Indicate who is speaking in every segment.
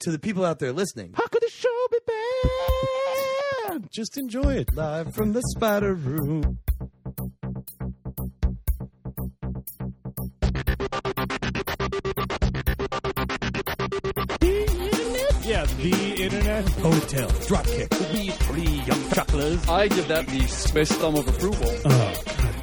Speaker 1: to the people out there listening.
Speaker 2: How could the show be bad? Just enjoy it.
Speaker 1: Live from the Spider Room.
Speaker 2: Yeah, the internet.
Speaker 1: Hotel. Dropkick.
Speaker 3: I give that the space thumb of approval.
Speaker 2: Oh, God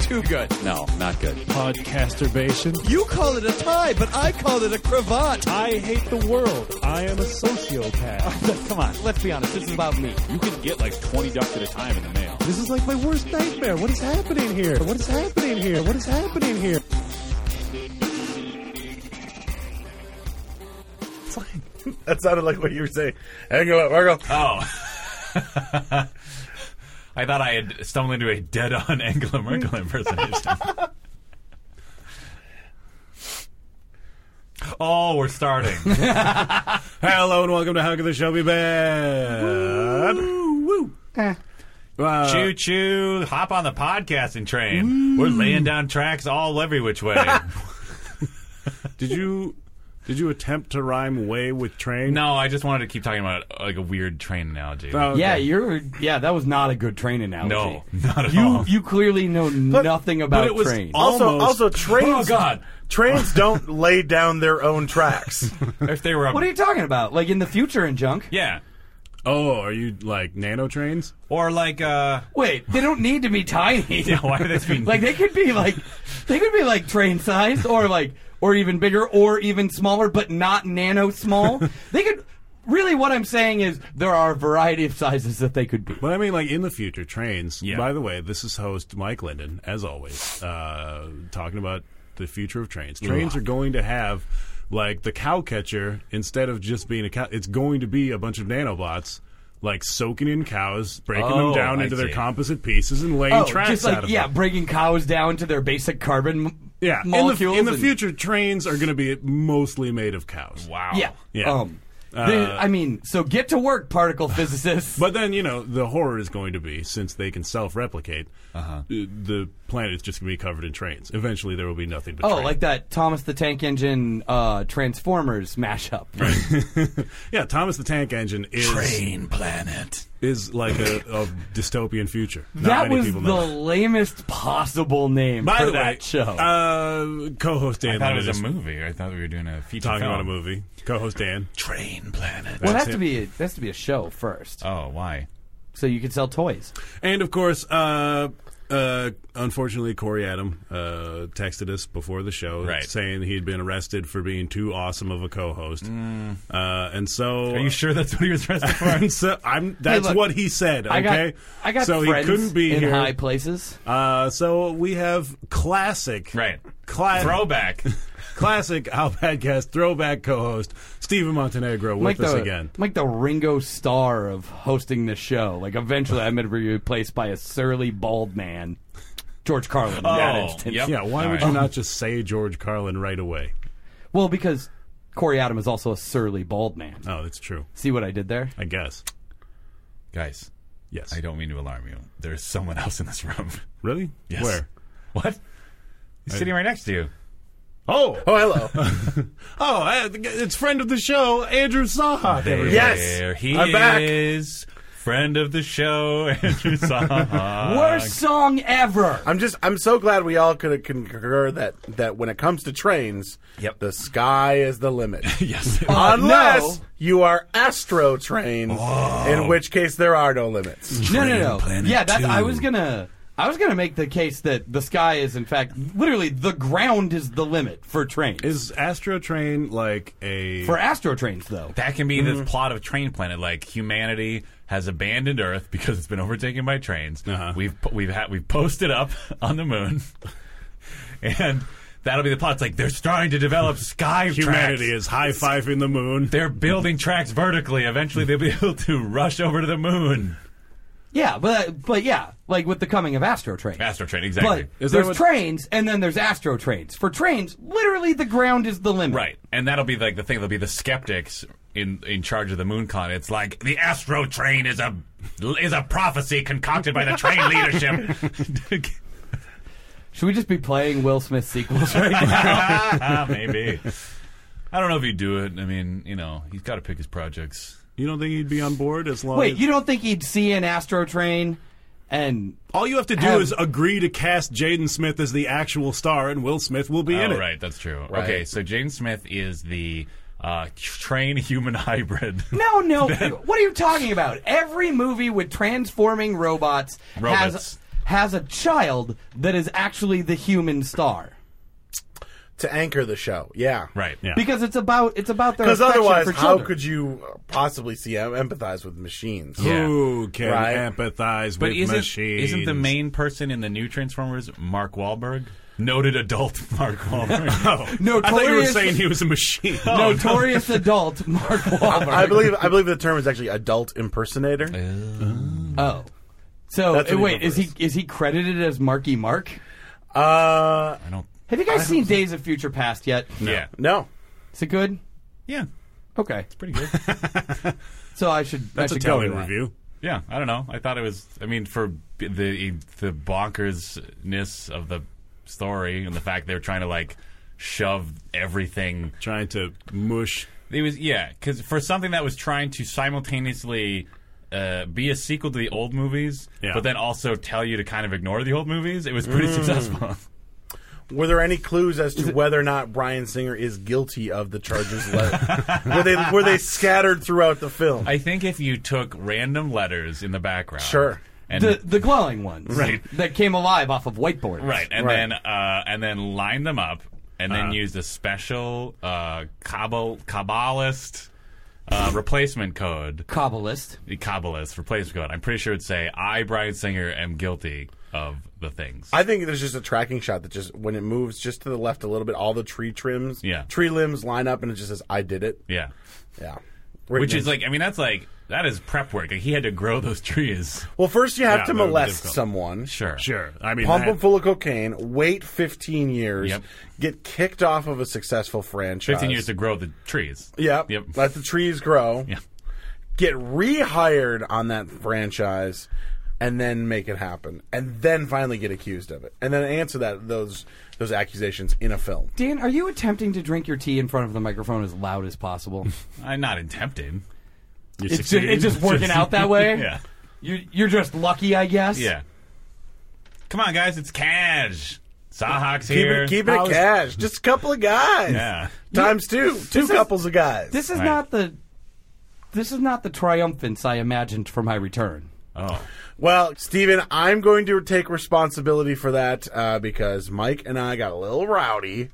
Speaker 3: Too good.
Speaker 2: No, not good. Podcasturbation.
Speaker 1: You call it a tie, but I call it a cravat.
Speaker 2: I hate the world. I am a sociopath. Come on.
Speaker 1: Let's be honest, this is about me.
Speaker 4: You can get like 20 ducks at a time in the mail.
Speaker 2: This is like my worst nightmare. What is happening here? What is happening here? What is happening here?
Speaker 5: That sounded like what you were saying. Hang on, Margo.
Speaker 4: Oh. I thought I had stumbled into a dead on Angela Merkel impersonation. oh, we're starting.
Speaker 2: Hello and welcome to How Can the Show Be Bad? Uh,
Speaker 4: choo choo, hop on the podcasting train. We're laying down tracks all every which way.
Speaker 2: did you did you attempt to rhyme way with train?
Speaker 4: no, I just wanted to keep talking about like a weird train analogy.
Speaker 2: Oh, okay.
Speaker 6: Yeah, you're. Yeah, that was not a good train analogy.
Speaker 4: no, not at
Speaker 6: you
Speaker 4: all.
Speaker 6: you clearly know nothing about
Speaker 2: but it was
Speaker 6: trains.
Speaker 2: all-
Speaker 5: Also,
Speaker 2: Almost.
Speaker 5: also trains.
Speaker 4: Oh, God.
Speaker 5: Trains don't lay down their own tracks.
Speaker 4: if they were up,
Speaker 6: what are you talking about? Like in the future and junk?
Speaker 4: yeah,
Speaker 2: Oh, are you like nano trains?
Speaker 4: or like uh,
Speaker 6: Wait, they don't need to be tiny.
Speaker 4: yeah, why are they being
Speaker 6: like they could be like, they could be like train sized or like or even bigger or even smaller, but not nano small. they could. Really, what I'm saying is there are a variety of sizes that they could be.
Speaker 2: But I mean, like in the future, trains.
Speaker 4: Yeah.
Speaker 2: By the way, this is host Mike Linden, as always, uh, talking about the future of trains. Trains are going to have like the cow catcher instead of just being a cow. It's going to be a bunch of nanobots. Like soaking in cows, breaking them
Speaker 4: Oh,
Speaker 2: down
Speaker 4: I
Speaker 2: into their
Speaker 4: see.
Speaker 2: composite pieces, and laying
Speaker 6: Oh,
Speaker 2: tracks
Speaker 6: just like
Speaker 2: out of
Speaker 6: yeah,
Speaker 2: them.
Speaker 6: breaking cows down to their basic carbon m-
Speaker 2: Yeah, in the,
Speaker 6: molecules.
Speaker 2: in the
Speaker 6: and-
Speaker 2: future, trains are going to be mostly made of cows.
Speaker 4: wow?
Speaker 6: Yeah.
Speaker 2: Yeah. Uh,
Speaker 6: Um, the- I mean, so get to work, particle physicists.
Speaker 2: But then you know the horror is going to be since they can self-replicate,
Speaker 4: Uh-huh.
Speaker 2: uh the planet is just going to be covered in trains. Eventually, there will be nothing but
Speaker 6: oh,
Speaker 2: trains.
Speaker 6: like that Thomas the Tank Engine uh, Transformers mashup.
Speaker 2: yeah, Thomas the Tank Engine is
Speaker 4: planet.
Speaker 2: is like a, a dystopian future. Not
Speaker 6: that
Speaker 2: many
Speaker 6: was the
Speaker 2: people know.
Speaker 6: lamest possible name
Speaker 2: By
Speaker 6: for
Speaker 2: the way,
Speaker 6: that show.
Speaker 2: Uh, co-host Dan
Speaker 4: I thought it was
Speaker 2: Lennon
Speaker 4: a
Speaker 2: is
Speaker 4: movie. I thought we were doing a feature
Speaker 2: talking
Speaker 4: film.
Speaker 2: about a movie. Co-host Dan.
Speaker 4: Train planet.
Speaker 6: well, it has
Speaker 2: that's Uh,
Speaker 6: to be a, it has to be a show first,
Speaker 4: Oh, why?
Speaker 6: so you could sell toys.
Speaker 2: And of course, uh, uh, unfortunately, Corey Adam uh, texted us before the show
Speaker 4: Right.
Speaker 2: saying he'd been arrested for being too awesome of a co-host. Uh, and so,
Speaker 4: Mm. Are you sure that's what he was arrested for?
Speaker 2: and so I'm, that's
Speaker 6: look,
Speaker 2: what he said. Okay,
Speaker 6: I got I got
Speaker 2: so he
Speaker 6: friends
Speaker 2: couldn't be
Speaker 6: in
Speaker 2: here.
Speaker 6: high places.
Speaker 2: Uh, so we have classic,
Speaker 4: right.
Speaker 2: Cla-
Speaker 4: Throwback.
Speaker 2: classic How Badcast throwback co-host Stephen Montenegro with
Speaker 6: like
Speaker 2: us
Speaker 6: the
Speaker 2: again.
Speaker 6: like the Ringo Starr of hosting this show. Like eventually, I'm going to be replaced by a surly bald man, George Carlin. in that
Speaker 4: Oh,
Speaker 6: instance.
Speaker 4: yep.
Speaker 2: Yeah, why
Speaker 4: All
Speaker 2: would
Speaker 4: right.
Speaker 2: you not just say George Carlin right away?
Speaker 6: Well, because Corey Adam is also a surly bald man.
Speaker 2: Oh, that's true.
Speaker 6: See what I did there?
Speaker 2: I guess.
Speaker 4: Guys,
Speaker 2: Yes.
Speaker 4: I don't mean to alarm you. There's someone else in this room.
Speaker 2: Really?
Speaker 4: Yes.
Speaker 2: Where?
Speaker 4: What? He's sitting right next to you.
Speaker 2: Oh,
Speaker 5: oh, hello.
Speaker 2: oh, uh, it's friend of the show, Andrew Saha. everybody.
Speaker 5: Yes.
Speaker 4: There he
Speaker 5: I'm back.
Speaker 4: is. Friend of the show, Andrew
Speaker 2: Uh,
Speaker 4: Saha.
Speaker 6: Worst song ever.
Speaker 5: I'm just. I'm so glad we all could concur that that when it comes to trains,
Speaker 4: Yep.
Speaker 5: the sky is the limit.
Speaker 4: yes.
Speaker 5: Unless
Speaker 6: Uh, no.
Speaker 5: you are Astro Train, in which case there are no limits.
Speaker 6: No, no, no.
Speaker 4: Planet
Speaker 6: Yeah, that's, I
Speaker 4: two.
Speaker 6: was gonna. I was gonna make the case that the sky is, in fact, literally the ground is the limit for trains.
Speaker 2: Is Astro Train like a?
Speaker 6: for Astro trains, though.
Speaker 4: That can be
Speaker 2: Mm-hmm.
Speaker 4: the plot of Train Planet. Like humanity has abandoned Earth because it's been overtaken by trains.
Speaker 2: Uh-huh.
Speaker 4: We've po- we've ha- we've posted up on the moon, and that'll be the plot. It's like they're starting to develop sky
Speaker 2: Humanity
Speaker 4: tracks.
Speaker 2: is high five in the moon.
Speaker 4: They're building tracks vertically. Eventually, they'll be able to rush over to the moon.
Speaker 6: Yeah, but but yeah, like with the coming of Astro Train.
Speaker 4: Astro Train, exactly.
Speaker 6: But
Speaker 2: Is that
Speaker 6: there's
Speaker 2: what-
Speaker 6: trains, and then there's Astro trains. For trains, literally the ground is the limit.
Speaker 4: Right, and that'll be like the thing. There'll be the skeptics in in charge of the MoonCon, it's like the Astro Train is a is a prophecy concocted by the train leadership.
Speaker 6: Should we just be playing Will Smith sequels right now?
Speaker 4: Maybe. I don't know if he'd do it. I mean, you know, he's got to pick his projects.
Speaker 2: You don't think he'd be on board as long
Speaker 6: Wait,
Speaker 2: as
Speaker 6: you don't think he'd see an Astro Train and
Speaker 2: all you have to do
Speaker 6: have-
Speaker 2: is agree to cast Jaden Smith as the actual star, and Will Smith will be in
Speaker 4: oh,
Speaker 2: it.
Speaker 4: right, that's true. Okay, so Jaden Smith is the uh, train human hybrid.
Speaker 6: No, no. what are you talking about? Every movie with transforming robots,
Speaker 4: Robots.
Speaker 6: has has a child that is actually the human star.
Speaker 5: to anchor the show. Yeah,
Speaker 4: right.
Speaker 2: Yeah.
Speaker 6: Because it's about it's about their
Speaker 5: Because
Speaker 6: affection
Speaker 5: otherwise,
Speaker 6: for
Speaker 5: how
Speaker 6: children.
Speaker 5: could you possibly see empathize with machines?
Speaker 4: Yeah.
Speaker 2: Who can
Speaker 5: Right.
Speaker 2: empathize
Speaker 4: But
Speaker 2: with
Speaker 4: isn't
Speaker 2: machines?
Speaker 4: isn't the main person in the new Transformers Mark Wahlberg? Noted adult Mark Wahlberg.
Speaker 2: Oh, I thought you were
Speaker 6: Notorious-
Speaker 2: saying he was a machine.
Speaker 6: notorious adult Mark Wahlberg?
Speaker 5: I believe I believe the term is actually adult impersonator.
Speaker 6: Oh, so
Speaker 5: That's what he
Speaker 6: wait, is he
Speaker 5: prefers.
Speaker 6: is he credited as Marky Mark?
Speaker 5: Uh,
Speaker 4: I don't.
Speaker 6: Have you guys seen Days of Future Past yet?
Speaker 4: Yeah.
Speaker 5: no,
Speaker 6: Is it good?
Speaker 4: Yeah.
Speaker 6: Okay,
Speaker 4: Pretty good.
Speaker 6: so I should
Speaker 2: That's
Speaker 6: I
Speaker 2: a
Speaker 6: should go to
Speaker 2: telling
Speaker 6: that.
Speaker 2: review.
Speaker 4: yeah. I don't know. I thought it was. I mean, for b- the e, the bonkersness of the story and the fact they were trying to like shove everything
Speaker 2: Trying to mush.
Speaker 4: It was yeah, because for something that was trying to simultaneously uh, be a sequel to the old movies,
Speaker 2: Yeah.
Speaker 4: but then also tell you to kind of ignore the old movies, it was pretty successful.
Speaker 5: Were there any clues as to whether or not Brian Singer is guilty of the charges? le- were they were they scattered throughout the film?
Speaker 4: I think if you took random letters in the background,
Speaker 5: Sure.
Speaker 4: and
Speaker 6: The the glowing ones,
Speaker 4: Right.
Speaker 6: That came alive off of whiteboards,
Speaker 4: right, and
Speaker 5: Right.
Speaker 4: then uh, and then line them up, and then used a special uh, cabal cabalist uh, replacement code,
Speaker 6: Kabbalist.
Speaker 4: the cabalist replacement code. I'm pretty sure it'd say, "I Brian Singer am guilty of the things."
Speaker 5: I think there's just a tracking shot that just when it moves just to the left a little bit, all the tree trims,
Speaker 4: Yeah.
Speaker 5: tree limbs line up, and it just says, "I did it."
Speaker 4: yeah.
Speaker 5: Yeah,
Speaker 4: Which
Speaker 5: Written
Speaker 4: is
Speaker 5: in-
Speaker 4: like, I mean, that's like that is prep work. Like he had to grow those trees.
Speaker 5: well, first you have
Speaker 2: Yeah,
Speaker 5: to
Speaker 2: that would be
Speaker 5: molest
Speaker 2: difficult.
Speaker 5: someone,
Speaker 4: Sure,
Speaker 2: Sure. I mean,
Speaker 5: pump
Speaker 2: that-
Speaker 5: them full of cocaine, wait 15 years,
Speaker 4: Yep.
Speaker 5: get kicked off of a successful franchise.
Speaker 4: Fifteen years to grow the trees.
Speaker 5: Yep.
Speaker 4: Yep.
Speaker 5: Let the trees grow.
Speaker 4: Yeah.
Speaker 5: Get rehired on that franchise and then make it happen. And then finally get accused of it. And then answer that those those accusations in a film.
Speaker 6: Dan, are you attempting to drink your tea in front of the microphone as loud as possible?
Speaker 4: I'm not attempting.
Speaker 2: you
Speaker 6: it's, just,
Speaker 2: succeed.
Speaker 6: it's just working out that way.
Speaker 4: Yeah.
Speaker 6: You, you're just lucky, I guess.
Speaker 4: Yeah. Come on, guys, it's cash. Sawhawks
Speaker 5: Keep
Speaker 4: here.
Speaker 5: it, keep it cash. Just a couple of guys.
Speaker 4: Yeah.
Speaker 5: Times two. Two
Speaker 6: is-
Speaker 5: couples of guys.
Speaker 6: This is
Speaker 4: Right.
Speaker 6: not the. This is not the triumphance I imagined for my return.
Speaker 4: Oh,
Speaker 5: well, Steven, I'm going to take responsibility for that uh, because Mike and I got a little rowdy.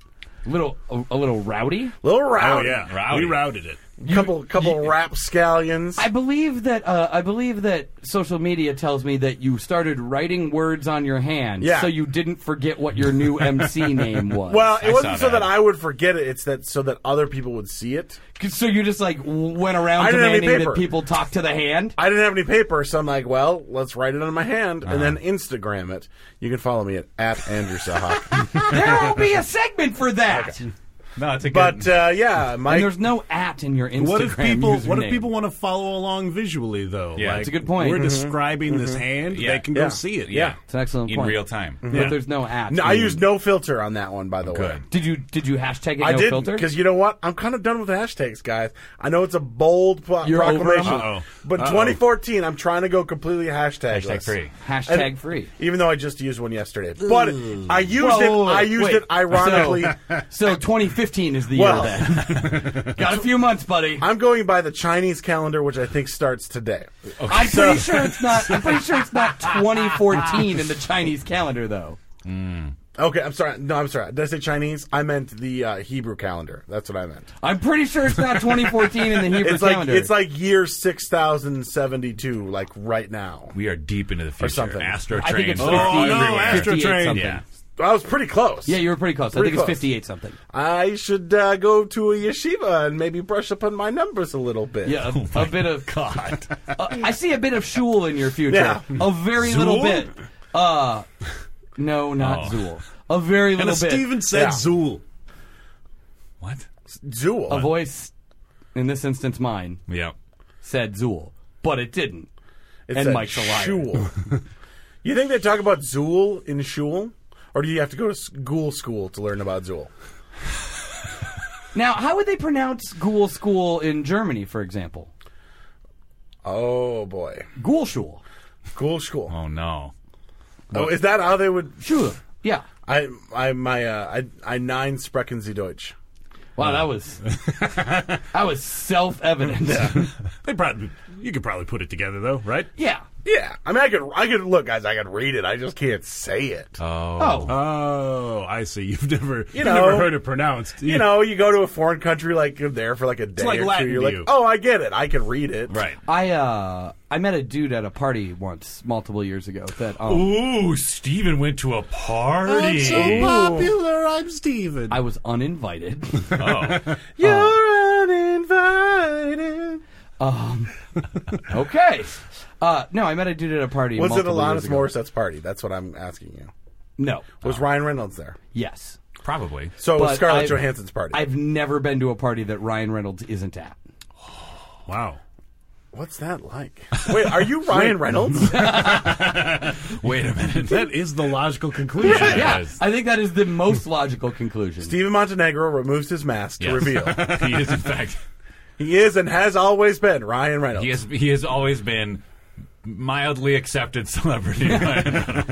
Speaker 6: Little, a, a little rowdy.
Speaker 5: Little
Speaker 2: Oh,
Speaker 5: rowdy.
Speaker 2: yeah.
Speaker 4: Rowdy.
Speaker 2: We routed it.
Speaker 5: Couple couple rapscallions.
Speaker 6: I believe that. Uh, I believe that social media tells me that you started writing words on your hand,
Speaker 5: Yeah.
Speaker 6: so you didn't forget what your new MC name was.
Speaker 5: Well, it
Speaker 4: I
Speaker 5: wasn't
Speaker 4: saw
Speaker 5: so that.
Speaker 4: that.
Speaker 5: I would forget it. It's that so that other people would see it.
Speaker 6: 'Cause- so you just like went around
Speaker 5: I didn't have any
Speaker 6: demanding that
Speaker 5: paper.
Speaker 6: people talk to the hand.
Speaker 5: I didn't have any paper, so I'm like, well, let's write it on my hand and then
Speaker 6: Uh-huh.
Speaker 5: Instagram it. You can follow me at, at Andrew Sahak.
Speaker 6: there will be a segment for that.
Speaker 4: no, it's a good.
Speaker 5: but uh, yeah,
Speaker 6: And
Speaker 5: Mike.
Speaker 6: there's no at in your Instagram.
Speaker 2: What if people? What
Speaker 6: username.
Speaker 2: if people want to follow along visually, though?
Speaker 4: Yeah,
Speaker 2: like,
Speaker 4: that's
Speaker 6: a good point.
Speaker 2: We're
Speaker 6: Mhm.
Speaker 2: describing this hand;
Speaker 4: Yeah.
Speaker 2: they can go
Speaker 5: Yeah.
Speaker 2: see it.
Speaker 4: yeah,
Speaker 6: It's an excellent
Speaker 4: in
Speaker 6: point.
Speaker 4: real time.
Speaker 6: But
Speaker 2: Yeah.
Speaker 6: there's no at.
Speaker 5: No, I
Speaker 6: in-
Speaker 5: used no filter on that one, by the way.
Speaker 4: Good.
Speaker 6: Did you did you hashtag it
Speaker 5: I
Speaker 6: no
Speaker 5: did
Speaker 6: filter?
Speaker 5: because you know what? I'm kind of done with hashtags, guys. I know it's a bold pro-
Speaker 6: You're over 'em?
Speaker 5: proclamation,
Speaker 2: Uh-oh.
Speaker 5: but
Speaker 2: Uh-oh.
Speaker 5: 2014, I'm trying to go completely hashtag
Speaker 4: Hashtag free.
Speaker 6: hashtag
Speaker 5: And-
Speaker 6: free.
Speaker 5: Even though I just used one yesterday, but I used
Speaker 6: Whoa,
Speaker 5: it.
Speaker 6: whoa, whoa,
Speaker 5: I used
Speaker 6: wait.
Speaker 5: it ironically.
Speaker 6: So 2015 is the
Speaker 5: Well-
Speaker 6: year then. Got a few months, buddy.
Speaker 5: I'm going by the Chinese calendar, which I think starts today.
Speaker 6: I'm pretty sure it's not. I'm pretty sure it's not 2014 in the Chinese calendar though.
Speaker 5: Okay, I'm sorry. No, I'm sorry. Did I say Chinese? I meant the uh, Hebrew calendar. That's what I meant.
Speaker 6: I'm pretty sure it's not 2014 in the Hebrew
Speaker 5: It's like
Speaker 6: calendar.
Speaker 5: it's like year six thousand seventy two, like right now.
Speaker 4: We are deep into the future.
Speaker 5: something.
Speaker 4: Astro
Speaker 6: I
Speaker 4: train.
Speaker 6: think it's 50,
Speaker 4: is
Speaker 2: Oh, no,
Speaker 4: everywhere.
Speaker 2: Astro
Speaker 6: 58
Speaker 2: Train.
Speaker 6: Something.
Speaker 4: Yeah.
Speaker 5: I was pretty close.
Speaker 6: Yeah, you were pretty close.
Speaker 5: Pretty
Speaker 6: I think
Speaker 5: close.
Speaker 6: it's 58 something.
Speaker 5: I should uh, go to a yeshiva and maybe brush up on my numbers a little bit.
Speaker 6: Yeah, a, a bit of
Speaker 4: God.
Speaker 6: Uh, I see a bit of shul in your future.
Speaker 5: Yeah.
Speaker 6: A very little
Speaker 2: Zool?
Speaker 6: bit. Uh, no, not
Speaker 4: Oh.
Speaker 6: Zool. A very
Speaker 2: And
Speaker 6: little
Speaker 2: as
Speaker 6: bit.
Speaker 2: Steven said,
Speaker 5: Yeah.
Speaker 2: "Zool."
Speaker 4: what?
Speaker 5: Zool.
Speaker 6: a voice. in this instance mine,
Speaker 4: Yeah.
Speaker 6: said Zool, but it didn't.
Speaker 5: It
Speaker 6: And
Speaker 5: said
Speaker 6: Mike's a liar.
Speaker 5: Shul. you think they talk about Zool in Shul? Or do you have to go to s- ghoul school to learn about Zool?
Speaker 6: Now, how would they pronounce ghoul school in Germany, for example?
Speaker 5: Oh, boy.
Speaker 6: Ghoulschule.
Speaker 5: Ghoul school.
Speaker 6: Uh-huh.
Speaker 4: Oh no.
Speaker 5: Oh, is that how they would?
Speaker 6: Schule. Yeah.
Speaker 5: I, I, my, uh, I, I nine sprechen Sie Deutsch.
Speaker 6: Wow, that was that was self-evident. Yeah.
Speaker 2: They probably you could probably put it together though, right?
Speaker 5: Yeah, I mean, I could, I could look, guys. I could read it. I just can't say it.
Speaker 6: Oh,
Speaker 2: Oh, I see. You've never you
Speaker 5: know.
Speaker 2: never heard it pronounced.
Speaker 5: you know, you go to a foreign country, like you're there for like a day
Speaker 2: like
Speaker 5: or
Speaker 2: Latin
Speaker 5: two.
Speaker 2: to
Speaker 5: You're like,
Speaker 2: you.
Speaker 5: oh, I get it. I can read it.
Speaker 2: right?
Speaker 6: I uh I met a dude at a party once multiple years ago that um,
Speaker 4: Ooh, Steven went to a party.
Speaker 2: popular. I'm Steven.
Speaker 6: I was uninvited.
Speaker 4: oh.
Speaker 5: You're uninvited.
Speaker 6: Um, okay. Uh no, I met a dude at a party
Speaker 5: Was it
Speaker 6: multiple years
Speaker 5: Alanis
Speaker 6: ago.
Speaker 5: Morissette's party? That's what I'm asking you.
Speaker 6: No.
Speaker 5: Was Ryan Reynolds there?
Speaker 6: Yes.
Speaker 4: Probably.
Speaker 5: So it was
Speaker 6: But
Speaker 5: Scarlett
Speaker 6: I've-
Speaker 5: Johansson's party.
Speaker 6: I've never been to a party that Ryan Reynolds isn't at.
Speaker 2: wow.
Speaker 5: What's that like? Wait, are you Ryan Reynolds?
Speaker 4: Wait a minute.
Speaker 2: That is the logical conclusion.
Speaker 6: Yeah,
Speaker 4: Yes.
Speaker 6: I think that is the most logical conclusion.
Speaker 5: Steven Montenegro removes his mask to
Speaker 4: Yes.
Speaker 5: reveal
Speaker 4: he is in fact
Speaker 5: he is and has always been Ryan Reynolds.
Speaker 4: he has he has always been mildly accepted celebrity.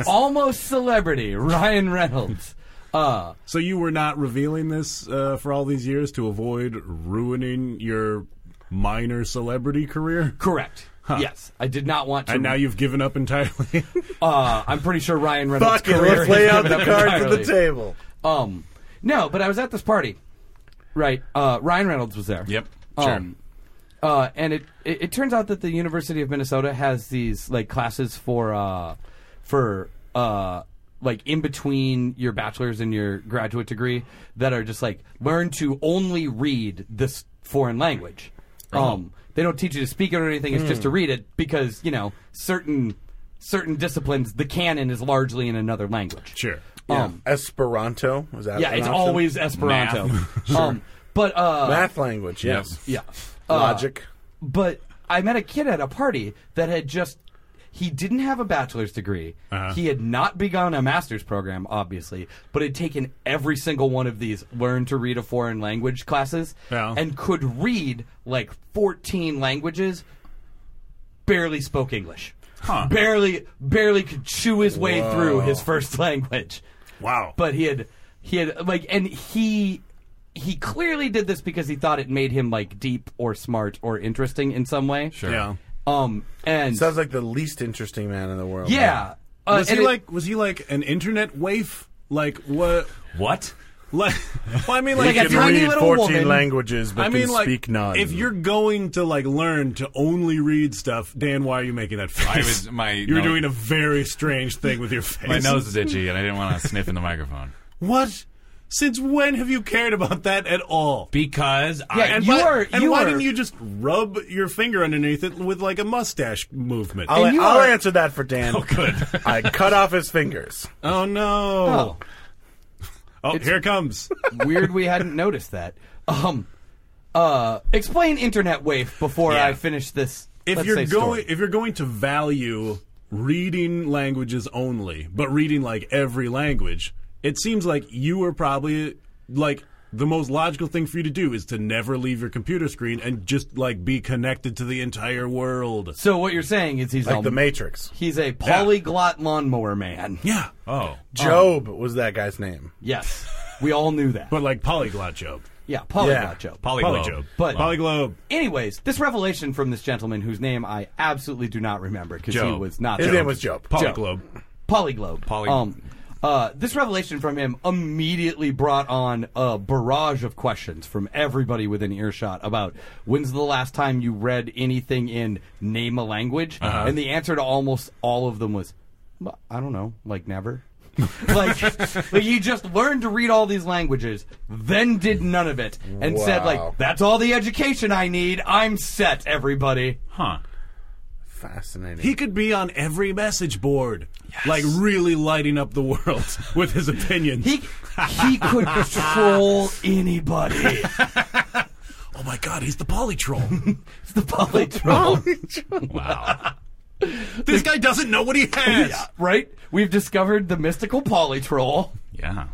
Speaker 6: Almost celebrity, Ryan Reynolds. Uh,
Speaker 2: So you were not revealing this uh, for all these years to avoid ruining your minor celebrity career,
Speaker 6: correct. Yes, I did not want to.
Speaker 2: and now you've given up entirely.
Speaker 6: uh, I'm pretty sure Ryan Reynolds'
Speaker 5: Fuck it,
Speaker 6: career
Speaker 5: let's lay
Speaker 6: has
Speaker 5: out
Speaker 6: given
Speaker 5: the
Speaker 6: up
Speaker 5: cards on the
Speaker 6: entirely.
Speaker 5: table.
Speaker 6: Um, no, but I was at this party. Right, uh, Ryan Reynolds was there.
Speaker 4: Yep,
Speaker 6: Um, uh, and it, it it turns out that the University of Minnesota has these like classes for uh, for uh, like in between your bachelor's and your graduate degree that are just like learn to only read this foreign language. Um, they don't teach you to speak it or anything; it's just
Speaker 5: Hmm.
Speaker 6: to read it because you know certain certain disciplines the canon is largely in another language.
Speaker 2: sure.
Speaker 6: Um,
Speaker 5: Esperanto was that?
Speaker 6: yeah,
Speaker 5: an
Speaker 6: it's
Speaker 5: option?
Speaker 6: always Esperanto. um, but uh,
Speaker 5: math language. Yes,
Speaker 6: yeah, Uh,
Speaker 5: logic.
Speaker 6: But I met a kid at a party that had just. He didn't have a bachelor's degree. He had not begun a master's program, obviously, but had taken every single one of these learn to read a foreign language classes
Speaker 2: Yeah.
Speaker 6: and could read like 14 languages, barely spoke English. Barely, barely could chew his way through his first language
Speaker 2: Wow.
Speaker 6: but he had he had like and he he clearly did this because he thought it made him like deep or smart or interesting in some way. Sure.
Speaker 2: yeah.
Speaker 6: Um and
Speaker 5: Sounds like the least interesting man in the world.
Speaker 6: yeah. Uh,
Speaker 2: Was
Speaker 6: and
Speaker 2: he
Speaker 6: it-
Speaker 2: like? Was he like an internet waif? Like what?
Speaker 4: what?
Speaker 2: Like, well, I mean,
Speaker 6: Like
Speaker 2: like,
Speaker 6: a
Speaker 2: if-
Speaker 5: You
Speaker 6: tiny
Speaker 5: read
Speaker 6: little
Speaker 5: 14
Speaker 6: woman.
Speaker 5: languages, but
Speaker 2: I mean,
Speaker 5: can
Speaker 2: like,
Speaker 5: speak none.
Speaker 2: if you're going to like learn to only read stuff, Dan, why are you making that face?
Speaker 4: I was- my-
Speaker 2: you were
Speaker 4: no.
Speaker 2: doing a very strange thing with your face.
Speaker 4: My nose is itchy and I didn't want to sniff in the microphone.
Speaker 2: What? Since when have you cared about that at all?
Speaker 4: Because
Speaker 6: Yeah,
Speaker 4: I
Speaker 2: And
Speaker 6: you
Speaker 2: why,
Speaker 6: are-
Speaker 2: and
Speaker 6: you
Speaker 2: why
Speaker 6: are-
Speaker 2: didn't you just rub your finger underneath it with like a mustache movement?
Speaker 5: I'll,
Speaker 6: and you
Speaker 5: I'll
Speaker 6: are-
Speaker 5: answer that for Dan.
Speaker 4: oh good.
Speaker 5: I cut off his fingers.
Speaker 2: oh no!
Speaker 6: oh,
Speaker 2: Oh, here it comes.
Speaker 6: weird we hadn't noticed that. Um uh explain internet waif before I finish this.
Speaker 2: if
Speaker 6: let's
Speaker 2: you're
Speaker 6: say,
Speaker 2: going
Speaker 6: story.
Speaker 2: if you're going to value reading languages only but reading like every language it seems like you are probably like the most logical thing for you to do is to never leave your computer screen and just like be connected to the entire world
Speaker 6: So what you're saying is he's
Speaker 5: Like
Speaker 6: a,
Speaker 5: the Matrix.
Speaker 6: he's a polyglot lawnmower man.
Speaker 2: yeah
Speaker 4: Oh.
Speaker 5: Job was that guy's name.
Speaker 6: Yes. We all knew that.
Speaker 2: but like polyglot job
Speaker 6: yeah, polyglot
Speaker 5: Yeah.
Speaker 6: Joe.
Speaker 4: Polyglobe.
Speaker 2: polyjob
Speaker 6: But-
Speaker 2: polyglobe
Speaker 6: Anyways, this revelation from this gentleman whose name I absolutely do not remember because he
Speaker 4: Joe.
Speaker 6: was not
Speaker 5: His
Speaker 6: Joe.
Speaker 5: name was Job.
Speaker 2: polyglobe
Speaker 6: Polyglobe.
Speaker 4: Poly-
Speaker 6: um, uh, this revelation from him immediately brought on a barrage of questions from everybody within earshot about when's the last time you read anything in name a language, and the answer to almost all of them was, "Well, I don't know, like never. like, like you just learned to read all these languages, then did none of it, and said
Speaker 5: Wow.
Speaker 6: like, "That's all the education I need. I'm set, everybody."
Speaker 4: Huh.
Speaker 5: Fascinating.
Speaker 2: he could be on every message board like really lighting up the world with his opinions
Speaker 6: He he could troll anybody.
Speaker 2: Oh my God, he's the polytroll.
Speaker 6: It's the polytroll,
Speaker 4: Wow.
Speaker 2: this guy doesn't know what he has.
Speaker 6: right? We've discovered the mystical polytroll.
Speaker 4: Yeah.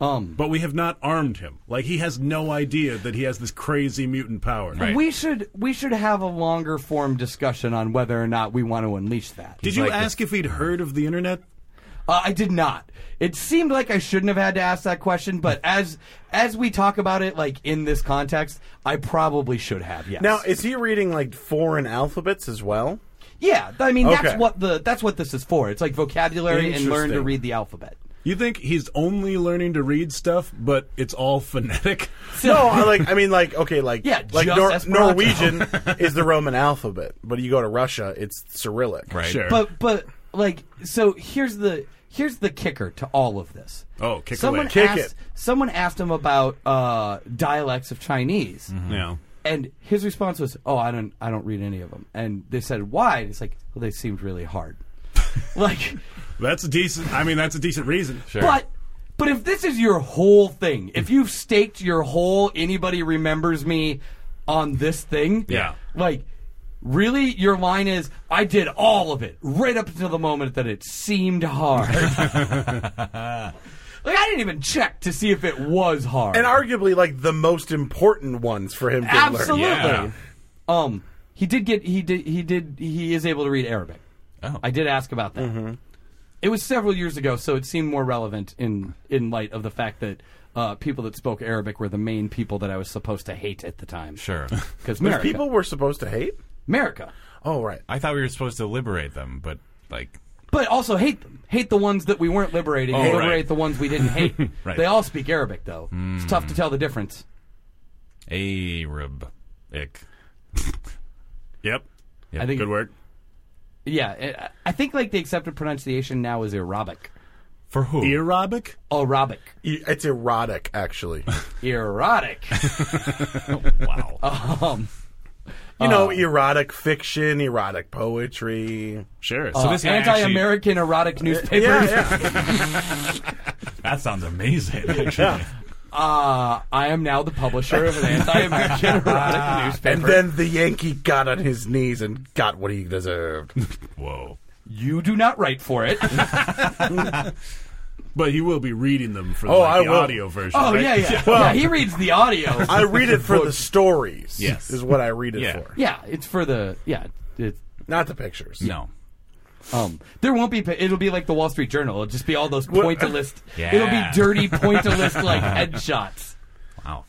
Speaker 6: Um,
Speaker 2: But we have not armed him. Like he has no idea that he has this crazy mutant power.
Speaker 4: Right.
Speaker 6: we should we should have a longer form discussion on whether or not we want to unleash that.
Speaker 2: Did you
Speaker 4: like
Speaker 2: ask if he'd heard of the internet?
Speaker 6: Uh, I did not. It seemed like I shouldn't have had to ask that question, but as as we talk about it, like in this context, I probably should have. Yes.
Speaker 5: Now, is he reading like foreign alphabets as well?
Speaker 6: yeah, I mean
Speaker 5: Okay.
Speaker 6: that's what the that's what this is for. It's like vocabulary and learn to
Speaker 5: Interesting.
Speaker 6: read the alphabet.
Speaker 2: You think he's only learning to read stuff, but it's all phonetic?
Speaker 5: No, I like I mean like okay like
Speaker 6: Yeah,
Speaker 5: like
Speaker 6: just
Speaker 5: Nor-
Speaker 6: Esperanto.
Speaker 5: Norwegian is the Roman alphabet, but you go to Russia, it's Cyrillic.
Speaker 4: Right.
Speaker 2: Sure.
Speaker 6: But but like so here's the here's the kicker to all of this.
Speaker 2: Oh, kick
Speaker 6: someone
Speaker 2: away.
Speaker 5: Kick
Speaker 6: asked,
Speaker 5: it.
Speaker 6: Someone asked him about uh, dialects of Chinese.
Speaker 2: No.
Speaker 6: And his response was, "Oh, I don't, I don't read any of them." And they said, "Why?" And it's like, "Well, they seemed really hard." like,
Speaker 2: That's a decent. I mean, that's a decent reason.
Speaker 4: Sure.
Speaker 6: but, but if this is your whole thing, if you've staked your whole "anybody remembers me" on this thing,
Speaker 2: Yeah.
Speaker 6: like, really, your line is, "I did all of it right up until the moment that it seemed hard." like, I didn't even check to see if it was hard.
Speaker 5: And arguably like the most important ones for him to
Speaker 6: Absolutely.
Speaker 5: learn.
Speaker 4: Yeah.
Speaker 6: Um, he did get he did he did he is able to read Arabic.
Speaker 4: Oh.
Speaker 6: I did ask about that.
Speaker 2: Mm-hmm.
Speaker 6: It was several years ago, so it seemed more relevant in in light of the fact that uh, people that spoke Arabic were the main people that I was supposed to hate at the time.
Speaker 4: Sure.
Speaker 6: because
Speaker 5: Which
Speaker 6: America,
Speaker 5: people were supposed to hate?
Speaker 6: America,
Speaker 5: Oh right.
Speaker 4: I thought we were supposed to liberate them, but like
Speaker 6: but also hate them. Hate the ones that we weren't liberating.
Speaker 4: Oh,
Speaker 6: and
Speaker 4: right.
Speaker 6: liberate the ones we didn't hate.
Speaker 4: Right. Mm.
Speaker 6: They all speak Arabic, though. It's tough to tell the difference.
Speaker 4: Arab ick.
Speaker 2: Yep.
Speaker 6: I think
Speaker 2: Good work.
Speaker 6: Yeah, it, I think like the accepted pronunciation now is Arabic.
Speaker 4: For who?
Speaker 2: Arabic.
Speaker 6: Arabic.
Speaker 5: E- It's erotic actually.
Speaker 6: Erotic.
Speaker 4: wow.
Speaker 6: um,
Speaker 5: You know, erotic fiction, erotic poetry.
Speaker 2: Sure.
Speaker 6: Uh,
Speaker 4: So
Speaker 2: So
Speaker 4: this guy actually-
Speaker 6: anti-American erotic newspapers.
Speaker 5: Yeah, yeah.
Speaker 4: that sounds amazing. Actually.
Speaker 6: Uh, I am now the publisher of an anti-American erotic
Speaker 5: and
Speaker 6: newspaper.
Speaker 5: then the Yankee got on his knees and got what he deserved.
Speaker 4: Whoa.
Speaker 6: you do not write for it.
Speaker 2: but you will be reading them for
Speaker 5: Oh,
Speaker 2: like,
Speaker 5: I
Speaker 2: the
Speaker 5: will.
Speaker 2: audio version.
Speaker 6: oh
Speaker 2: right?
Speaker 6: yeah, yeah.
Speaker 5: Well-
Speaker 6: yeah. He reads the audio.
Speaker 5: I read it for the stories.
Speaker 4: Yes.
Speaker 5: Is what I read it
Speaker 4: Yeah.
Speaker 5: for.
Speaker 6: yeah, it's for the yeah. It,
Speaker 5: Not the pictures.
Speaker 4: No.
Speaker 6: um, there won't be. pa- It'll be like the Wall Street Journal. It'll just be all those pointillist.
Speaker 4: Yeah.
Speaker 6: It'll be dirty pointillist like headshots.
Speaker 4: Wow.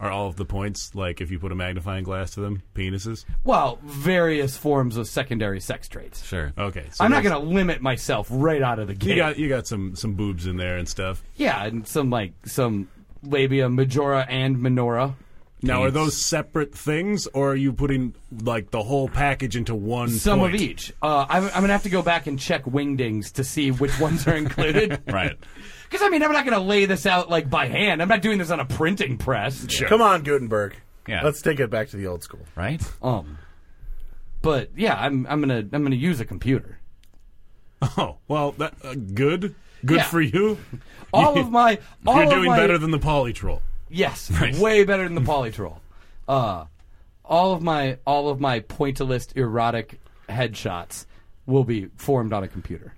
Speaker 2: Are all of the points like if you put a magnifying glass to them, penises?
Speaker 6: Well, various forms of secondary sex traits.
Speaker 4: Sure.
Speaker 2: Okay. So
Speaker 6: I'm not
Speaker 2: there's-
Speaker 6: going to limit myself right out of the gate.
Speaker 2: You got you got some some boobs in there and stuff.
Speaker 6: Yeah, and some like some labia majora and minora.
Speaker 2: Now, are
Speaker 4: Penis.
Speaker 2: those separate things, or are you putting like the whole package into one?
Speaker 6: Some
Speaker 2: point?
Speaker 6: of each. Uh, I'm, I'm gonna have to go back and check wingdings to see which ones are included.
Speaker 4: Right.
Speaker 6: Because I mean, I'm not gonna lay this out like by hand. I'm not doing this on a printing press.
Speaker 5: Come on, Gutenberg.
Speaker 4: Yeah.
Speaker 5: Let's take it back to the old school.
Speaker 4: Right.
Speaker 6: Um, but yeah, I'm I'm gonna I'm gonna use a computer.
Speaker 2: Oh, well, that uh, good, good
Speaker 6: Yeah.
Speaker 2: for you.
Speaker 6: All of my all
Speaker 2: You're doing
Speaker 6: of my,
Speaker 2: better than the polytroll.
Speaker 6: Yes, way better than the polytroll. Uh, all of my all of my pointillist erotic headshots will be formed on a computer.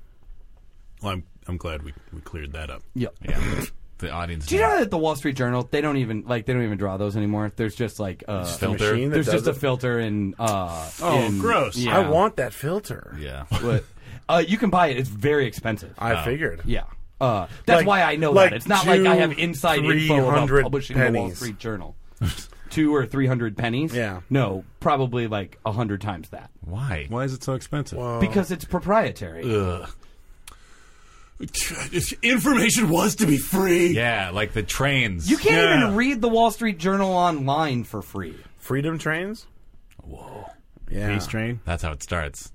Speaker 2: Well, I'm I'm glad we, we cleared that up.
Speaker 6: Yep.
Speaker 4: Yeah. The audience.
Speaker 6: Do you know that the Wall Street Journal they don't even like they don't even draw those anymore? There's just like uh,
Speaker 4: filter.
Speaker 5: Machine that
Speaker 6: there's
Speaker 5: does
Speaker 6: just a
Speaker 5: it.
Speaker 6: filter and uh,
Speaker 2: Oh,
Speaker 6: in-
Speaker 2: gross.
Speaker 6: Yeah.
Speaker 5: I want that filter.
Speaker 4: Yeah.
Speaker 6: But, uh, you can buy it. It's very expensive.
Speaker 5: I figured.
Speaker 6: yeah. Uh, that's
Speaker 5: Like-
Speaker 6: why I know
Speaker 5: like
Speaker 6: that. It's not like I have
Speaker 5: two,
Speaker 6: inside info about
Speaker 5: 300
Speaker 6: publishing the Wall
Speaker 5: pennies.
Speaker 6: Street Journal. Two or three hundred pennies.
Speaker 5: Yeah.
Speaker 6: No, probably like a hundred times that
Speaker 4: Why?
Speaker 2: Why is it so expensive?
Speaker 5: Oh.
Speaker 6: because it's proprietary.
Speaker 2: Information was to be free.
Speaker 4: Yeah, like the trains.
Speaker 6: You can't
Speaker 2: Yeah.
Speaker 6: even read the Wall Street Journal online for free.
Speaker 5: Freedom trains?
Speaker 4: Whoa.
Speaker 5: Yeah.
Speaker 2: Peace train.
Speaker 4: That's how it starts.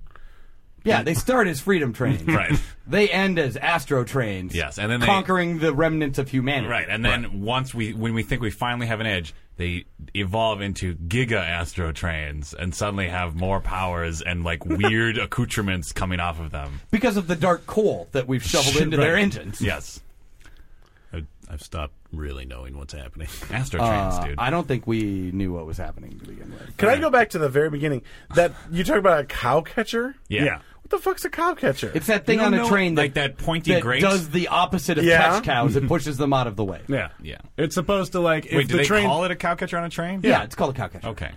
Speaker 6: Yeah, they start as freedom trains.
Speaker 4: Right.
Speaker 6: They end as astro trains.
Speaker 4: Yes, and then they-
Speaker 6: conquering the remnants of humanity.
Speaker 4: Right, and then once we, when we think we finally have an edge, they evolve into giga astro trains and suddenly have more powers and like weird accoutrements coming off of them.
Speaker 6: because of the dark coal that we've shoveled into their engines.
Speaker 4: Yes,
Speaker 2: I, I've stopped really knowing what's happening.
Speaker 4: Astro
Speaker 6: Uh,
Speaker 4: Trains, dude.
Speaker 6: I don't think we knew what was happening to begin with.
Speaker 5: Can I go back to the very beginning? That you talk about a cow catcher.
Speaker 4: yeah.
Speaker 2: Yeah.
Speaker 5: What the fuck's a cow catcher?
Speaker 6: It's that thing
Speaker 4: You
Speaker 6: on
Speaker 4: don't
Speaker 6: a
Speaker 4: know,
Speaker 6: train
Speaker 4: like that pointy
Speaker 6: that
Speaker 4: grate?
Speaker 6: does the opposite of
Speaker 5: Yeah.
Speaker 6: catch cows. It pushes them out of the way. Yeah,
Speaker 2: Yeah,
Speaker 4: Yeah.
Speaker 2: It's supposed to like if
Speaker 4: Wait, do
Speaker 2: the
Speaker 4: they
Speaker 2: train.
Speaker 4: call it a cowcatcher on a train?
Speaker 6: it's called a cow catcher.
Speaker 4: Okay.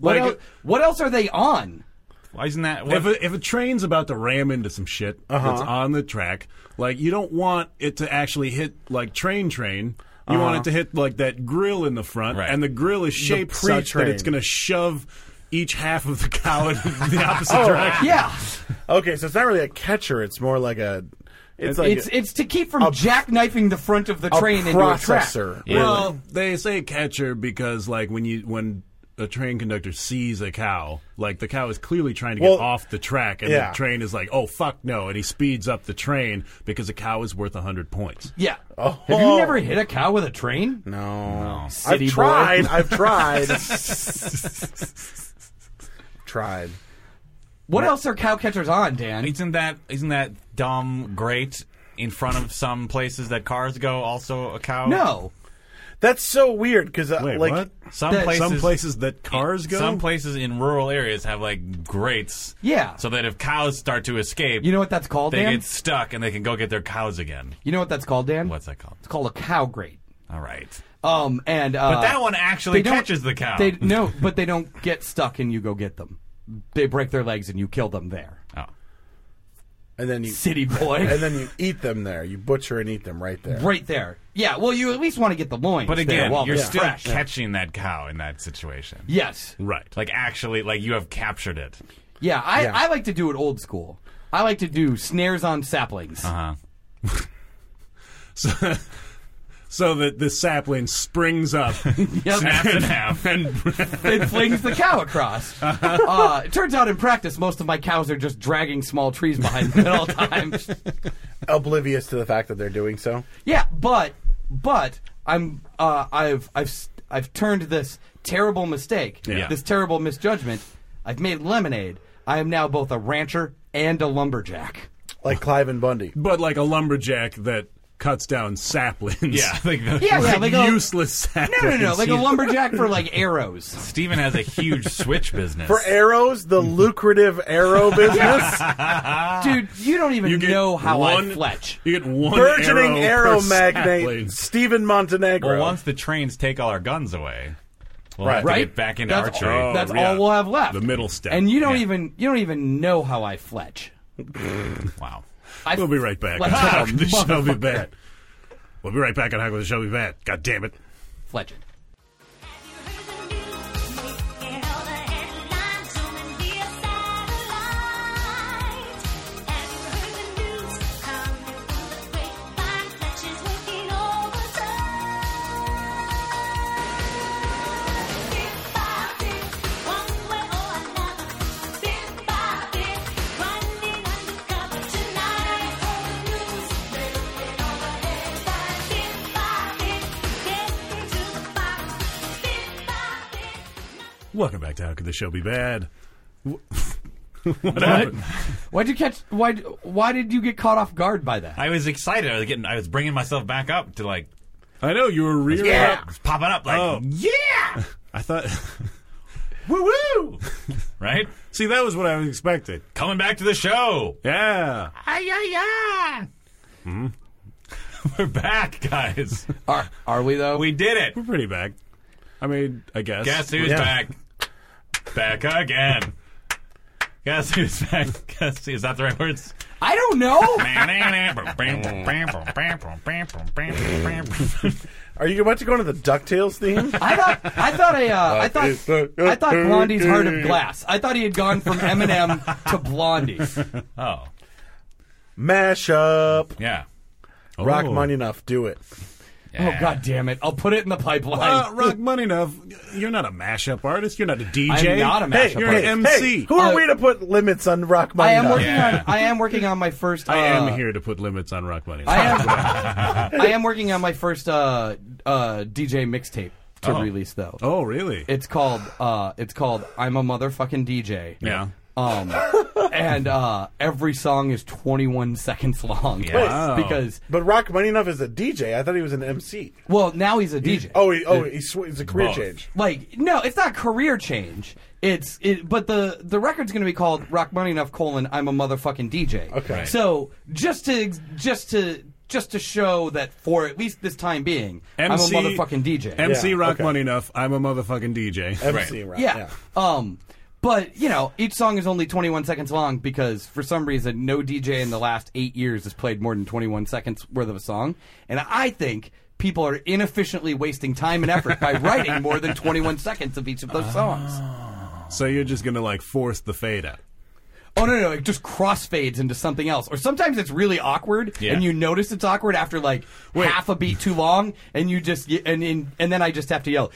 Speaker 6: What,
Speaker 2: Like-
Speaker 6: el- what else are they on?
Speaker 4: Why isn't that? What,
Speaker 2: if a, if a train's about to ram into some shit
Speaker 5: Uh-huh.
Speaker 2: that's on the track, like you don't want it to actually hit like train train. You want
Speaker 5: Uh-huh.
Speaker 2: it to hit like that grill in the front,
Speaker 4: Right.
Speaker 2: and the grill is shaped such that
Speaker 5: pre-train.
Speaker 2: it's going to shove each half of the cow in the opposite
Speaker 5: Oh.
Speaker 2: direction.
Speaker 6: Yeah,
Speaker 5: okay, so it's not really a catcher. It's more like a. It's like
Speaker 6: it's
Speaker 5: a,
Speaker 6: it's to keep from jackknifing the front of the
Speaker 5: a
Speaker 6: train into a track.
Speaker 5: processor.
Speaker 4: Yeah.
Speaker 2: Well, they say catcher because like when you when a train conductor sees a cow, like the cow is clearly trying to get
Speaker 5: Well,
Speaker 2: off the track, and
Speaker 5: yeah.
Speaker 2: the train is like, "Oh fuck no!" and he speeds up the train because a cow is worth hundred points.
Speaker 6: Yeah.
Speaker 5: Oh.
Speaker 6: Have you never hit a cow with a train?
Speaker 5: No,
Speaker 6: City
Speaker 5: I've
Speaker 6: boy.
Speaker 5: tried. I've tried. tried.
Speaker 6: What else are cow catchers on, Dan?
Speaker 4: isn't that isn't that dumb great in front of some places that cars go? Also a cow?
Speaker 6: No.
Speaker 5: That's so weird because uh,
Speaker 2: Wait,
Speaker 5: like
Speaker 2: what?
Speaker 4: Some
Speaker 6: That-
Speaker 4: places.
Speaker 2: Some places that cars go.
Speaker 4: Some places in rural areas have like grates.
Speaker 6: Yeah.
Speaker 4: So that if cows start to escape,
Speaker 6: You know what that's called,
Speaker 4: they
Speaker 6: Dan?
Speaker 4: get stuck and they can go get their cows again.
Speaker 6: You know what that's called, Dan?
Speaker 4: What's that called?
Speaker 6: It's called a cow grate.
Speaker 4: All right.
Speaker 6: Um, and uh,
Speaker 4: But that one actually
Speaker 6: they don't-
Speaker 4: catches the cow.
Speaker 6: They no, but they don't get stuck and you go get them. They break their legs and you kill them there.
Speaker 4: oh.
Speaker 5: and then you
Speaker 6: City boy.
Speaker 5: and then you eat them there. You butcher and eat them right there.
Speaker 6: right there. Yeah, well you at least want to get the loins.
Speaker 4: But
Speaker 6: there
Speaker 4: again,
Speaker 6: while
Speaker 4: you're
Speaker 6: they're
Speaker 4: still
Speaker 6: fresh.
Speaker 4: catching that cow in that situation.
Speaker 6: Yes.
Speaker 2: right?
Speaker 4: Like actually, like you have captured it.
Speaker 6: Yeah, I,
Speaker 5: Yeah.
Speaker 6: I like to do it old school. I like to do snares on saplings.
Speaker 4: Uh-huh.
Speaker 2: so, so that the sapling springs up
Speaker 6: Yep.
Speaker 4: Snaps in half.
Speaker 2: and
Speaker 6: it flings the cow across. Uh, it turns out in practice, most of my cows are just dragging small trees behind them at all times.
Speaker 5: Oblivious to the fact that they're doing so.
Speaker 6: Yeah, but but I'm uh, I've I've s- I've turned this terrible mistake,
Speaker 2: Yeah.
Speaker 6: this terrible misjudgment. I've made lemonade. I am now both a rancher and a lumberjack.
Speaker 2: Oh.
Speaker 5: Like Clive and Bundy.
Speaker 2: but like a lumberjack that cuts down saplings.
Speaker 4: Yeah, like the,
Speaker 6: Yeah, yeah, like a,
Speaker 2: useless saplings.
Speaker 6: No, no, no, like a
Speaker 2: You-
Speaker 6: lumberjack for like arrows.
Speaker 4: Steven has a huge switch business.
Speaker 5: For arrows, the
Speaker 2: Mm-hmm.
Speaker 5: lucrative arrow business.
Speaker 6: Dude, you don't even
Speaker 2: Ah. you get
Speaker 6: know how
Speaker 2: one,
Speaker 6: I fletch.
Speaker 2: You get one
Speaker 5: Burgeoning arrow,
Speaker 2: arrow per sapling.
Speaker 5: magnate Stephen Montenegro.
Speaker 4: well, once the trains take all our guns away, we'll have to
Speaker 6: Right?
Speaker 4: get back into
Speaker 6: That's-
Speaker 4: archery.
Speaker 2: Oh,
Speaker 6: That's
Speaker 2: yeah.
Speaker 6: all we'll have left.
Speaker 2: The middle step.
Speaker 6: And you don't
Speaker 4: Yeah.
Speaker 6: even you don't even know how I fletch.
Speaker 4: wow.
Speaker 6: I um,
Speaker 2: We'll be right back.
Speaker 6: Fletch like
Speaker 2: Hack
Speaker 6: a
Speaker 2: the shall be
Speaker 6: motherfucker.
Speaker 2: bad. We'll be right back on Hack with the shall be bad. God damn it.
Speaker 6: Fletch it.
Speaker 2: Welcome back to How Could the Show Be Bad?
Speaker 6: Why'd you catch? Why? Why did you get caught off guard by that?
Speaker 4: I was excited. I was getting. I was bringing myself back up to like
Speaker 2: I know you were rearing up.
Speaker 4: it's popping up. Like
Speaker 2: Oh.
Speaker 4: yeah,
Speaker 2: I thought.
Speaker 4: woo woo. right,
Speaker 2: See, that was what I was expecting.
Speaker 4: coming back to the show.
Speaker 2: Yeah.
Speaker 4: Ah, yeah, yeah. We're back, guys.
Speaker 6: Are, are we though?
Speaker 4: We did it.
Speaker 2: We're pretty back. I mean, I guess.
Speaker 4: Guess who's
Speaker 5: Yeah.
Speaker 4: back? Back again. Guess who's back? Guess is that the right words?
Speaker 6: I don't know.
Speaker 5: Are you about to go into the DuckTales theme?
Speaker 6: I thought. I thought. A, uh, I
Speaker 5: it's
Speaker 6: thought.
Speaker 5: the-
Speaker 6: I thought Blondie's Heart of Glass. I thought he had gone from Eminem to Blondie.
Speaker 4: oh,
Speaker 5: Mash up.
Speaker 4: yeah.
Speaker 5: Rock
Speaker 2: Oh.
Speaker 5: money enough. Do it.
Speaker 6: Oh God damn it! I'll put it in the pipeline.
Speaker 2: Uh, Rock Money Enough, you're not a mashup artist. You're not a DJ.
Speaker 6: I'm not a
Speaker 5: Hey,
Speaker 6: mashup
Speaker 2: you're
Speaker 6: artist.
Speaker 2: an MC.
Speaker 5: Hey, who are
Speaker 6: Uh,
Speaker 5: we to put limits on rock money?
Speaker 6: I am
Speaker 5: enough?
Speaker 6: working
Speaker 4: Yeah.
Speaker 6: on. I am working on my first. Uh,
Speaker 2: I am here to put limits on Rock Money.
Speaker 6: I am. I am working on my first uh, uh, DJ mixtape to release though.
Speaker 2: oh, really?
Speaker 6: It's called. Uh, it's called. I'm a motherfucking DJ.
Speaker 2: yeah.
Speaker 6: Um, and uh, every song is 21 seconds long.
Speaker 4: Yeah. Wow.
Speaker 6: Because
Speaker 5: But Rock Money Enough is a DJ. I thought he was an MC.
Speaker 6: well, now he's a DJ.
Speaker 5: Oh, he, oh, he sw- it's a career
Speaker 4: Both.
Speaker 5: change.
Speaker 6: like no, it's not career change. It's it, but the the record's going to be called Rock Money Enough colon I'm a motherfucking DJ.
Speaker 5: Okay. Right.
Speaker 6: So just to just to just to show that for at least this time being,
Speaker 2: MC
Speaker 6: I'm a motherfucking DJ.
Speaker 2: MC
Speaker 5: Yeah,
Speaker 2: Rock
Speaker 5: okay.
Speaker 2: Money Enough. I'm a motherfucking DJ.
Speaker 5: MC Rock.
Speaker 6: yeah. Um, but you know, each song is only 21 seconds long because for some reason, no DJ in the last eight years has played more than 21 seconds worth of a song, and I think. People are inefficiently wasting time and effort by writing more than 21 seconds of each of those songs.
Speaker 2: So you're just gonna like force the fade out.
Speaker 6: Oh no, no, no, it just crossfades into something else. Or sometimes it's really awkward,
Speaker 4: Yeah.
Speaker 6: and you notice it's awkward after like
Speaker 2: Wait.
Speaker 6: half a beat too long, and you just y- and and, and then I just have to yell,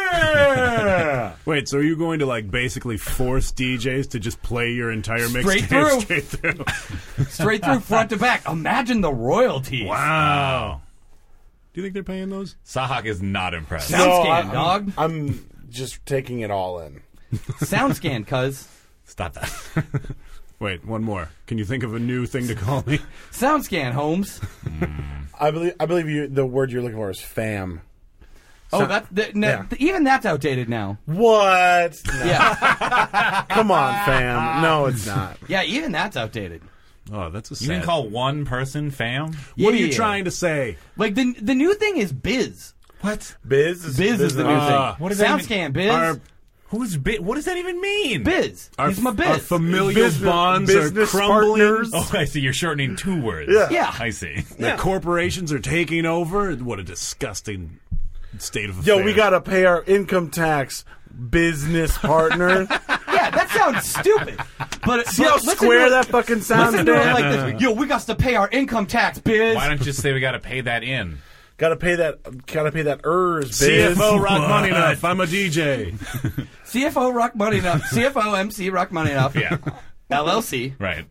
Speaker 6: yeah,
Speaker 2: Wait, so are you going to like basically force DJs to just play your entire mix
Speaker 6: Straight through.
Speaker 2: straight through?
Speaker 6: straight through front to back. Imagine the royalties.
Speaker 2: Wow. Do you think they're paying those?
Speaker 4: Sahak is not impressed.
Speaker 6: Sound
Speaker 5: No,
Speaker 6: scan,
Speaker 5: I'm-
Speaker 6: dog.
Speaker 5: I'm just taking it all in.
Speaker 6: Sound scan, cuz.
Speaker 4: Stop that.
Speaker 2: Wait, one more. Can you think of a new thing to call me?
Speaker 6: Sound scan, Holmes.
Speaker 5: I believe. I believe you. The word you're looking for is fam.
Speaker 6: Oh, that's th- n-
Speaker 5: yeah.
Speaker 6: th- even that's outdated now.
Speaker 5: What? No,
Speaker 6: Yeah,
Speaker 5: come on, fam. No, it's not.
Speaker 6: yeah, even that's outdated.
Speaker 2: Oh, that's a sad.
Speaker 4: You can call one person fam.
Speaker 2: what are you
Speaker 6: Yeah.
Speaker 2: trying to say?
Speaker 6: Like the the new thing is biz.
Speaker 4: What?
Speaker 5: Biz is,
Speaker 6: Biz is the new
Speaker 2: Ah.
Speaker 6: thing.
Speaker 4: What does that
Speaker 6: Sound
Speaker 4: even-
Speaker 6: scan, biz.
Speaker 2: Our,
Speaker 4: Uh, Who's bit? What does that even mean?
Speaker 6: Biz.
Speaker 2: our,
Speaker 6: He's my biz.
Speaker 2: our familial
Speaker 5: Business-
Speaker 2: bonds are
Speaker 5: business
Speaker 2: crumbling.
Speaker 5: partners.
Speaker 4: Oh, I see. You're shortening two words.
Speaker 5: Yeah.
Speaker 6: Yeah.
Speaker 4: I see.
Speaker 2: The corporations are taking over. What a disgusting state of affairs.
Speaker 5: Yo, we gotta pay our income tax, business partner.
Speaker 6: yeah, that sounds stupid. But
Speaker 5: See how square that fucking sounds.
Speaker 6: Listen to it
Speaker 5: Dan?
Speaker 6: like this. Yo, we got to pay our income tax, biz.
Speaker 4: Why don't you just say we got to pay that in?
Speaker 5: gotta pay that. Gotta pay that ERS. Biz.
Speaker 2: CFO Rock Money Enough. I'm a DJ.
Speaker 6: CFO Rock Money Enough. CFO MC Rock Money Enough.
Speaker 4: Yeah.
Speaker 6: LLC.
Speaker 4: Right.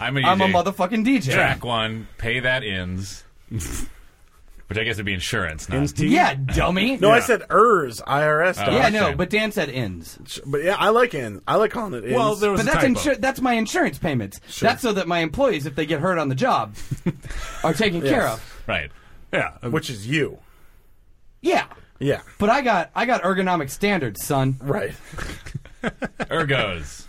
Speaker 4: I'm, a
Speaker 6: I'm a
Speaker 4: DJ.
Speaker 6: motherfucking DJ.
Speaker 4: Track one. Pay that ins. Which I guess would be insurance. Not.
Speaker 6: Yeah, dummy.
Speaker 5: No, I said ERS. IRS.
Speaker 4: Oh.
Speaker 6: yeah,
Speaker 4: okay.
Speaker 6: no, but Dan said ends.
Speaker 5: But yeah, I like in. I like calling it. Ins.
Speaker 2: Well, there was
Speaker 6: But
Speaker 2: a
Speaker 6: that's
Speaker 2: typo.
Speaker 6: insur- that's my insurance payments. That's so that my employees, if they get hurt on the job, are taken care of.
Speaker 4: right.
Speaker 2: yeah, uh,
Speaker 5: which is you.
Speaker 6: Yeah,
Speaker 5: Yeah.
Speaker 6: but I got I got ergonomic standards, son.
Speaker 5: Right.
Speaker 4: Ergos.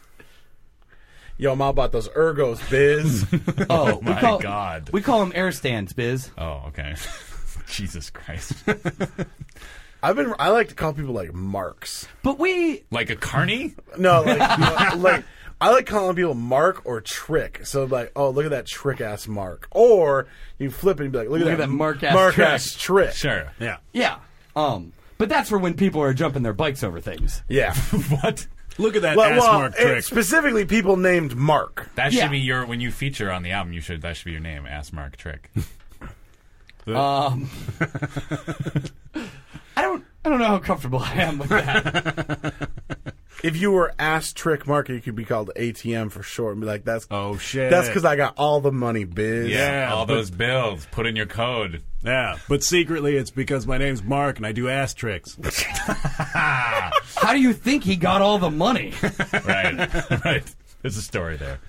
Speaker 5: Yo, I'm all about those ergos, biz.
Speaker 6: Oh, we
Speaker 4: my
Speaker 6: call,
Speaker 4: God.
Speaker 6: we call them air stands, biz.
Speaker 4: Oh, okay. Jesus Christ.
Speaker 5: I've been. I like to call people like marks.
Speaker 6: But we
Speaker 4: Like a carney?
Speaker 5: No, like, like I like calling people mark or trick. So like, oh, look at that trick ass mark. Or you flip it and be like, look,
Speaker 6: Look at that mark-ass
Speaker 5: mark
Speaker 6: trick.
Speaker 5: ass trick.
Speaker 4: Sure.
Speaker 2: yeah.
Speaker 6: Yeah. Um. But that's for when people are jumping their bikes over things.
Speaker 5: Yeah.
Speaker 4: What?
Speaker 2: Look at that
Speaker 5: Well,
Speaker 2: ass
Speaker 5: well,
Speaker 2: mark
Speaker 5: it-
Speaker 2: trick.
Speaker 5: specifically people named Mark.
Speaker 4: That
Speaker 6: Yeah.
Speaker 4: should be your when you feature on the album. You should that should be your name, Ass Mark Trick.
Speaker 6: Um. I don't. I don't know how comfortable I am with that.
Speaker 5: If you were ass trick Mark, you could be called ATM for short and be like, that's
Speaker 2: Oh shit.
Speaker 5: that's because I got all the money, biz.
Speaker 2: Yeah,
Speaker 4: all
Speaker 2: but-
Speaker 4: those bills. Put in your code.
Speaker 2: Yeah, but secretly it's because my name's Mark and I do ass tricks.
Speaker 6: How do you think he got all the money?
Speaker 4: Right. right. There's a story there.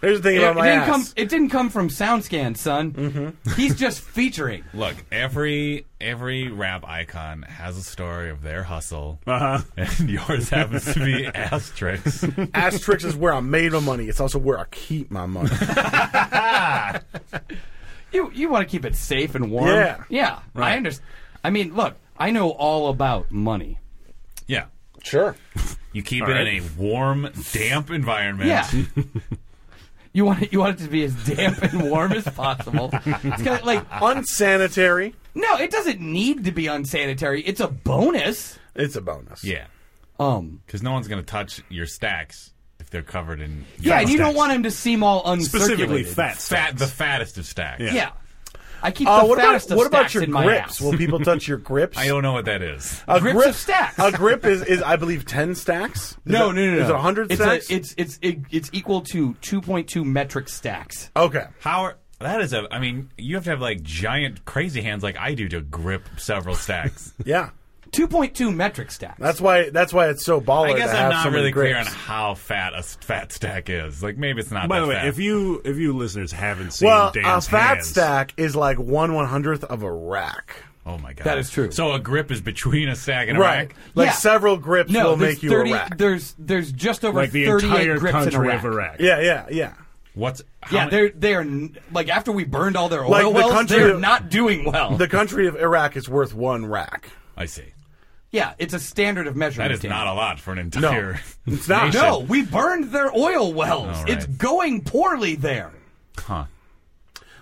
Speaker 5: Here's the thing
Speaker 6: It,
Speaker 5: about
Speaker 6: it
Speaker 5: my
Speaker 6: didn't
Speaker 5: ass.
Speaker 6: come. It didn't come from SoundScan, son. He's just featuring.
Speaker 4: Look, every every rap icon has a story of their hustle,
Speaker 2: Uh-huh.
Speaker 4: and yours happens to be ass tricks.
Speaker 5: ass tricks is where I made my money. It's also where I keep my money.
Speaker 6: You you want to keep it safe and warm.
Speaker 5: Yeah.
Speaker 6: Yeah. I understand. I mean, look. I know all about money.
Speaker 4: Yeah,
Speaker 5: sure.
Speaker 4: you keep it in a warm, damp environment.
Speaker 6: Yeah. you want it, you want it to be as damp and warm as possible. It's kind of like
Speaker 5: Unsanitary.
Speaker 6: no, it doesn't need to be unsanitary. It's a bonus.
Speaker 5: It's a bonus.
Speaker 4: yeah,
Speaker 6: Um.
Speaker 4: because no one's gonna touch your stacks if they're covered in
Speaker 6: Yeah, and you don't
Speaker 4: stacks.
Speaker 6: want him to seem all uncirculated.
Speaker 2: Specifically fat
Speaker 4: fat
Speaker 2: stacks.
Speaker 4: the fattest of stacks.
Speaker 2: Yeah.
Speaker 6: Yeah. I keep
Speaker 5: Uh,
Speaker 6: the
Speaker 5: what about
Speaker 6: fattest of
Speaker 5: what about
Speaker 6: stacks
Speaker 5: your
Speaker 6: in my
Speaker 5: grips?
Speaker 6: ass.
Speaker 5: Will people touch your grips?
Speaker 4: I don't know what that is.
Speaker 5: a
Speaker 6: Grips
Speaker 5: grip,
Speaker 6: of stacks.
Speaker 5: A grip is, is I believe ten stacks. Is
Speaker 6: no,
Speaker 5: it-
Speaker 6: no, no, no.
Speaker 5: Is it hundred
Speaker 6: It's a-
Speaker 5: stacks?
Speaker 6: it's it's it, it's equal to 2.2 metric stacks.
Speaker 5: okay.
Speaker 4: How are, that is a. I mean, you have to have like giant, crazy hands like I do to grip several stacks.
Speaker 5: Yeah.
Speaker 6: 2.2 metric stacks.
Speaker 5: That's why. That's why it's so baller.
Speaker 4: I guess
Speaker 5: to
Speaker 4: I'm
Speaker 5: have
Speaker 4: not
Speaker 5: so many
Speaker 4: really clear on
Speaker 5: grapes.
Speaker 4: how fat a s- fat stack is. Like maybe it's not.
Speaker 2: By
Speaker 4: that
Speaker 2: the way,
Speaker 4: fat.
Speaker 2: if you if you listeners haven't seen
Speaker 5: Well,
Speaker 2: Dan's
Speaker 5: a fat
Speaker 2: hands,
Speaker 5: stack is like one one hundredth of a rack.
Speaker 4: oh my god,
Speaker 6: That is true.
Speaker 4: So a grip is between a stack and a rack.
Speaker 5: Like
Speaker 6: Yeah.
Speaker 5: several grips
Speaker 6: no,
Speaker 5: will
Speaker 6: there's
Speaker 5: make you
Speaker 6: 30,
Speaker 5: a rack.
Speaker 6: There's there's just over
Speaker 2: like the
Speaker 6: 38
Speaker 2: entire
Speaker 6: grips in
Speaker 2: country
Speaker 6: Iraq.
Speaker 2: of Iraq.
Speaker 5: yeah, yeah, yeah.
Speaker 4: What's how
Speaker 6: Yeah,
Speaker 4: many-
Speaker 6: they're they are n- like after we burned all their oil
Speaker 5: Like the
Speaker 6: wells,
Speaker 5: country
Speaker 6: they're
Speaker 5: of-
Speaker 6: not doing well.
Speaker 5: The country of Iraq is worth one rack.
Speaker 4: I see.
Speaker 6: yeah, it's a standard of measurement.
Speaker 4: That is
Speaker 6: Dan.
Speaker 4: not a lot for an entire.
Speaker 5: It's not.
Speaker 6: No, we burned their oil wells.
Speaker 4: All right.
Speaker 6: It's going poorly there.
Speaker 4: Huh.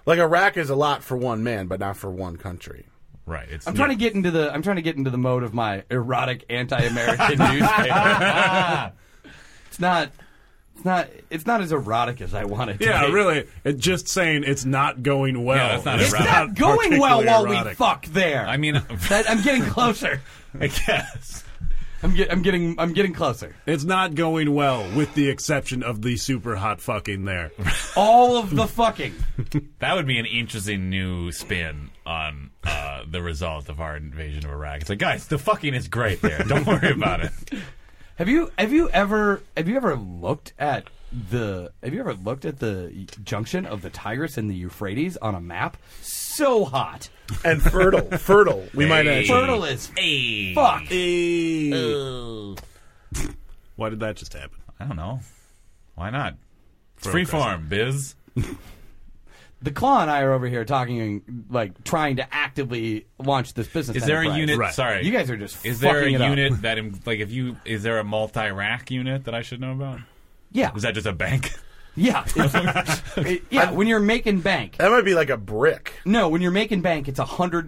Speaker 5: Like a rack is a lot for one man, but not for one country.
Speaker 4: Right. It's
Speaker 6: I'm trying to get into the I'm trying to get into the mode of my erotic anti-American newspaper. it's not it's not it's not as erotic as I want it to
Speaker 2: Yeah,
Speaker 6: be.
Speaker 2: really. It just saying it's not going well.
Speaker 4: Yeah, that's not
Speaker 6: It's
Speaker 4: erotic.
Speaker 6: not going well while
Speaker 2: particularly
Speaker 6: we
Speaker 2: erotic.
Speaker 6: fuck there.
Speaker 4: I mean,
Speaker 6: that, I'm getting closer.
Speaker 4: I guess.
Speaker 6: I'm, get, I'm getting I'm getting closer.
Speaker 2: It's not going well, with the exception of the super hot fucking there.
Speaker 6: All of the fucking.
Speaker 4: That would be an interesting new spin on uh, the result of our invasion of Iraq. It's like, guys, the fucking is great there. Don't worry about it.
Speaker 6: Have you have you ever have you ever looked at the have you ever looked at the junction of the Tigris and the Euphrates on a map? So hot.
Speaker 5: And fertile, fertile. We might
Speaker 4: Hey.
Speaker 5: actually.
Speaker 6: Fertile as
Speaker 4: Hey.
Speaker 6: fuck.
Speaker 2: Why did that just happen?
Speaker 4: I don't know. Why not? It's freeform, biz.
Speaker 6: The Claw and I are over here talking like trying to actively launch this business.
Speaker 4: Is there a
Speaker 6: enterprise.
Speaker 4: unit?
Speaker 2: Right.
Speaker 4: Sorry,
Speaker 6: You guys are just
Speaker 4: Is there a
Speaker 6: fucking it up.
Speaker 4: unit that, im- like, if you is there a multi-rack unit that I should know about?
Speaker 6: Yeah.
Speaker 4: Is that just a bank?
Speaker 6: yeah. It- yeah. when you're making bank.
Speaker 5: That might be like a brick.
Speaker 6: No, when you're making bank, it's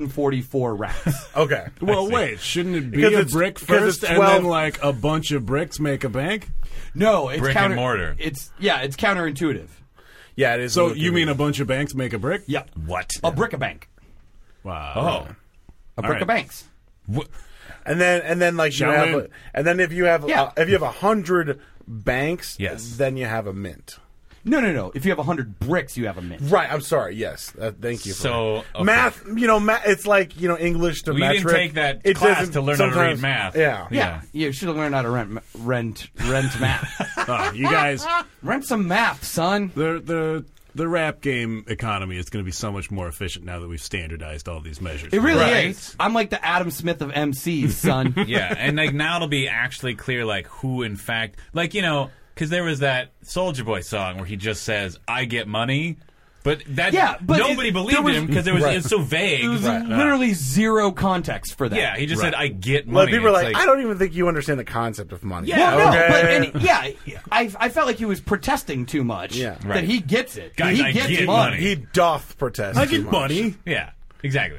Speaker 6: 144 racks.
Speaker 5: Okay.
Speaker 2: Well, wait. Shouldn't it be
Speaker 5: Because
Speaker 2: a
Speaker 5: it's-
Speaker 2: brick
Speaker 5: because
Speaker 2: first,
Speaker 5: it's
Speaker 2: and then
Speaker 5: 12
Speaker 2: like a bunch of bricks make a bank?
Speaker 6: No, it's
Speaker 4: Brick and
Speaker 6: counter,
Speaker 4: mortar.
Speaker 6: It's yeah, it's counterintuitive.
Speaker 5: Yeah, it is.
Speaker 2: So you mean a bunch of banks make a brick?
Speaker 6: Yeah,
Speaker 4: What?
Speaker 6: a brick a bank,
Speaker 2: Wow.
Speaker 4: Oh,
Speaker 6: a brick a
Speaker 2: right.
Speaker 6: banks.
Speaker 4: Wha-
Speaker 5: and then and then like you
Speaker 2: Shall
Speaker 5: have,
Speaker 2: we?
Speaker 5: a- and then if you have,
Speaker 6: Yeah.
Speaker 5: uh, if you have a hundred banks,
Speaker 4: Yes.
Speaker 5: then you have a mint.
Speaker 6: No, no, no. If you have 100 bricks, you have a mint.
Speaker 5: Right. I'm sorry. Yes. Uh, thank you. For
Speaker 4: So,
Speaker 5: that.
Speaker 4: okay.
Speaker 5: math, you know, ma- it's like you know English to
Speaker 4: We didn't
Speaker 5: metric.
Speaker 4: take that class
Speaker 5: doesn't-
Speaker 4: to learn how to read
Speaker 5: sometimes-
Speaker 4: math.
Speaker 5: Yeah.
Speaker 6: Yeah, you should learn how to rent rent rent math.
Speaker 2: Oh, you guys,
Speaker 6: rent some math, son.
Speaker 2: the the the rap game economy is going to be so much more efficient now that we've standardized all these measures.
Speaker 6: It really
Speaker 4: Right.
Speaker 6: is. I'm like the Adam Smith of MCs, son.
Speaker 4: yeah, and like now it'll be actually clear, like who in fact, like you know, because there was that Soldier Boy song where he just says, "I get money," but that
Speaker 6: Yeah, but
Speaker 4: nobody
Speaker 6: it-
Speaker 4: believed
Speaker 6: there was-
Speaker 4: him because there was it's so vague.
Speaker 6: There was
Speaker 4: Right.
Speaker 6: literally zero context for that.
Speaker 4: Yeah, he just said, "I get
Speaker 5: Well,
Speaker 4: money."
Speaker 5: people are
Speaker 4: It's
Speaker 5: like, I don't even think you understand the concept of money.
Speaker 6: Well, no,
Speaker 5: Okay.
Speaker 6: but and, yeah, I, I felt like he was protesting too much.
Speaker 5: Yeah.
Speaker 6: that he gets it.
Speaker 4: Guys,
Speaker 6: he
Speaker 4: I
Speaker 6: gets
Speaker 4: get
Speaker 6: money.
Speaker 4: money.
Speaker 5: He doth protest.
Speaker 2: I get
Speaker 5: too much.
Speaker 2: money.
Speaker 4: yeah, exactly.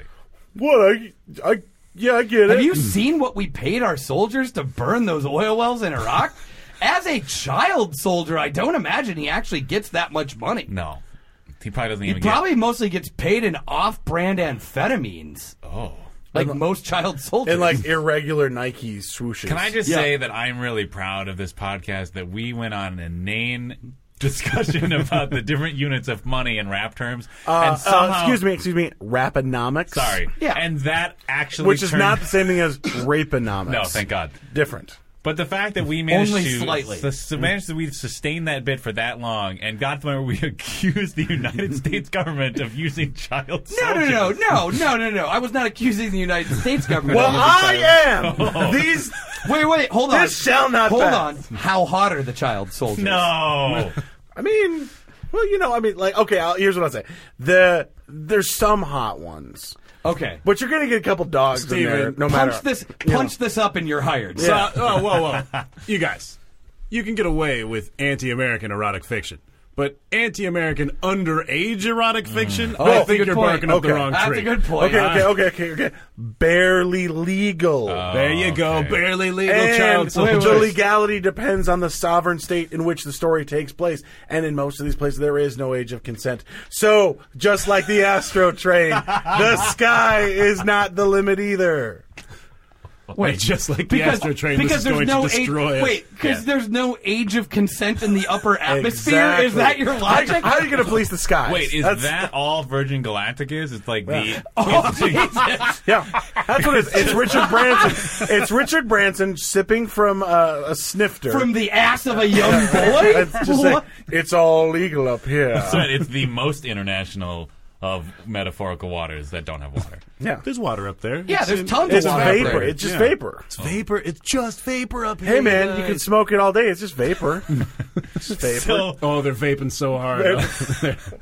Speaker 5: What? I, I, yeah, I get
Speaker 6: Have
Speaker 5: it.
Speaker 6: you seen what we paid our soldiers to burn those oil wells in Iraq? As a child soldier, I don't imagine he actually gets that much money.
Speaker 4: No, he probably doesn't
Speaker 6: He
Speaker 4: even
Speaker 6: probably mostly gets paid in off-brand amphetamines,
Speaker 4: get. Oh,
Speaker 6: like most child soldiers.
Speaker 5: and like irregular Nike swooshes.
Speaker 4: can I just
Speaker 6: Yeah.
Speaker 4: say that I'm really proud of this podcast that we went on an inane discussion about the different units of money in rap terms,
Speaker 5: Uh,
Speaker 4: and somehow,
Speaker 5: uh, excuse me, excuse me. Raponomics.
Speaker 4: sorry,
Speaker 6: Yeah.
Speaker 4: and that actually
Speaker 5: Which is
Speaker 4: turned-
Speaker 5: not the same thing as raponomics.
Speaker 4: No, thank God.
Speaker 5: Different.
Speaker 4: But the fact that we managed
Speaker 6: Only
Speaker 4: to
Speaker 6: slightly.
Speaker 4: s- managed that we sustained that bit for that long and got to the point where we accused the United States government of using child
Speaker 6: no, no,
Speaker 4: soldiers.
Speaker 6: no, no, no, no, no. I was not accusing the United States government.
Speaker 5: Well,
Speaker 6: of
Speaker 5: I am.
Speaker 4: Oh.
Speaker 5: These.
Speaker 6: wait, wait, hold on.
Speaker 5: This shall not
Speaker 6: Hold
Speaker 5: pass.
Speaker 6: on. How hot are the child soldiers?
Speaker 4: No.
Speaker 5: I mean, well, you know, I mean, like, okay, I'll, here's what I'll say. The there's some hot ones,
Speaker 6: Okay.
Speaker 5: but you're gonna get a couple dogs
Speaker 2: Steven,
Speaker 5: in there, no matter.
Speaker 6: punch this.
Speaker 5: you know.
Speaker 6: Punch this up, and you're hired.
Speaker 2: So, oh, whoa, whoa. you guys, you can get away with anti American erotic fiction. But anti-American underage erotic fiction, I
Speaker 6: Oh,
Speaker 2: think
Speaker 6: good
Speaker 2: you're
Speaker 6: point.
Speaker 2: barking up the
Speaker 5: Okay.
Speaker 2: wrong
Speaker 6: That's
Speaker 2: tree.
Speaker 6: a good point.
Speaker 5: Okay, okay, okay, okay, okay. Barely legal.
Speaker 2: There you go,
Speaker 4: Okay.
Speaker 2: barely Oh. legal
Speaker 5: Oh, and
Speaker 2: child soldiers.
Speaker 5: the legality depends on the sovereign state in which the story takes place, and in most of these places there is no age of consent. So, just like the Astro Train, the sky is not the limit either.
Speaker 2: Wait, just like the
Speaker 6: because,
Speaker 2: Astro train
Speaker 6: because
Speaker 2: was
Speaker 6: there's
Speaker 2: going
Speaker 6: no
Speaker 2: to destroy
Speaker 6: age,
Speaker 2: us.
Speaker 6: Wait, because
Speaker 4: Yeah.
Speaker 6: there's no age of consent in the upper atmosphere. Is that your
Speaker 5: Exactly.
Speaker 6: logic?
Speaker 5: How, how are you going to police the skies?
Speaker 4: Wait, is
Speaker 5: That's-
Speaker 4: that all Virgin Galactic is? It's like the
Speaker 6: Oh,
Speaker 5: Yeah, that's what it is. It's Richard Branson. It's Richard Branson sipping from uh, a snifter.
Speaker 6: From the ass of a young boy?
Speaker 5: It's just like,
Speaker 6: What?
Speaker 5: it's all legal up here.
Speaker 4: So it's the most international of metaphorical waters that don't have water.
Speaker 5: Yeah,
Speaker 2: There's water up there.
Speaker 6: yeah,
Speaker 2: It's
Speaker 6: there's
Speaker 2: in-
Speaker 6: tons
Speaker 5: it's
Speaker 6: of
Speaker 5: just
Speaker 6: water.
Speaker 5: vapor.
Speaker 2: evaporated.
Speaker 5: It's just
Speaker 2: Yeah.
Speaker 5: vapor.
Speaker 2: It's vapor. It's just vapor up here.
Speaker 5: Hey man, you can
Speaker 2: guys.
Speaker 5: smoke it all day. It's just vapor. It's just vapor.
Speaker 4: So
Speaker 2: Oh, they're vaping so hard. Oh.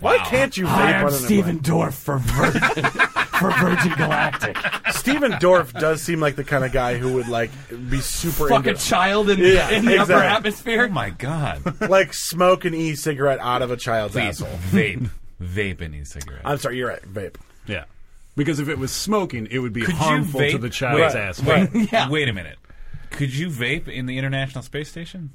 Speaker 5: Why can't you vape on
Speaker 6: I am
Speaker 5: an airplane?
Speaker 6: Steven Dorff for, Vir- for Virgin Galactic.
Speaker 5: Steven Dorff does seem like the kind of guy who would like be super
Speaker 6: Fuck a
Speaker 5: into
Speaker 6: child in,
Speaker 5: Yeah,
Speaker 6: the in the upper
Speaker 5: exactly.
Speaker 4: oh
Speaker 6: atmosphere.
Speaker 4: my god.
Speaker 5: like smoke an e-cigarette out of a child's
Speaker 4: Please
Speaker 5: asshole.
Speaker 4: vape. Vape any cigarette.
Speaker 5: I'm sorry, you're right. Vape.
Speaker 2: yeah. Because if it was smoking, it would be
Speaker 4: Could you
Speaker 2: harmful to
Speaker 4: vape-
Speaker 2: the child's
Speaker 5: Right.
Speaker 2: ass.
Speaker 4: Wait,
Speaker 6: Yeah.
Speaker 4: wait a minute. Could you vape in the International Space Station?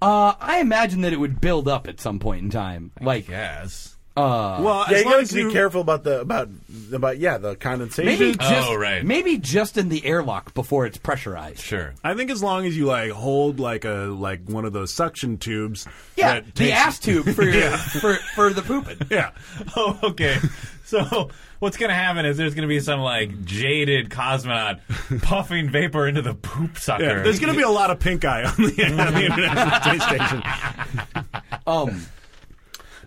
Speaker 6: Uh, I imagine that it would build up at some point in time. Like,
Speaker 4: Yes.
Speaker 2: Well,
Speaker 5: Yeah,
Speaker 2: as long
Speaker 5: you gotta
Speaker 2: as
Speaker 5: be
Speaker 2: you-
Speaker 5: careful about the about about yeah the condensation.
Speaker 6: maybe
Speaker 4: Oh,
Speaker 6: just
Speaker 4: right.
Speaker 6: maybe just in the airlock before it's pressurized.
Speaker 4: Sure.
Speaker 2: I think as long as you like hold like a like one of those suction tubes.
Speaker 6: Yeah,
Speaker 2: that
Speaker 6: the
Speaker 2: takes-
Speaker 6: ass tube for your, for for the pooping.
Speaker 2: Yeah.
Speaker 4: Oh, okay. So what's going to happen is there's going to be some like jaded cosmonaut puffing vapor into the poop sucker.
Speaker 2: Yeah, there's going to be a lot of pink eye on the, on the International Space Station.
Speaker 6: Um,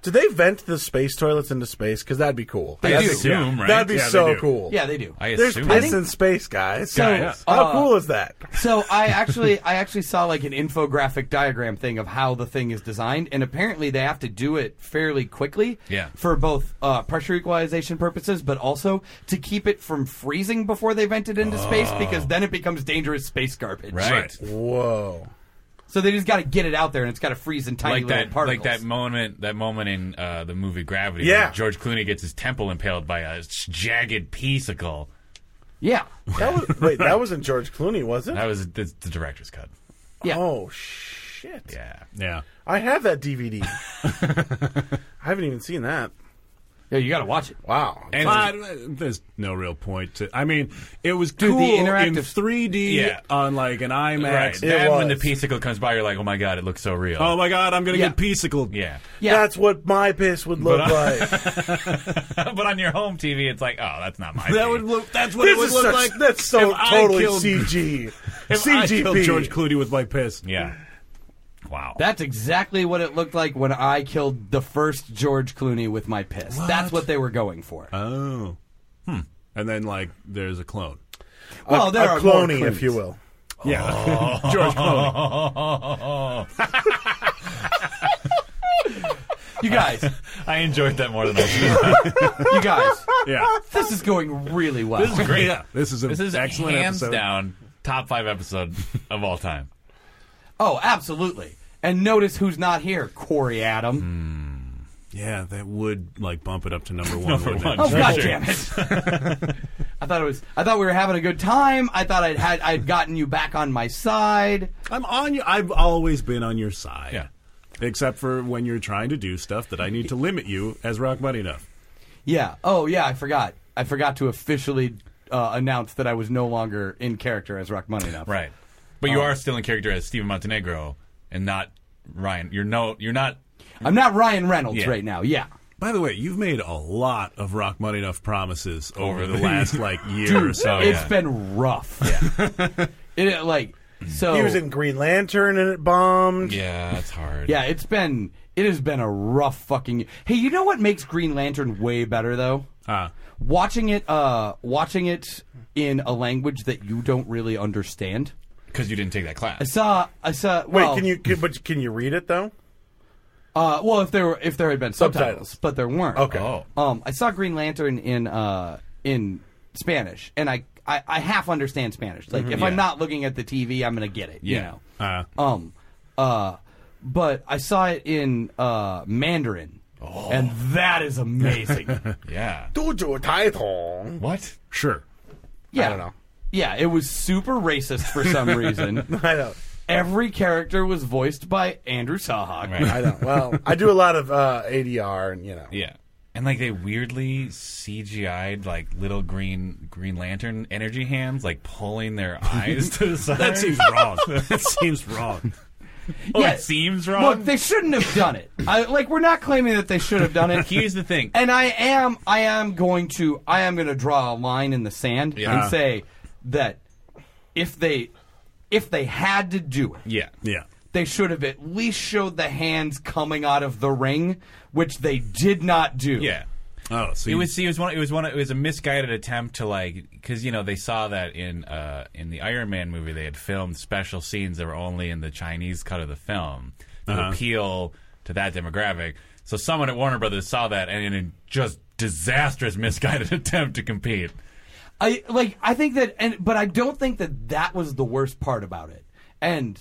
Speaker 5: Do they vent the space toilets into space? Because that'd be cool.
Speaker 6: They
Speaker 4: I
Speaker 6: do.
Speaker 4: assume, right?
Speaker 5: That'd be
Speaker 2: Yeah, they
Speaker 5: so
Speaker 2: do.
Speaker 5: cool.
Speaker 6: yeah, they do.
Speaker 4: I
Speaker 5: There's
Speaker 4: assume.
Speaker 5: piss in space, guys.
Speaker 6: So,
Speaker 4: Yeah,
Speaker 5: How
Speaker 6: uh,
Speaker 5: cool is that?
Speaker 6: So I actually I actually saw like an infographic diagram thing of how the thing is designed, and apparently they have to do it fairly quickly.
Speaker 4: Yeah.
Speaker 6: For both uh, pressure equalization purposes, but also to keep it from freezing before they vent it into space, because then it becomes dangerous space garbage.
Speaker 4: Oh. right.
Speaker 5: Whoa.
Speaker 6: So they just got to get it out there, and it's got to freeze in tiny
Speaker 4: Like
Speaker 6: little
Speaker 4: that,
Speaker 6: particles.
Speaker 4: like that moment, that moment in uh, the movie Gravity.
Speaker 5: Yeah.
Speaker 4: where George Clooney gets his temple impaled by a s- jagged pieacle.
Speaker 6: yeah.
Speaker 5: That was wait. That wasn't George Clooney, was it?
Speaker 4: That was the, the director's cut.
Speaker 6: Yeah.
Speaker 5: Oh shit!
Speaker 4: Yeah,
Speaker 2: Yeah.
Speaker 5: I have that DVD. I haven't even seen that.
Speaker 6: Yeah, you got to watch it.
Speaker 5: Wow.
Speaker 4: and
Speaker 2: But uh, there's no real point to. I mean, it was
Speaker 6: Dude, the
Speaker 2: cool in
Speaker 6: interactive-
Speaker 2: 3D
Speaker 4: Yeah.
Speaker 2: on like an IMAX.
Speaker 4: right,
Speaker 5: It
Speaker 4: then when the
Speaker 5: was.
Speaker 4: pieacle comes by, you're like, oh my god, it looks so real.
Speaker 2: Oh my God, I'm gonna
Speaker 6: Yeah.
Speaker 2: get piecicled.
Speaker 4: yeah,
Speaker 6: Yeah.
Speaker 5: That's what my piss would look
Speaker 4: But I-
Speaker 5: like.
Speaker 4: but on your home TV, it's like, oh, that's not my.
Speaker 2: That
Speaker 4: thing.
Speaker 2: would look. That's what it
Speaker 5: this
Speaker 2: would
Speaker 5: is
Speaker 2: look
Speaker 5: such,
Speaker 2: like.
Speaker 5: that's so
Speaker 2: if I
Speaker 5: totally
Speaker 2: killed-
Speaker 5: CG.
Speaker 2: If I killed
Speaker 5: CGP.
Speaker 2: George Clooney with my piss.
Speaker 4: yeah. Wow.
Speaker 6: That's exactly what it looked like when I killed the first George Clooney with my piss. That's what they were going for.
Speaker 5: Uh,
Speaker 2: Oh. Hmm. And then like there's a clone.
Speaker 6: well, there
Speaker 5: a
Speaker 6: are more
Speaker 5: cloney, if you
Speaker 6: Clooney's.
Speaker 5: will.
Speaker 2: Yeah. George Clooney.
Speaker 6: You guys,
Speaker 4: I enjoyed that more than I should.
Speaker 6: you guys,
Speaker 2: Yeah.
Speaker 6: this is going really well.
Speaker 4: this is great.
Speaker 2: Yeah. This is an
Speaker 4: This is
Speaker 2: excellent
Speaker 4: hands
Speaker 2: episode.
Speaker 4: down top five episode of all time.
Speaker 6: Oh, absolutely. And notice who's not here, Corey
Speaker 4: Mm.
Speaker 6: Adam.
Speaker 2: Yeah, that would like bump it up to number one.
Speaker 4: Number
Speaker 2: wouldn't it?
Speaker 4: one.
Speaker 6: Oh
Speaker 4: Sure.
Speaker 6: God damn it! I thought it was. I thought we were having a good time. I thought I'd had. I'd gotten you back on my side.
Speaker 2: I'm on you. I've always been on your side.
Speaker 4: Yeah.
Speaker 2: Except for when you're trying to do stuff that I need to limit you as Rock Money enough.
Speaker 6: Yeah. Oh yeah. I forgot. I forgot to officially uh, announce that I was no longer in character as Rock Money enough.
Speaker 4: Right. But you are still in character as Steven Montenegro and not Ryan. You're no you're not
Speaker 6: I'm not Ryan Reynolds
Speaker 4: Yeah.
Speaker 6: right now. Yeah.
Speaker 2: By the way, you've made a lot of Rock Money enough promises over
Speaker 4: Over
Speaker 2: the
Speaker 4: the-
Speaker 2: last like year or so.
Speaker 4: Oh,
Speaker 6: It's
Speaker 4: yeah.
Speaker 6: been rough. Yeah. it like so.
Speaker 5: He was in Green Lantern and it bombed.
Speaker 4: Yeah, that's hard.
Speaker 6: Yeah, it's been it has been a rough fucking. Hey, you know what makes Green Lantern way better though?
Speaker 2: Uh,
Speaker 6: Watching it, uh, watching it in a language that you don't really understand.
Speaker 4: Because you didn't take that
Speaker 6: I
Speaker 4: class.
Speaker 6: saw, I saw.
Speaker 5: Wait,
Speaker 6: Well,
Speaker 5: can you? Can, but can you read it though?
Speaker 6: Uh, well, if there were, if there had been subtitles,
Speaker 5: Subtitles.
Speaker 6: but there weren't.
Speaker 5: Okay.
Speaker 4: Oh.
Speaker 6: Um, I saw Green Lantern in uh in Spanish, and I I, I half understand Spanish. Like if I'm
Speaker 4: Yeah.
Speaker 6: not looking at the TV, I'm gonna get it.
Speaker 4: Yeah.
Speaker 6: You know.
Speaker 2: uh,
Speaker 6: Um, uh, but I saw it in uh, Mandarin, and that is amazing.
Speaker 4: Yeah.
Speaker 5: Dojo title.
Speaker 4: What?
Speaker 2: sure.
Speaker 6: yeah,
Speaker 5: I don't know.
Speaker 6: Yeah, it was super racist for some reason.
Speaker 5: I don't.
Speaker 6: Every character was voiced by Andrew Sahak.
Speaker 4: Right.
Speaker 5: I don't. Well, I do a lot of uh, ADR and you know.
Speaker 4: yeah. And like they weirdly CGI'd like little green Green Lantern energy hands, like pulling their eyes to the side.
Speaker 2: That seems wrong. that seems wrong.
Speaker 4: oh,
Speaker 6: Yeah.
Speaker 4: it seems wrong.
Speaker 6: Look, they shouldn't have done it. I, like we're not claiming that they should have done it.
Speaker 4: Here's the thing.
Speaker 6: and I am I am going to I am going to draw a line in the sand
Speaker 4: Yeah.
Speaker 6: and say that if they if they had to do it,
Speaker 4: yeah.
Speaker 2: Yeah.
Speaker 6: they should have at least showed the hands coming out of the ring, which they did not do.
Speaker 4: Yeah.
Speaker 2: Oh, so
Speaker 4: It
Speaker 2: you-
Speaker 4: was see, it was one. It was one. It was a misguided attempt to like because you know they saw that in uh, in the Iron Man movie they had filmed special scenes that were only in the Chinese cut of the film to appeal to that demographic. So someone at Warner Brothers saw that and in a just disastrous misguided attempt to compete.
Speaker 6: I like I think that and but I don't think that that was the worst part about it. And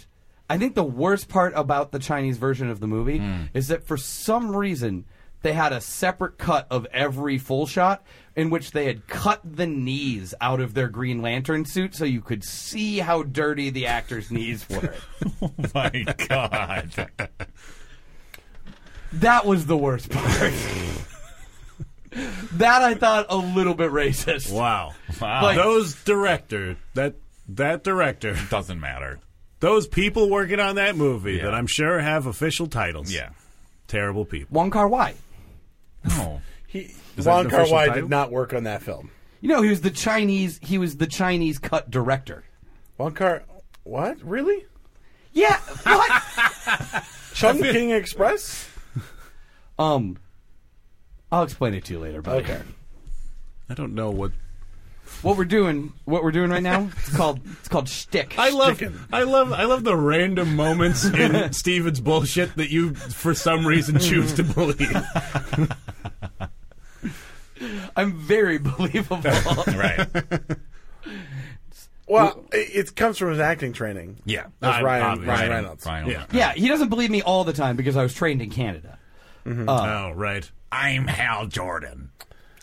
Speaker 6: I think the worst part about the Chinese version of the movie is that for some reason they had a separate cut of every full shot in which they had cut the knees out of their Green Lantern suit so you could see how dirty the actor's knees were.
Speaker 4: Oh my god!
Speaker 6: That was the worst part. that I thought a little bit racist.
Speaker 2: wow.
Speaker 4: Wow,
Speaker 6: Like-
Speaker 2: Those director that that director,
Speaker 4: doesn't matter.
Speaker 2: those people working on that movie
Speaker 4: Yeah.
Speaker 2: that I'm sure have official titles.
Speaker 4: Yeah.
Speaker 2: Terrible people.
Speaker 6: Wong Kar Wai.
Speaker 4: No.
Speaker 5: He,
Speaker 2: Is that
Speaker 5: Wong
Speaker 2: an
Speaker 5: Kar
Speaker 2: official
Speaker 5: Wai
Speaker 2: title?
Speaker 5: did not work on that film.
Speaker 6: You know, he was the Chinese. He was the Chinese cut director.
Speaker 5: Wong Kar, what really?
Speaker 6: Yeah. What?
Speaker 5: Chung King Express.
Speaker 6: um, I'll explain it to you later. Buddy.
Speaker 5: Okay.
Speaker 2: I don't know what
Speaker 6: What we're doing, what we're doing right now, it's called it's called shtick.
Speaker 2: I love, I love, I love the random moments in Steven's bullshit that you, for some reason, choose to believe.
Speaker 6: I'm very believable.
Speaker 4: Right.
Speaker 5: Well, it, it comes from his acting training.
Speaker 4: Yeah.
Speaker 5: That's
Speaker 2: I'm
Speaker 5: Ryan,
Speaker 2: obvious.
Speaker 5: Ryan Reynolds.
Speaker 2: Yeah.
Speaker 6: yeah, he doesn't believe me all the time because I was trained in Canada.
Speaker 2: Oh, right.
Speaker 4: I'm Hal Jordan.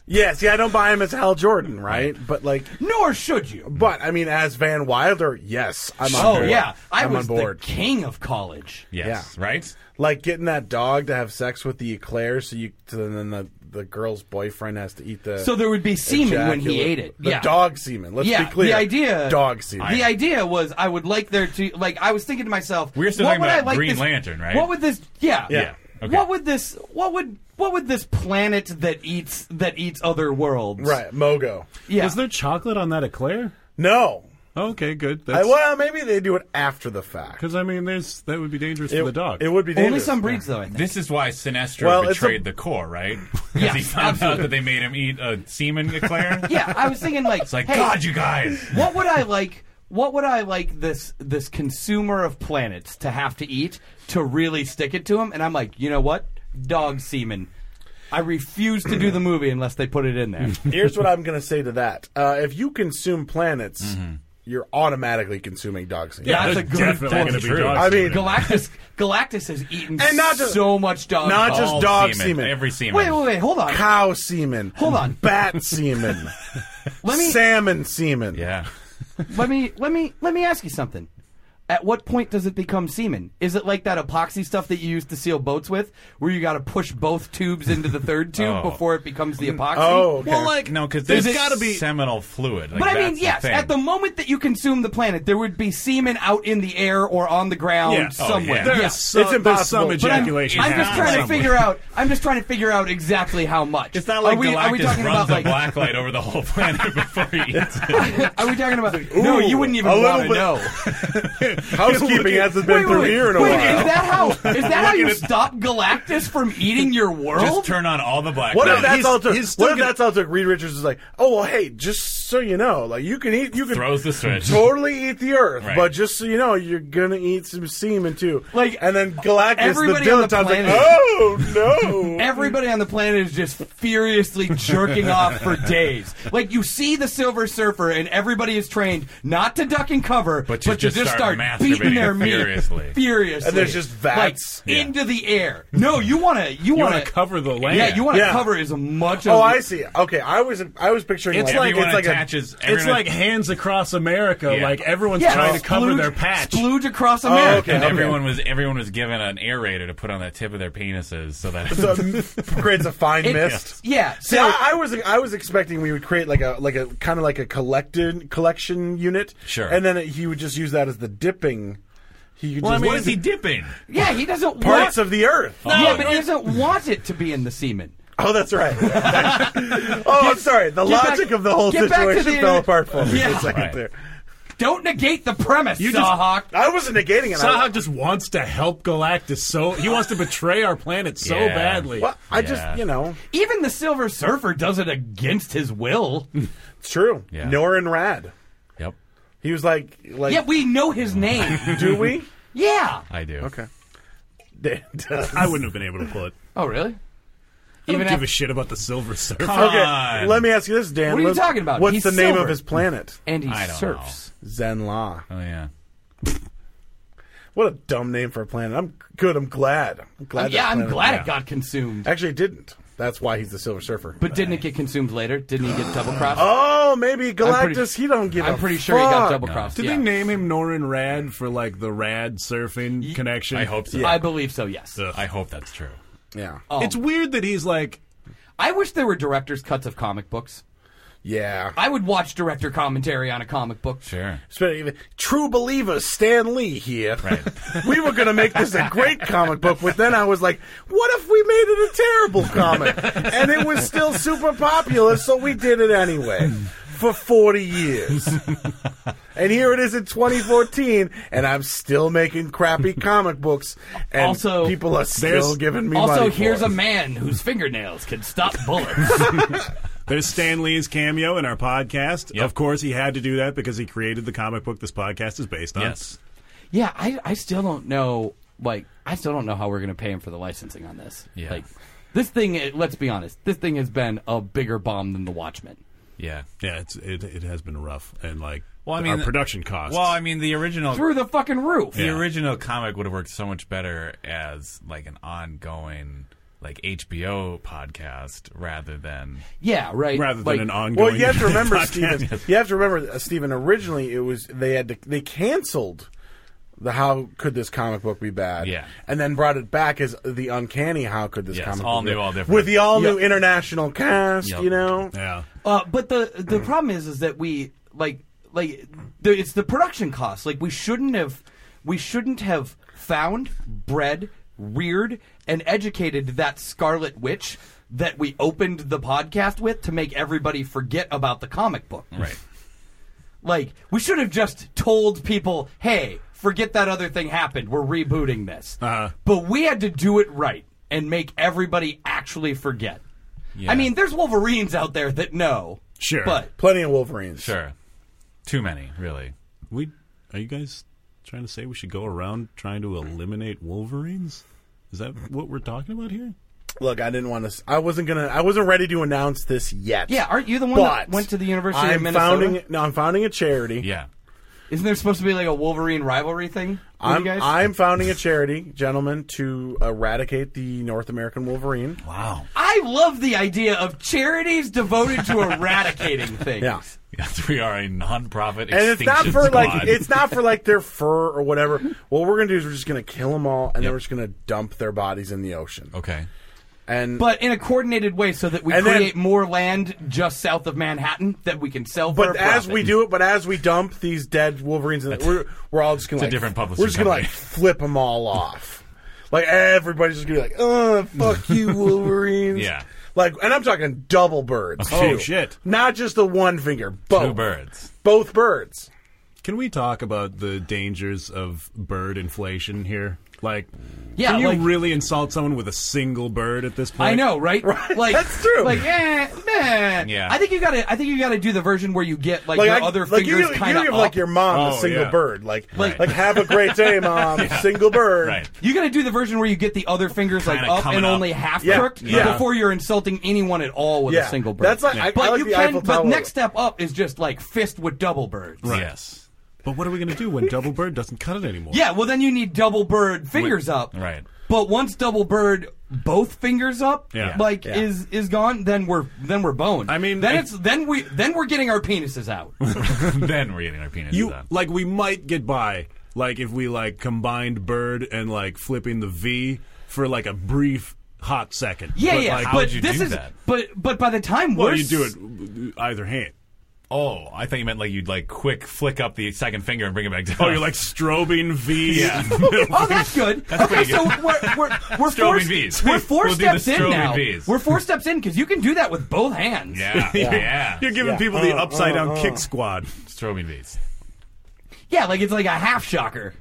Speaker 5: Yeah, see, I don't buy him as Hal Jordan, right? But like,
Speaker 6: Nor should you.
Speaker 5: but I mean, as Van Wilder, yes, I'm on
Speaker 6: Oh
Speaker 5: board.
Speaker 6: yeah, I
Speaker 5: I'm
Speaker 6: was
Speaker 5: on board.
Speaker 6: the king of college.
Speaker 4: Yes.
Speaker 5: Yeah.
Speaker 4: Right.
Speaker 5: like getting that dog to have sex with the eclair, so you, so then the the girl's boyfriend has to eat the.
Speaker 6: So there would be semen when he
Speaker 5: ejaculate-
Speaker 6: ate it.
Speaker 5: The
Speaker 6: yeah.
Speaker 5: dog semen. Let's
Speaker 6: yeah,
Speaker 5: be clear.
Speaker 6: the idea.
Speaker 5: Dog semen.
Speaker 6: The idea was I would like there to like I was thinking to myself,
Speaker 4: We're still
Speaker 6: what
Speaker 4: talking
Speaker 6: would
Speaker 4: about
Speaker 6: I like
Speaker 4: Green
Speaker 6: this-
Speaker 4: Lantern, right?
Speaker 6: What would this? Yeah,
Speaker 5: Yeah.
Speaker 4: Okay.
Speaker 6: What would this? What would? What would this planet that eats that eats other worlds?
Speaker 5: right, Mogo.
Speaker 6: Yeah.
Speaker 2: Is there chocolate on that eclair?
Speaker 5: No.
Speaker 2: Okay, good.
Speaker 5: I,
Speaker 2: That's
Speaker 5: well, maybe they do it after the fact.
Speaker 2: because I mean, there's that would be dangerous
Speaker 5: It,
Speaker 2: for the dog.
Speaker 5: it would be
Speaker 6: Only
Speaker 5: dangerous.
Speaker 6: some breeds, though. I think.
Speaker 4: This is why Sinestro
Speaker 5: Well, it's
Speaker 4: betrayed
Speaker 5: a-
Speaker 4: the core, right? Because
Speaker 6: Yeah,
Speaker 4: he found out that they made him eat a semen eclair.
Speaker 6: yeah, I was thinking like,
Speaker 4: It's like,
Speaker 6: hey,
Speaker 4: God, you guys.
Speaker 6: what would I like? What would I like this this consumer of planets to have to eat to really stick it to him? And I'm like, you know what? Dog semen. I refuse to do the movie unless they put it in there.
Speaker 5: Here's what I'm going to say to that: uh, If you consume planets,
Speaker 2: Mm-hmm.
Speaker 5: you're automatically consuming dog semen.
Speaker 6: Yeah,
Speaker 2: There's
Speaker 6: that's a good
Speaker 2: definitely
Speaker 6: point.
Speaker 2: going to be
Speaker 4: True.
Speaker 2: dogs.
Speaker 5: I mean,
Speaker 2: in it.
Speaker 6: Galactus Galactus has eaten
Speaker 5: And not just-
Speaker 6: so much dog.
Speaker 5: not
Speaker 6: fat.
Speaker 5: just
Speaker 4: All
Speaker 5: dog
Speaker 4: semen,
Speaker 5: semen.
Speaker 4: Every semen.
Speaker 6: wait, wait, wait, hold on.
Speaker 5: Cow semen.
Speaker 6: Hold on.
Speaker 5: Bat semen.
Speaker 6: Let me
Speaker 5: salmon semen.
Speaker 4: Yeah.
Speaker 6: let me let me let me ask you something. At what point does it become semen? Is it like that epoxy stuff that you use to seal boats with, where you got to push both tubes into the third tube
Speaker 4: Oh.
Speaker 6: before it becomes the epoxy?
Speaker 5: Oh, okay.
Speaker 2: well, like
Speaker 4: No, because
Speaker 2: there's
Speaker 4: there's got
Speaker 2: gotta
Speaker 4: to
Speaker 2: be-
Speaker 4: be seminal fluid. Like,
Speaker 6: But I mean,
Speaker 4: that's
Speaker 6: yes,
Speaker 4: The thing.
Speaker 6: at the moment that you consume the planet, there would be semen out in the air or on the ground
Speaker 2: yeah,
Speaker 6: somewhere.
Speaker 4: yeah.
Speaker 2: There's,
Speaker 6: Yeah.
Speaker 2: some, there's
Speaker 5: It's
Speaker 2: some
Speaker 5: impossible. But
Speaker 6: I'm,
Speaker 2: ejaculation.
Speaker 6: I'm just
Speaker 4: happening
Speaker 6: trying to
Speaker 2: somewhere.
Speaker 6: figure out. I'm just trying to figure out exactly how much.
Speaker 4: it's not like
Speaker 6: are we,
Speaker 4: Galactus
Speaker 6: are we talking
Speaker 4: runs
Speaker 6: about like
Speaker 4: a black light over the whole planet before he eats it.
Speaker 6: Are we talking about? no, you wouldn't
Speaker 5: a
Speaker 6: even
Speaker 5: little
Speaker 6: want to
Speaker 5: bit-
Speaker 6: know.
Speaker 5: Housekeeping hasn't been
Speaker 6: wait,
Speaker 5: through
Speaker 6: wait,
Speaker 5: here in a
Speaker 6: wait,
Speaker 5: while.
Speaker 6: Is that how? Is that how you stop Galactus from eating your world?
Speaker 4: Just turn on all the black
Speaker 5: What
Speaker 4: light.
Speaker 5: if that's
Speaker 2: he's-
Speaker 5: all it took?
Speaker 2: he's still
Speaker 5: What if
Speaker 2: gonna-
Speaker 5: that's all it took? Reed Richards is like, oh well, hey, just so you know, like you can eat, you can
Speaker 4: Throws the switch.
Speaker 5: totally eat the Earth,
Speaker 4: Right.
Speaker 5: but just so you know, you're gonna eat some semen too.
Speaker 6: Like,
Speaker 5: and then Galactus, the
Speaker 6: everybody on the
Speaker 5: dilettante's like,
Speaker 6: planet-
Speaker 5: oh no,
Speaker 6: Everybody on the planet is just furiously jerking off for days. Like you see the Silver Surfer, and everybody is trained not to duck and cover,
Speaker 4: But to
Speaker 6: to
Speaker 4: just
Speaker 6: just
Speaker 4: start
Speaker 6: start, beating their
Speaker 4: masturbating
Speaker 6: meat
Speaker 4: furiously.
Speaker 6: furiously.
Speaker 5: And there's just vats.
Speaker 6: like, into the air. No, you want to you want
Speaker 2: wanna cover the land.
Speaker 6: Yeah, you want to
Speaker 5: Yeah.
Speaker 6: cover as much.
Speaker 5: Oh,
Speaker 6: of,
Speaker 5: I see. Okay, I was I was picturing
Speaker 2: It's
Speaker 5: like,
Speaker 4: everyone
Speaker 5: it's like a-
Speaker 4: attaches.
Speaker 2: It's
Speaker 4: everyone-
Speaker 2: like hands across America.
Speaker 4: Yeah.
Speaker 2: Like everyone's
Speaker 6: Yeah,
Speaker 2: trying to cover
Speaker 6: splooge-
Speaker 2: their patch.
Speaker 6: Splooge across America.
Speaker 4: and
Speaker 5: Oh, okay.
Speaker 4: everyone was everyone was given an aerator to put on the tip of their penises so that
Speaker 5: so it creates a fine
Speaker 6: It-
Speaker 5: mist.
Speaker 6: Yeah.
Speaker 5: See,
Speaker 6: So
Speaker 5: I, I was I was expecting we would create like a like a kind of like a collected collection unit.
Speaker 4: Sure.
Speaker 5: And then he would just use that as the dipping. He could just
Speaker 4: what is he dipping?
Speaker 6: yeah, he doesn't want.
Speaker 5: parts of the earth.
Speaker 6: yeah, but he doesn't want it to be in the semen.
Speaker 5: Oh, that's right. oh, I'm sorry. The
Speaker 6: get
Speaker 5: logic
Speaker 6: back-
Speaker 5: of the whole
Speaker 6: get back to
Speaker 5: situation
Speaker 6: the-
Speaker 5: fell apart for me
Speaker 6: Yeah.
Speaker 5: for a second
Speaker 4: Right.
Speaker 5: there.
Speaker 6: Don't negate the premise,
Speaker 2: You just-
Speaker 6: Sawhawk.
Speaker 5: I wasn't negating it. I,
Speaker 2: Sahak just wants to help Galactus so he wants to betray our planet so
Speaker 4: Yeah.
Speaker 2: badly.
Speaker 5: well, I
Speaker 4: Yeah.
Speaker 5: just you know
Speaker 6: Even the Silver Surfer does it against his will.
Speaker 5: it's true.
Speaker 4: Yeah.
Speaker 5: Norin Rad.
Speaker 4: Yep,
Speaker 5: He was like like
Speaker 6: Yet we know his name.
Speaker 5: do we?
Speaker 6: yeah.
Speaker 4: I do.
Speaker 5: Okay. okay,
Speaker 2: I wouldn't have been able to pull it.
Speaker 6: Oh, really?
Speaker 2: I don't
Speaker 6: Even
Speaker 2: give
Speaker 6: after
Speaker 2: a shit about the Silver Surfer.
Speaker 4: on.
Speaker 5: let me ask you this, Dan.
Speaker 6: What are you
Speaker 5: Let's-
Speaker 6: talking about?
Speaker 5: What's
Speaker 6: He's
Speaker 5: the name
Speaker 6: silver.
Speaker 5: of his planet?
Speaker 6: and he
Speaker 4: I don't
Speaker 6: surfs.
Speaker 5: Zenla.
Speaker 4: Oh yeah.
Speaker 5: What a dumb name for a planet. I'm good. I'm glad. I'm glad. that
Speaker 6: Yeah, I'm
Speaker 5: planet-
Speaker 6: glad it got consumed.
Speaker 5: Actually, it didn't. That's why he's the Silver Surfer.
Speaker 6: But didn't it get consumed later? Didn't he get double crossed?
Speaker 5: oh, maybe Galactus.
Speaker 6: pretty-
Speaker 5: he don't give.
Speaker 6: I'm
Speaker 5: a
Speaker 6: pretty sure he got
Speaker 5: fuck.
Speaker 6: double crossed.
Speaker 2: Did
Speaker 6: yeah.
Speaker 2: they name him Norin Rad for like the rad surfing connection?
Speaker 4: I hope so.
Speaker 6: I believe so. Yes.
Speaker 4: I hope that's true.
Speaker 5: Yeah.
Speaker 6: Oh.
Speaker 2: It's weird that he's like
Speaker 6: I wish there were director's cuts of comic books.
Speaker 5: Yeah.
Speaker 6: I would watch director commentary on a comic book.
Speaker 4: Sure.
Speaker 5: Sp- True believer Stan Lee here. we were going to make this a great comic book, but then I was like, what if we made it a terrible comic? and it was still super popular, so we did it anyway for 40 years. and here it is in 2014, and I'm still making crappy comic books, and
Speaker 6: Also-
Speaker 5: people are still
Speaker 2: There's-
Speaker 5: giving me
Speaker 6: Also,
Speaker 5: money. for
Speaker 6: here's
Speaker 5: it.
Speaker 6: a man whose fingernails can stop bullets.
Speaker 2: There's Stan Lee's cameo in our podcast.
Speaker 4: Yep.
Speaker 2: Of course, he had to do that because he created the comic book this podcast is based on.
Speaker 4: Yes.
Speaker 6: yeah, I, I still don't know. Like, I still don't know how we're going to pay him for the licensing on this.
Speaker 4: Yeah.
Speaker 6: Like, this thing. eh, Let's be honest. This thing has been a bigger bomb than the Watchmen.
Speaker 4: Yeah.
Speaker 2: Yeah, it's, it, it has been rough. And like,
Speaker 4: Well, I mean,
Speaker 2: our production costs.
Speaker 4: Well, I mean, the original
Speaker 6: Through the fucking roof.
Speaker 4: the
Speaker 2: Yeah.
Speaker 4: original comic would have worked so much better as like an ongoing like HBO podcast rather than
Speaker 6: Yeah, right.
Speaker 2: rather than
Speaker 6: Like,
Speaker 2: an ongoing.
Speaker 5: Well, you have to remember,
Speaker 2: podcast.
Speaker 5: Stephen. You have to remember, uh, Stephen. Originally, it was they had to, they canceled the "How could this comic book be bad?"
Speaker 4: Yeah.
Speaker 5: and then brought it back as the uncanny "How could this
Speaker 4: Yes,
Speaker 5: comic
Speaker 4: all
Speaker 5: book
Speaker 4: new,
Speaker 5: be
Speaker 4: all different.
Speaker 5: with the all new
Speaker 2: Yep.
Speaker 5: international cast?
Speaker 4: Yep.
Speaker 5: You know,
Speaker 2: Yeah.
Speaker 6: Uh, but the
Speaker 2: Mm.
Speaker 6: the problem is is that we like like the, it's the production costs. Like we shouldn't have we shouldn't have found, bred, reared, and educated that Scarlet Witch that we opened the podcast with to make everybody forget about the comic book.
Speaker 4: right.
Speaker 6: Like we should have just told people, hey, forget that other thing happened. We're rebooting this.
Speaker 2: Uh-huh.
Speaker 6: But we had to do it right and make everybody actually forget. I mean, there's Wolverines out there that know.
Speaker 2: Sure.
Speaker 6: But
Speaker 5: plenty of Wolverines.
Speaker 4: Sure. Too many, really.
Speaker 2: We are you guys trying to say we should go around trying to eliminate Wolverines? Is that what we're talking about here?
Speaker 5: Look, I didn't want to. s- I wasn't gonna. I wasn't ready to announce this yet.
Speaker 6: yeah, aren't you the one that
Speaker 5: But
Speaker 6: went to the University
Speaker 5: I'm
Speaker 6: of Minnesota?
Speaker 5: founding. No, I'm founding a charity.
Speaker 4: Yeah.
Speaker 6: Isn't there supposed to be like a Wolverine rivalry thing? with
Speaker 5: I'm,
Speaker 6: you guys?
Speaker 5: I'm founding a charity, gentlemen, to eradicate the North American Wolverine.
Speaker 4: Wow.
Speaker 6: I love the idea of charities devoted to eradicating things.
Speaker 5: Yeah.
Speaker 4: Yes, we are a non-profit
Speaker 5: and it's
Speaker 4: extinction
Speaker 5: not for
Speaker 4: squad.
Speaker 5: like it's not for like their fur or whatever. What we're gonna do is we're just gonna kill them all, and then we're just gonna dump their bodies in the ocean.
Speaker 4: okay.
Speaker 5: And
Speaker 6: But in a coordinated way so that we
Speaker 5: And then-
Speaker 6: create more land just south of Manhattan that we can sell for
Speaker 5: but
Speaker 6: a
Speaker 5: as
Speaker 6: profit.
Speaker 5: we do it, but as we dump these dead wolverines, in the, we're we're all just gonna like,
Speaker 4: a different publishing
Speaker 5: We're just gonna
Speaker 4: company.
Speaker 5: like flip them all off. Like everybody's just gonna be like, "Oh, fuck you, Wolverines!"
Speaker 4: Yeah.
Speaker 5: Like, and I'm talking double birds.
Speaker 2: Oh,
Speaker 5: too.
Speaker 2: shit.
Speaker 5: Not just the one finger, both
Speaker 4: Two birds.
Speaker 5: both birds.
Speaker 2: Can we talk about the dangers of bird inflation here? Like,
Speaker 6: Yeah,
Speaker 2: can you
Speaker 6: like-
Speaker 2: really insult someone with a single bird at this point?
Speaker 6: I know, right? Like
Speaker 5: That's true.
Speaker 6: Like, eh, meh.
Speaker 4: Yeah.
Speaker 6: I think you gotta. I think you gotta do the version where you get like,
Speaker 5: like I,
Speaker 6: your other
Speaker 5: like you,
Speaker 6: fingers
Speaker 5: give-
Speaker 6: kind of
Speaker 5: you give like your mom a
Speaker 2: Oh,
Speaker 5: single
Speaker 2: yeah.
Speaker 5: bird like,
Speaker 6: Right.
Speaker 5: like have a great day mom single bird
Speaker 4: Right.
Speaker 6: You gotta do the version where you get the other fingers like
Speaker 4: Kinda
Speaker 6: up
Speaker 4: coming
Speaker 6: and
Speaker 4: up.
Speaker 6: only half
Speaker 5: Yeah.
Speaker 6: crooked
Speaker 5: Yeah.
Speaker 6: before you're insulting anyone at all with
Speaker 5: Yeah.
Speaker 6: a single bird.
Speaker 5: That's like- I- I
Speaker 6: but
Speaker 5: like
Speaker 6: you
Speaker 5: the
Speaker 6: can.
Speaker 5: Eiffel
Speaker 6: but
Speaker 5: Tower.
Speaker 6: next step up is just like fist with double birds.
Speaker 4: Yes.
Speaker 2: But what are we going to do when Double Bird doesn't cut it anymore?
Speaker 6: Yeah, well, then you need double bird fingers up.
Speaker 4: right.
Speaker 6: But once double bird both fingers up,
Speaker 2: Yeah.
Speaker 6: like is is gone, then we're then we're boned.
Speaker 2: I mean,
Speaker 6: then
Speaker 2: I-
Speaker 6: it's then we then we're getting our penises out.
Speaker 4: then we're getting our penises
Speaker 2: you
Speaker 4: out.
Speaker 2: like we might get by like if we like combined bird and like flipping the V for like a brief hot second.
Speaker 6: Yeah,
Speaker 2: but,
Speaker 6: yeah.
Speaker 2: Like,
Speaker 6: but
Speaker 4: would you
Speaker 6: this
Speaker 4: do
Speaker 6: is
Speaker 4: that?
Speaker 6: but but by the time
Speaker 2: well,
Speaker 6: we're
Speaker 2: you do
Speaker 6: s-
Speaker 2: it either hand.
Speaker 4: Oh, I thought you meant like you'd like quick flick up the second finger and bring it back down.
Speaker 2: Oh, you're like strobing V.
Speaker 4: Yeah.
Speaker 6: Oh, that's good. okay,
Speaker 4: pretty
Speaker 6: so we're we're we're four,
Speaker 4: Strobing Vs.
Speaker 6: we're 4
Speaker 4: We'll do the
Speaker 6: steps in
Speaker 4: strobing
Speaker 6: now.
Speaker 4: Vs.
Speaker 6: We're four steps in because you can do that with both hands.
Speaker 4: yeah, yeah.
Speaker 2: You're giving
Speaker 5: Yeah.
Speaker 2: people the
Speaker 5: Uh,
Speaker 2: upside down
Speaker 5: uh, uh.
Speaker 2: kick squad.
Speaker 4: strobing beads.
Speaker 6: Yeah, like it's like a half shocker.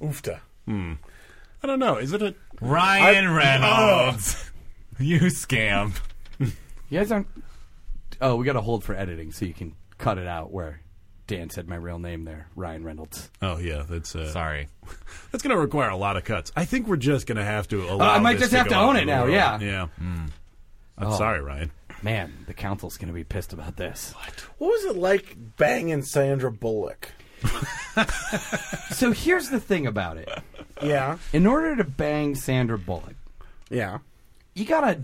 Speaker 5: Oofta.
Speaker 2: I don't know. Is it a
Speaker 4: Ryan Reynolds,
Speaker 5: Oh.
Speaker 4: you scamp.
Speaker 6: You guys aren't. Oh, we got to hold for editing so you can cut it out where Dan said my real name there, Ryan Reynolds.
Speaker 2: Oh yeah, that's uh,
Speaker 4: Sorry.
Speaker 2: that's going to require a lot of cuts. I think we're just going to have to allow.
Speaker 6: Uh, I might
Speaker 2: this
Speaker 6: just have
Speaker 2: go
Speaker 6: to
Speaker 2: out
Speaker 6: own
Speaker 2: in
Speaker 6: it
Speaker 2: the
Speaker 6: now,
Speaker 2: world.
Speaker 6: yeah. Oh.
Speaker 2: Yeah. I'm sorry, Ryan.
Speaker 6: Man, the council's going to be pissed about this.
Speaker 5: What was it like banging Sandra Bullock?
Speaker 6: So here's the thing about it.
Speaker 5: Yeah.
Speaker 6: In order to bang Sandra Bullock,
Speaker 5: Yeah.
Speaker 6: you got to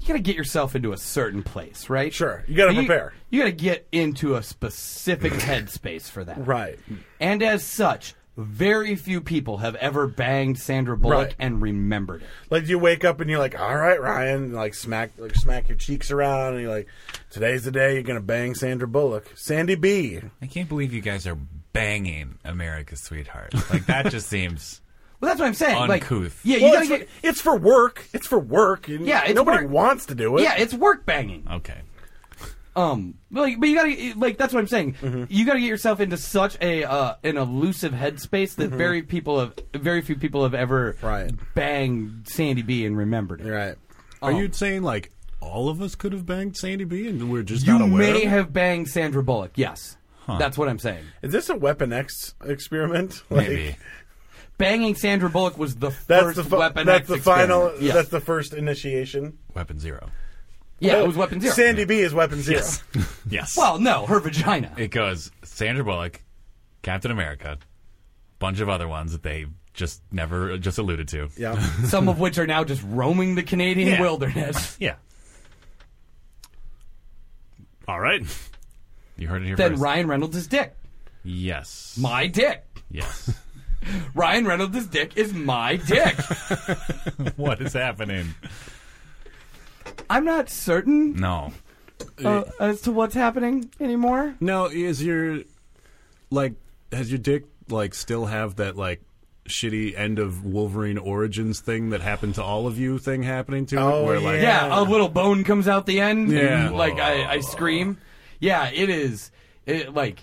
Speaker 6: you got to get yourself into a certain place, right?
Speaker 5: Sure. You gotta
Speaker 6: You-
Speaker 5: prepare.
Speaker 6: You, got to get into a specific headspace for that.
Speaker 5: Right.
Speaker 6: And as such, very few people have ever banged Sandra Bullock
Speaker 5: Right.
Speaker 6: and remembered it.
Speaker 5: Like you wake up and you're like, "All right, Ryan," and like smack like smack your cheeks around and you're like, "Today's the day you're gonna bang Sandra Bullock, Sandy B."
Speaker 4: I can't believe you guys are banging America's sweetheart. Like that just seems
Speaker 6: Well, that's what I'm saying. Like,
Speaker 4: Uncouth.
Speaker 6: yeah, you
Speaker 5: Well,
Speaker 6: gotta
Speaker 5: it's,
Speaker 6: get.
Speaker 5: for, it's for work. It's for work. and
Speaker 6: Yeah, it's
Speaker 5: nobody
Speaker 6: work.
Speaker 5: wants to do it.
Speaker 6: Yeah, it's work banging.
Speaker 4: okay.
Speaker 6: Um, but like, but you gotta like that's what I'm saying.
Speaker 5: Mm-hmm.
Speaker 6: You gotta get yourself into such a uh, an elusive headspace that very people have very few people have ever
Speaker 5: Mm-hmm. Right.
Speaker 6: banged Sandy B and remembered it.
Speaker 5: You're right.
Speaker 2: Are you saying like all of us could have banged Sandy B and we're just
Speaker 6: You
Speaker 2: not aware?
Speaker 6: may have banged Sandra Bullock. Yes, that's what I'm saying.
Speaker 5: Is this a Weapon X experiment? Like,
Speaker 4: Maybe.
Speaker 6: Banging Sandra Bullock was the
Speaker 5: That's
Speaker 6: first
Speaker 5: the fi-
Speaker 6: weapon.
Speaker 5: That's
Speaker 6: X
Speaker 5: the
Speaker 6: experiment.
Speaker 5: final.
Speaker 6: Yeah,
Speaker 5: That's the first initiation.
Speaker 4: Weapon zero.
Speaker 6: yeah, it was weapon zero.
Speaker 5: Sandy B is weapon zero.
Speaker 4: Yes.
Speaker 6: well, no, her vagina.
Speaker 4: it goes Sandra Bullock, Captain America, bunch of other ones that they just never just alluded to.
Speaker 5: Yeah.
Speaker 6: some of which are now just roaming the Canadian
Speaker 4: Yeah.
Speaker 6: wilderness.
Speaker 4: Yeah.
Speaker 2: All right.
Speaker 4: You heard it here
Speaker 6: then
Speaker 4: first.
Speaker 6: Ryan Reynolds is dick.
Speaker 4: Yes.
Speaker 6: My dick.
Speaker 4: Yes.
Speaker 6: Ryan Reynolds' dick is my dick.
Speaker 4: what is happening?
Speaker 6: I'm not certain
Speaker 4: No.
Speaker 6: uh, as to what's happening anymore.
Speaker 2: Now, is your like has your dick like still have that like shitty end of Wolverine Origins thing that happened to all of you thing happening to
Speaker 5: Oh,
Speaker 2: it? Where like
Speaker 6: Yeah, a little bone comes out the end.
Speaker 2: Yeah.
Speaker 6: and, like I, I scream. Yeah, it is. It like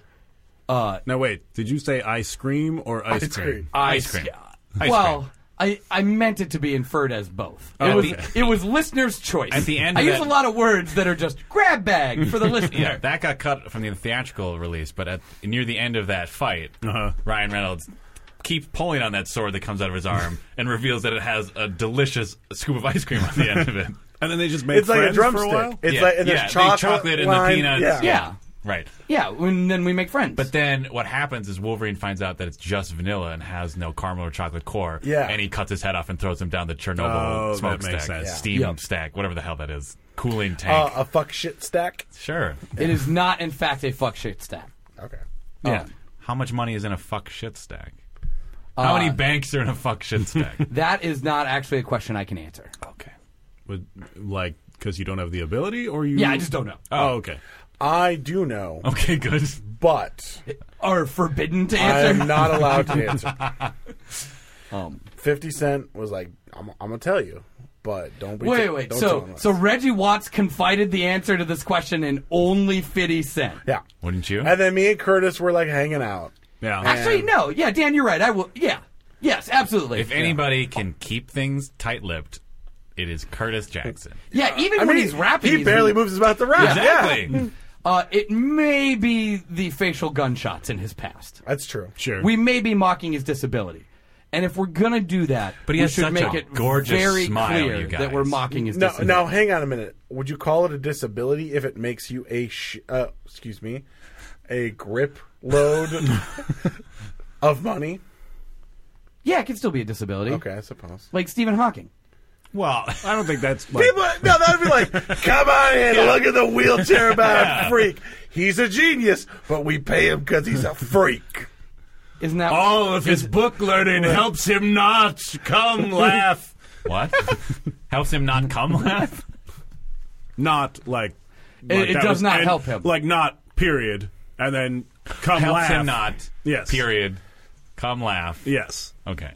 Speaker 6: uh,
Speaker 2: now wait, did you say I scream or ice,
Speaker 5: Ice cream.
Speaker 6: I
Speaker 4: Ice cream.
Speaker 6: s- well. I, I meant it to be inferred as both. It
Speaker 4: At
Speaker 6: was
Speaker 4: the-
Speaker 6: it was listener's choice.
Speaker 4: At the end
Speaker 6: I
Speaker 4: of
Speaker 6: use
Speaker 4: that-
Speaker 6: a lot of words that are just grab bag for the listener.
Speaker 4: Yeah, that got cut from the theatrical release, but at near the end of that fight,
Speaker 2: Uh-huh.
Speaker 4: Ryan Reynolds keeps pulling on that sword that comes out of his arm and reveals that it has a delicious scoop of ice cream on the end of it.
Speaker 2: And then they just made
Speaker 5: It's like a
Speaker 2: friends for a
Speaker 5: drumstick.
Speaker 2: while.
Speaker 5: It's
Speaker 4: Yeah.
Speaker 5: like and
Speaker 4: Yeah,
Speaker 5: there's
Speaker 4: the
Speaker 5: chocolate,
Speaker 4: chocolate and the
Speaker 5: lime.
Speaker 4: peanuts.
Speaker 5: Yeah.
Speaker 6: yeah,
Speaker 4: Right.
Speaker 6: yeah. And then we make friends.
Speaker 4: But then what happens is Wolverine finds out that it's just vanilla and has no caramel or chocolate core.
Speaker 5: Yeah.
Speaker 4: And he cuts his head off and throws him down the Chernobyl
Speaker 2: Oh, that
Speaker 4: smokestack,
Speaker 2: makes sense. Yeah.
Speaker 4: steam
Speaker 6: Yep.
Speaker 4: stack, whatever the hell that is, cooling
Speaker 5: Uh,
Speaker 4: tank.
Speaker 5: a fuck shit stack.
Speaker 4: sure.
Speaker 6: It is not, in fact, a fuck shit stat. Um,
Speaker 5: Okay.
Speaker 4: Yeah. How much money is in a fuck shit stack? How
Speaker 2: Uh,
Speaker 4: many banks are in a fuck shit stack?
Speaker 6: That is not actually a question I can answer.
Speaker 4: okay.
Speaker 2: With, like because you don't have the ability or you
Speaker 6: Yeah, I just don't know.
Speaker 2: Oh, okay.
Speaker 5: I do know,
Speaker 6: Oh.
Speaker 4: Okay, good.
Speaker 5: but
Speaker 6: Or forbidden to
Speaker 5: I
Speaker 6: answer.
Speaker 5: am not allowed to answer.
Speaker 6: Um,
Speaker 5: Fifty Cent was like, "I'm, I'm gonna tell you, but don't be."
Speaker 6: wait, wait.
Speaker 5: don't tell
Speaker 6: So,
Speaker 5: anyone."
Speaker 6: so Reggie Watts confided the answer to this question in only 50 Cent.
Speaker 5: yeah,
Speaker 4: Wouldn't you?
Speaker 5: and then me and Curtis were like hanging out.
Speaker 2: Yeah.
Speaker 6: Actually, no. Yeah, Dan, you're right. I will. Yeah. Yes, absolutely.
Speaker 4: If anybody can keep things tight lipped, it is Curtis Jackson.
Speaker 6: yeah, even
Speaker 5: I
Speaker 6: when
Speaker 5: mean,
Speaker 6: he's rapping,
Speaker 5: He
Speaker 6: he's-
Speaker 5: barely moves his mouth around.
Speaker 4: Exactly.
Speaker 5: Yeah.
Speaker 6: Uh, it may be the facial gunshots in his past.
Speaker 5: that's true.
Speaker 2: sure.
Speaker 6: We may be mocking his disability. And if we're gonna do that,
Speaker 4: But he
Speaker 6: we
Speaker 4: has
Speaker 6: should
Speaker 4: such
Speaker 6: make
Speaker 4: a
Speaker 6: it
Speaker 4: gorgeous
Speaker 6: very
Speaker 4: smile,
Speaker 6: clear
Speaker 4: you
Speaker 6: that we're
Speaker 4: guys.
Speaker 6: mocking his
Speaker 5: No,
Speaker 6: disability.
Speaker 5: now hang on a minute. Would you call it a disability if it makes you a sh- uh, excuse me, a grip load of money.
Speaker 6: Yeah, it can still be a disability.
Speaker 5: Okay, I suppose.
Speaker 6: Like Stephen Hawking.
Speaker 2: Well, I don't think that's like,
Speaker 5: People, no, that'd be like, come on in, look at the wheelchair bound freak. He's a genius, but we pay him because he's a freak.
Speaker 6: Isn't that
Speaker 2: all of his book learning helps him not come laugh.
Speaker 4: What? Helps him not come laugh?
Speaker 2: Not like,
Speaker 6: it
Speaker 2: that
Speaker 6: does
Speaker 2: was-
Speaker 6: not
Speaker 2: and,
Speaker 6: help him.
Speaker 2: Like not period, and then come
Speaker 4: Helps
Speaker 2: laugh.
Speaker 4: him not.
Speaker 2: Yes.
Speaker 4: Period. Come laugh.
Speaker 2: Yes.
Speaker 4: Okay.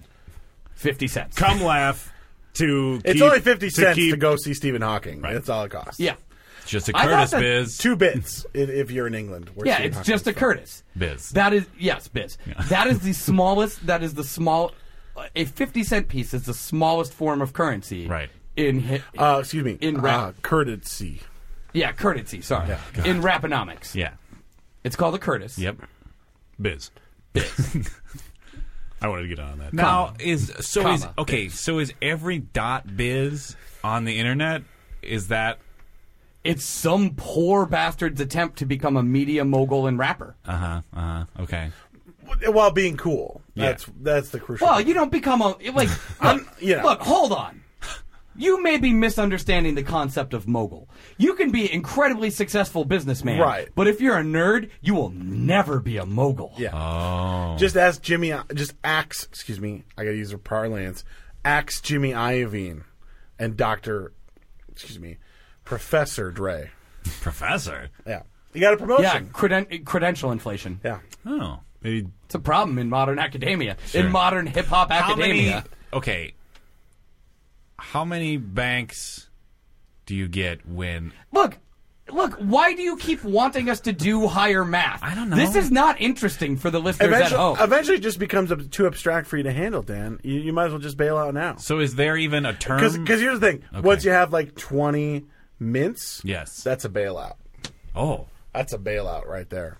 Speaker 6: 50 cents?
Speaker 2: Come laugh to.
Speaker 5: It's
Speaker 2: keep-
Speaker 5: only 50 cents
Speaker 2: keep-
Speaker 5: to go see Stephen Hawking. That's all it costs.
Speaker 6: Yeah.
Speaker 4: Just a
Speaker 6: I thought
Speaker 4: Curtis
Speaker 6: that-
Speaker 4: biz.
Speaker 5: Two bits i- if you're in England. where
Speaker 6: Yeah,
Speaker 5: Stephen
Speaker 6: it's
Speaker 5: Hawking
Speaker 6: just a
Speaker 5: is from.
Speaker 6: Curtis.
Speaker 4: Biz.
Speaker 6: That is yes, biz. That is the smallest. That is the small. A fifty cent piece is the smallest form of currency.
Speaker 4: Right.
Speaker 6: In hi-
Speaker 5: Uh, excuse me.
Speaker 6: In
Speaker 5: uh,
Speaker 6: rap.
Speaker 5: courtesy.
Speaker 6: yeah, currency. Sorry. in Raponomics.
Speaker 4: yeah.
Speaker 6: It's called a Curtis.
Speaker 4: Yep.
Speaker 2: Biz. I wanted to get on that.
Speaker 4: Now is so is
Speaker 6: Comma.
Speaker 4: okay. So is every dot biz on the internet? Is that
Speaker 6: It's some poor bastard's attempt to become a media mogul and rapper.
Speaker 4: uh huh uh huh okay?
Speaker 5: While being cool. That's that's the crucial.
Speaker 6: Well,
Speaker 5: thing.
Speaker 6: you don't become a like. um,
Speaker 5: yeah.
Speaker 6: Look, hold on. You may be misunderstanding the concept of mogul. You can be incredibly successful businessman,
Speaker 5: Right.
Speaker 6: But if you're a nerd, you will never be a mogul.
Speaker 5: Yeah. Just ask Jimmy. Just axe. Excuse me. I got to use her parlance. Axe Jimmy Iovine and Doctor. Excuse me, Professor Dre.
Speaker 4: Professor.
Speaker 5: Yeah. You got a
Speaker 6: Yeah,
Speaker 5: promotion.
Speaker 6: creden- credential inflation.
Speaker 5: Yeah.
Speaker 4: Oh,
Speaker 2: He-
Speaker 6: It's a problem in modern academia, in modern hip hop
Speaker 4: how
Speaker 6: academia.
Speaker 4: many? Okay. How many banks do you get when?
Speaker 6: Look, look, why do you keep wanting us to do higher math? I
Speaker 4: don't know.
Speaker 6: This is not interesting for the listeners at
Speaker 5: Eventually,
Speaker 6: home.
Speaker 5: eventually, it just becomes ab- too abstract for you to handle, Dan. You, you might as well just bail out now.
Speaker 4: So is there even a term?
Speaker 5: Because here's the thing: once you have like 20 mints,
Speaker 4: Yes.
Speaker 5: that's a bailout.
Speaker 4: oh,
Speaker 5: That's a bailout right there.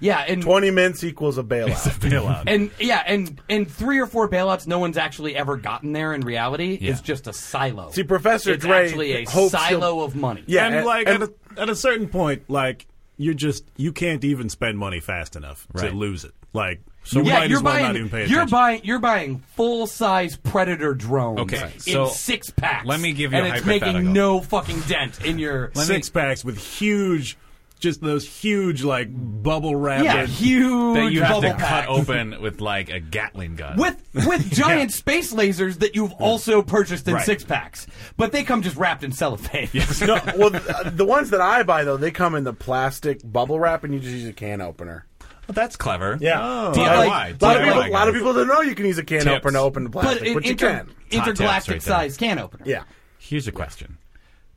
Speaker 6: yeah, and
Speaker 5: 20 mints equals a bailout.
Speaker 4: bailout.
Speaker 6: and yeah, and and three or four bailouts, no one's actually ever gotten there. In reality,
Speaker 4: Yeah.
Speaker 6: it's just a silo.
Speaker 5: See, Professor
Speaker 6: it's
Speaker 5: Dre
Speaker 6: actually a
Speaker 5: hopes
Speaker 6: silo
Speaker 5: he'll-
Speaker 6: of money.
Speaker 5: yeah,
Speaker 2: and, like
Speaker 5: and-
Speaker 2: at, a, at a certain point, like you're just you can't even spend money fast enough
Speaker 4: Right.
Speaker 2: to lose it. Like so, you
Speaker 6: Yeah,
Speaker 2: might
Speaker 6: you're
Speaker 2: as well
Speaker 6: buying.
Speaker 2: not even pay
Speaker 6: you're
Speaker 2: attention.
Speaker 6: buying. You're buying full-size predator drones.
Speaker 4: Okay,
Speaker 6: in
Speaker 4: so
Speaker 6: six packs.
Speaker 4: let me give you
Speaker 6: and
Speaker 4: a
Speaker 6: it's
Speaker 4: hypothetical.
Speaker 6: making no fucking dent in your.
Speaker 4: Let me-
Speaker 2: six packs with huge, just those huge like bubble wrap.
Speaker 6: yeah, huge
Speaker 4: that you have
Speaker 6: bubble
Speaker 4: to
Speaker 6: pack.
Speaker 4: cut open with like a Gatling gun.
Speaker 6: with with giant space lasers that you've also purchased in
Speaker 2: Right.
Speaker 6: six packs, but they come just wrapped in cellophane.
Speaker 5: no, well, th- the ones that I buy though, they come in the plastic bubble wrap, and you just use a can opener.
Speaker 4: Well, that's clever.
Speaker 5: Oh.
Speaker 4: DIY.
Speaker 6: Like,
Speaker 5: A lot
Speaker 4: DIY,
Speaker 5: of people, a lot of
Speaker 4: guys.
Speaker 5: people don't know you can use a can
Speaker 4: Tips.
Speaker 5: opener to open the
Speaker 6: But
Speaker 5: plastic,
Speaker 6: an
Speaker 5: but you
Speaker 6: inter-
Speaker 5: can.
Speaker 6: intergalactic
Speaker 4: right there.
Speaker 6: size can opener.
Speaker 5: Yeah,
Speaker 4: Here's a question.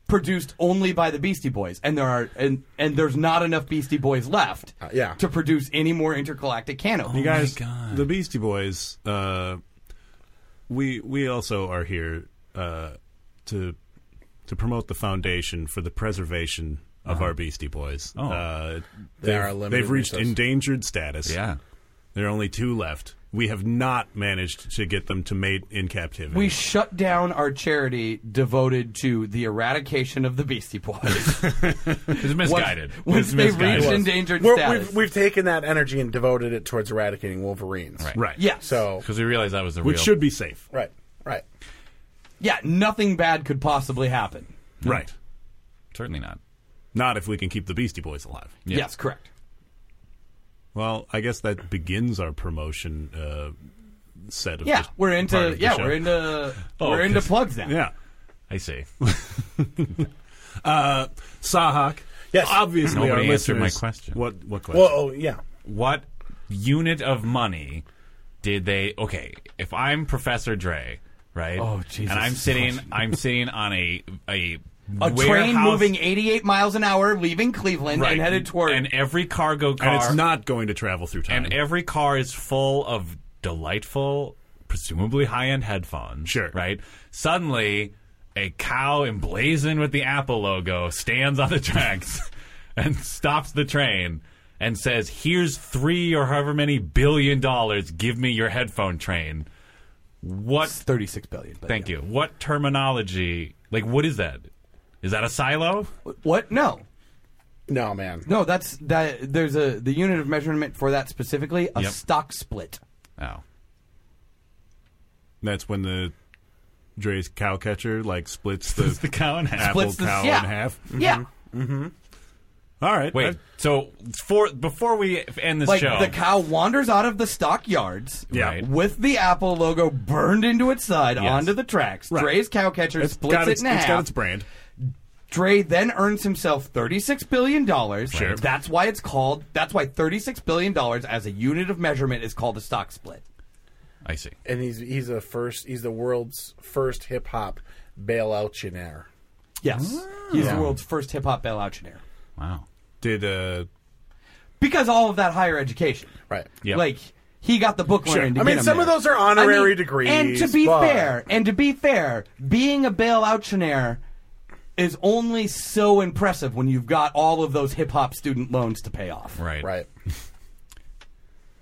Speaker 6: Produced only by the Beastie Boys, and there are and and there's not enough Beastie Boys left
Speaker 5: Uh, yeah.
Speaker 6: to produce any more intergalactic can openers.
Speaker 2: You guys,
Speaker 4: God.
Speaker 2: the Beastie Boys. Uh, we we also are here uh, to to promote the foundation for the preservation of
Speaker 6: Uh-huh.
Speaker 2: our Beastie Boys.
Speaker 4: Oh.
Speaker 2: Uh,
Speaker 5: They
Speaker 2: they've-
Speaker 5: are a limited
Speaker 2: They've reached
Speaker 5: resource.
Speaker 2: endangered status.
Speaker 4: Yeah.
Speaker 2: There are only two left. We have not managed to get them to mate in captivity.
Speaker 6: we shut down our charity devoted to the eradication of the Beastie Boys.
Speaker 4: It's misguided.
Speaker 6: Once
Speaker 4: It's
Speaker 6: they
Speaker 4: misguided.
Speaker 6: reach endangered
Speaker 5: We're,
Speaker 6: status.
Speaker 5: we've, we've taken that energy and devoted it towards eradicating Wolverines.
Speaker 4: Right.
Speaker 2: right.
Speaker 6: yes.
Speaker 5: So,
Speaker 4: Because we realized that was the
Speaker 2: Which
Speaker 4: real.
Speaker 2: should be safe.
Speaker 5: right, right.
Speaker 6: yeah, nothing bad could possibly happen.
Speaker 2: Right.
Speaker 4: certainly not.
Speaker 2: Not if we can keep the Beastie Boys alive.
Speaker 4: Yeah.
Speaker 6: Yes, correct.
Speaker 2: Well, I guess that begins our promotion uh, set of
Speaker 6: Yeah,
Speaker 2: the-
Speaker 6: we're
Speaker 2: part
Speaker 6: into
Speaker 2: of the
Speaker 6: yeah,
Speaker 2: show.
Speaker 6: we're into
Speaker 4: Oh,
Speaker 6: we're into
Speaker 4: 'cause-
Speaker 6: plugs now.
Speaker 2: Yeah.
Speaker 4: I see.
Speaker 2: Uh, Sahak.
Speaker 5: Yes.
Speaker 2: Obviously,
Speaker 4: Nobody
Speaker 2: our
Speaker 4: answered
Speaker 2: listeners.
Speaker 4: my question.
Speaker 2: What? What question?
Speaker 5: Well, oh, yeah.
Speaker 4: What unit of money did they? Okay, if I'm Professor Dre, right?
Speaker 6: Oh, Jesus
Speaker 4: And I'm sitting. I'm sitting on a a.
Speaker 6: A train
Speaker 4: warehouse-
Speaker 6: moving 88 miles an hour, leaving Cleveland
Speaker 4: right,
Speaker 6: and headed toward.
Speaker 4: and every cargo car
Speaker 2: and it's not going to travel through time.
Speaker 4: and every car is full of delightful, presumably high-end headphones.
Speaker 2: Sure.
Speaker 4: right. Suddenly, a cow emblazoned with the Apple logo stands on the tracks and stops the train and says, "Here's three or however many billion dollars. Give me your headphone train." What?
Speaker 6: 36 billion. But
Speaker 4: Thank you. What terminology? Like, what is that? Is that a silo?
Speaker 6: What? No.
Speaker 5: No, man.
Speaker 6: No, that's that. There's a the unit of measurement for that specifically a
Speaker 4: Yep.
Speaker 6: stock split.
Speaker 4: Oh.
Speaker 2: That's when the Dre's cow catcher like splits the,
Speaker 4: The cow and half.
Speaker 2: apple
Speaker 6: Splits the-
Speaker 2: cow
Speaker 6: yeah.
Speaker 2: in half. Mm-hmm.
Speaker 6: Yeah,
Speaker 2: All right.
Speaker 4: Wait,
Speaker 2: I-
Speaker 4: so for before we end this
Speaker 6: like
Speaker 4: show,
Speaker 6: the cow wanders out of the stockyards.
Speaker 2: Yeah.
Speaker 4: Right.
Speaker 6: With the Apple logo burned into its side
Speaker 4: Yes.
Speaker 6: onto the tracks,
Speaker 2: Right.
Speaker 6: Dre's cow catcher
Speaker 2: it's
Speaker 6: splits
Speaker 2: got
Speaker 6: it
Speaker 2: its,
Speaker 6: in
Speaker 2: it's
Speaker 6: half.
Speaker 2: got its brand.
Speaker 6: Dre then earns himself thirty-six billion dollars.
Speaker 2: Sure.
Speaker 6: That's why it's called. That's why thirty-six billion dollars as a unit of measurement is called a stock split.
Speaker 4: I see.
Speaker 5: And he's he's a first. He's the world's first hip hop bailoutionaire.
Speaker 6: Yes,
Speaker 2: Ah.
Speaker 6: he's
Speaker 5: Yeah.
Speaker 6: the world's first hip hop bailoutionaire
Speaker 4: Wow.
Speaker 2: Did uh
Speaker 6: because all of that higher education.
Speaker 5: Right.
Speaker 4: Yep.
Speaker 6: Like he got the book learning. to
Speaker 5: I mean,
Speaker 6: get him
Speaker 5: some of
Speaker 6: there.
Speaker 5: those are honorary
Speaker 6: I mean,
Speaker 5: degrees.
Speaker 6: And to be
Speaker 5: but-
Speaker 6: fair, and to be fair, being a bailoutionaire is only so impressive when you've got all of those hip hop student loans to pay off.
Speaker 4: right,
Speaker 5: right?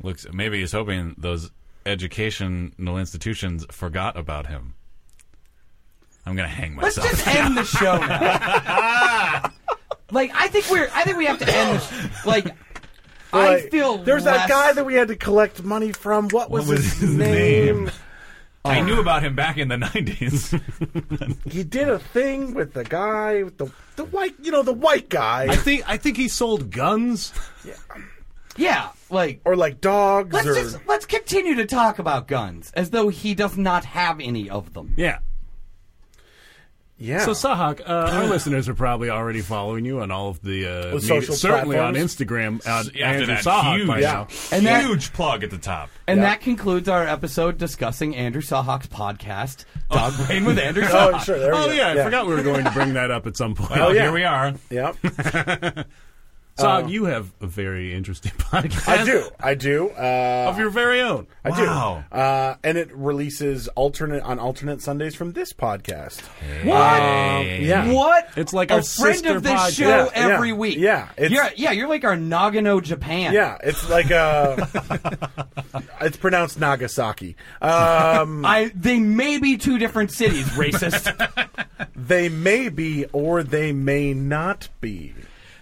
Speaker 4: Looks maybe he's hoping those educational institutions forgot about him. I'm gonna hang
Speaker 6: Let's
Speaker 4: myself.
Speaker 6: just end the show now. like I think we're I think we have to end the sh- like I
Speaker 5: Like,
Speaker 6: feel
Speaker 5: there's that
Speaker 6: less-
Speaker 5: guy that we had to collect money from. What was,
Speaker 4: was
Speaker 5: his,
Speaker 4: his
Speaker 5: name?
Speaker 4: name? I knew about him back in the '90s.
Speaker 5: He did a thing with the guy with the the white, you know, the white guy,
Speaker 2: I think I think he sold guns.
Speaker 6: Yeah, like
Speaker 5: or like dogs,
Speaker 6: let's
Speaker 5: or
Speaker 6: just let's continue to talk about guns as though he does not have any of them.
Speaker 2: Yeah.
Speaker 5: yeah.
Speaker 2: So Sahak, uh, our listeners are probably already following you on all of the uh, media-
Speaker 5: social
Speaker 2: certainly on
Speaker 5: platforms.
Speaker 2: Instagram. Uh,
Speaker 4: After
Speaker 2: Andrew
Speaker 4: that
Speaker 2: Sahak
Speaker 4: huge,
Speaker 2: by now.
Speaker 6: And that-
Speaker 4: huge plug at the top.
Speaker 6: And
Speaker 5: Yeah.
Speaker 6: that concludes our episode discussing Andrew Sawhawk's podcast, Dog Brain with Andrew
Speaker 5: oh,
Speaker 6: Sawhawk.
Speaker 5: sure. There we
Speaker 2: Oh
Speaker 5: go.
Speaker 2: yeah, I forgot we were going to bring that up at some point.
Speaker 4: Well,
Speaker 5: yeah.
Speaker 4: Oh, here we are.
Speaker 5: Yep.
Speaker 2: Sahak, you have a very interesting podcast.
Speaker 5: I do. I do. Uh,
Speaker 2: of your very own.
Speaker 5: I
Speaker 4: Wow.
Speaker 5: do. Uh, and it releases alternate on alternate Sundays from this podcast.
Speaker 6: What?
Speaker 5: yeah.
Speaker 6: What?
Speaker 2: It's like
Speaker 6: a
Speaker 2: our
Speaker 6: friend
Speaker 2: sister
Speaker 6: of this
Speaker 2: podcast.
Speaker 6: show
Speaker 5: Yeah, yeah,
Speaker 6: every week.
Speaker 5: yeah, it's-
Speaker 6: you're, yeah, you're like our Nagano Japan.
Speaker 5: Yeah, it's like uh it's pronounced Nagasaki. Um,
Speaker 6: I they may be two different cities, racist.
Speaker 5: they may be or they may not be.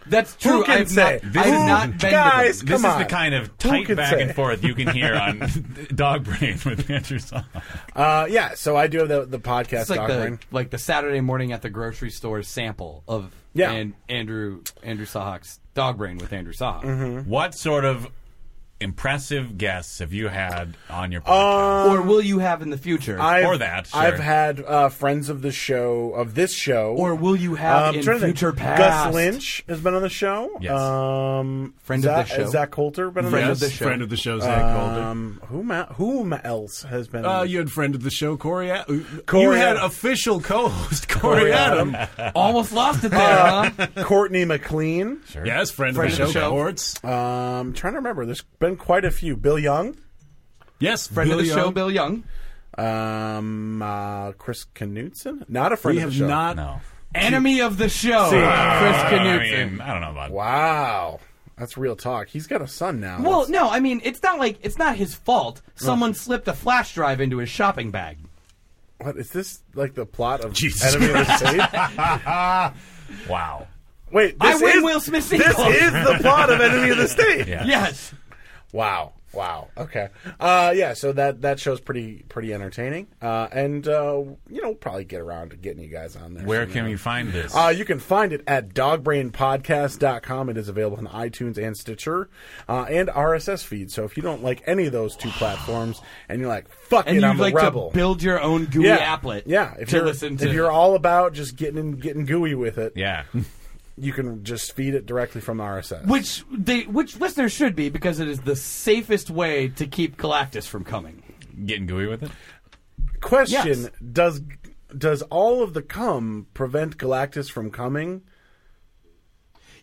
Speaker 6: That's true.
Speaker 5: Who can
Speaker 6: I've
Speaker 5: say?
Speaker 6: not,
Speaker 5: This
Speaker 6: I've
Speaker 5: is-
Speaker 6: not been to
Speaker 5: guys,
Speaker 6: them.
Speaker 4: This
Speaker 5: Come
Speaker 4: is the
Speaker 5: on.
Speaker 4: kind of
Speaker 5: Who
Speaker 4: tight
Speaker 5: could
Speaker 4: back
Speaker 5: say?
Speaker 4: and forth you can hear on Dog Brain with Andrew Song.
Speaker 5: Uh, yeah, so I do have the, the podcast
Speaker 6: It's like
Speaker 5: doctrine.
Speaker 6: the like the Saturday morning at the grocery store sample of
Speaker 5: Yeah.
Speaker 6: and Andrew Andrew Sawhawk's Dog Brain with Andrew Sawhawk.
Speaker 5: Mm-hmm.
Speaker 4: What sort of impressive guests have you had on your
Speaker 5: Uh,
Speaker 4: podcast?
Speaker 6: Or will you have in the future?
Speaker 5: I've-
Speaker 4: or that, sure.
Speaker 5: I've had uh, friends of the show of this show.
Speaker 6: Or will you have
Speaker 5: Um,
Speaker 6: in
Speaker 5: trying to think.
Speaker 6: future past?
Speaker 5: Gus Lynch has been on the show.
Speaker 4: Yes.
Speaker 5: Um,
Speaker 6: Friend of the
Speaker 5: Zach-
Speaker 6: show.
Speaker 5: Zach Coulter been on
Speaker 6: Friend
Speaker 5: the
Speaker 6: of
Speaker 2: Yes,
Speaker 6: the show.
Speaker 2: friend of the show, Zach Calder.
Speaker 5: Um, whom, whom else has been?
Speaker 2: Uh,
Speaker 5: on
Speaker 2: you had friend of the show, Corey. A- you
Speaker 5: Corey
Speaker 2: had
Speaker 5: Adam.
Speaker 2: official co-host Corey,
Speaker 5: Corey
Speaker 2: Adam.
Speaker 6: Almost lost it there,
Speaker 5: Uh,
Speaker 6: huh?
Speaker 5: Courtney McLean.
Speaker 2: Yes, friend,
Speaker 6: Friend
Speaker 2: of the show, Courts.
Speaker 5: Um, I'm trying to remember. There's been quite a few. Bill Young,
Speaker 2: yes,
Speaker 6: Friend
Speaker 2: Bill
Speaker 6: of the show,
Speaker 2: Young.
Speaker 6: Bill Young.
Speaker 5: um, uh, Chris Knutson, not a friend
Speaker 2: We
Speaker 5: of
Speaker 2: have
Speaker 5: the show.
Speaker 2: not.
Speaker 4: no.
Speaker 6: Enemy of the show, Chris
Speaker 4: I
Speaker 6: Knutson.
Speaker 4: mean, I don't know about
Speaker 5: Wow, that's real talk. He's got a son now.
Speaker 6: well, no, I mean it's not like it's not his fault. Someone slipped a flash drive into his shopping bag.
Speaker 5: what is this? Like the plot of
Speaker 2: Jesus
Speaker 5: Enemy of the State?
Speaker 4: Wow.
Speaker 5: Wait,
Speaker 6: I
Speaker 5: this
Speaker 6: win
Speaker 5: is
Speaker 6: Will Smith
Speaker 5: this
Speaker 6: sequel.
Speaker 5: is the plot of Enemy of the State.
Speaker 4: Yeah.
Speaker 6: Yes,
Speaker 5: Wow. Wow. Okay. Uh, yeah. So that that show's pretty pretty entertaining. Uh, and uh, you know, we'll probably get around to getting you guys on there.
Speaker 4: Where
Speaker 5: someday.
Speaker 4: can we find this?
Speaker 5: Uh, you can find it at dogbrainpodcast.com. It is available on iTunes and Stitcher uh, and RSS feed. So if you don't like any of those two platforms and you're like, fuck
Speaker 6: and
Speaker 5: it, I'm
Speaker 6: you'd like
Speaker 5: a rebel.
Speaker 6: to build your own GUI
Speaker 5: yeah.
Speaker 6: applet.
Speaker 5: Yeah. If
Speaker 6: to
Speaker 5: you're,
Speaker 6: listen to.
Speaker 5: If you're all about just getting in, getting gooey with it,
Speaker 4: yeah.
Speaker 5: you can just feed it directly from RSS.
Speaker 6: which they, which listeners should be because it is the safest way to keep Galactus from coming.
Speaker 4: Getting gooey with it?
Speaker 5: Question
Speaker 6: Yes.
Speaker 5: Does does all of the cum prevent Galactus from coming?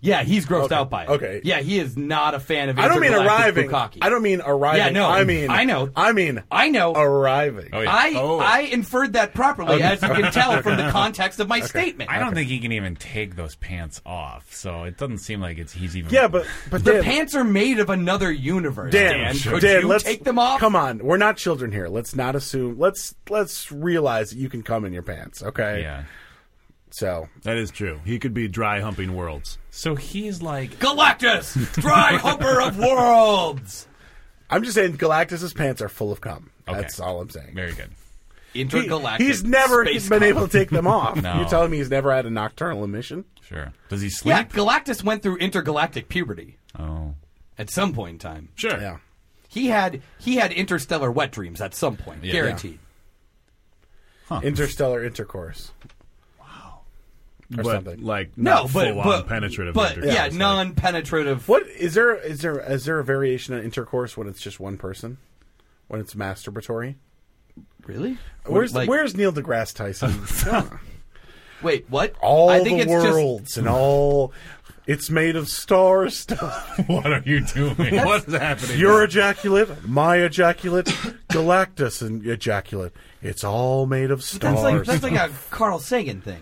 Speaker 6: Yeah, he's grossed out by it.
Speaker 5: Okay.
Speaker 6: Yeah, he is not a fan of.
Speaker 5: I don't mean
Speaker 6: intergalactic
Speaker 5: arriving.
Speaker 6: Bukkake.
Speaker 5: I don't mean arriving.
Speaker 6: Yeah, no,
Speaker 5: I mean
Speaker 6: I know.
Speaker 5: I mean
Speaker 6: I know.
Speaker 5: arriving.
Speaker 4: Oh, yeah.
Speaker 6: I
Speaker 2: Oh.
Speaker 6: I inferred that properly, as you can tell from the context of my statement.
Speaker 4: I don't think he can even take those pants off, so it doesn't seem like it's he's even.
Speaker 5: Yeah, but but
Speaker 6: the
Speaker 5: Dan,
Speaker 6: pants are made of another universe.
Speaker 5: Dan,
Speaker 6: Dan,
Speaker 5: Dan,
Speaker 6: could you
Speaker 5: let's
Speaker 6: take them off?
Speaker 5: Come on, we're not children here. Let's not assume. Let's let's realize that you can come in your pants. Okay.
Speaker 4: Yeah.
Speaker 5: So
Speaker 2: That is true. He could be dry humping worlds.
Speaker 4: So he's like,
Speaker 6: Galactus, dry humper of worlds.
Speaker 5: I'm just saying Galactus's pants are full of cum.
Speaker 4: Okay.
Speaker 5: That's all I'm saying.
Speaker 4: very good.
Speaker 5: He-
Speaker 6: Intergalactic.
Speaker 5: he's never
Speaker 6: space
Speaker 5: been
Speaker 6: cum.
Speaker 5: able to take them off.
Speaker 4: No.
Speaker 5: You're telling me he's never had a nocturnal emission?
Speaker 4: Sure. Does he sleep?
Speaker 6: Yeah, Galactus went through intergalactic puberty
Speaker 4: Oh.
Speaker 6: at some point in time.
Speaker 2: Sure.
Speaker 5: Yeah.
Speaker 6: He had he had interstellar wet dreams at some point,
Speaker 4: Yeah.
Speaker 6: guaranteed.
Speaker 5: Interstellar intercourse. Wow. Or
Speaker 2: But
Speaker 5: something.
Speaker 2: like
Speaker 6: No,
Speaker 2: not
Speaker 6: but
Speaker 2: full
Speaker 6: but
Speaker 2: on penetrative.
Speaker 6: but
Speaker 2: intercourse,
Speaker 6: yeah,
Speaker 2: like-
Speaker 6: non-penetrative.
Speaker 5: What is there? Is there is there a variation in intercourse when it's just one person? When it's masturbatory?
Speaker 6: Really?
Speaker 5: Where's
Speaker 6: like,
Speaker 5: Where's Neil deGrasse Tyson? Huh.
Speaker 6: Wait, what?
Speaker 5: all
Speaker 6: I think
Speaker 5: the
Speaker 6: it's
Speaker 5: worlds and all. It's made of star stuff.
Speaker 4: What are you doing?
Speaker 2: What is happening?
Speaker 5: Your ejaculate, my ejaculate, Galactus and ejaculate. It's all made of
Speaker 6: Just, that's like
Speaker 5: stars.
Speaker 6: that's like a Carl Sagan thing.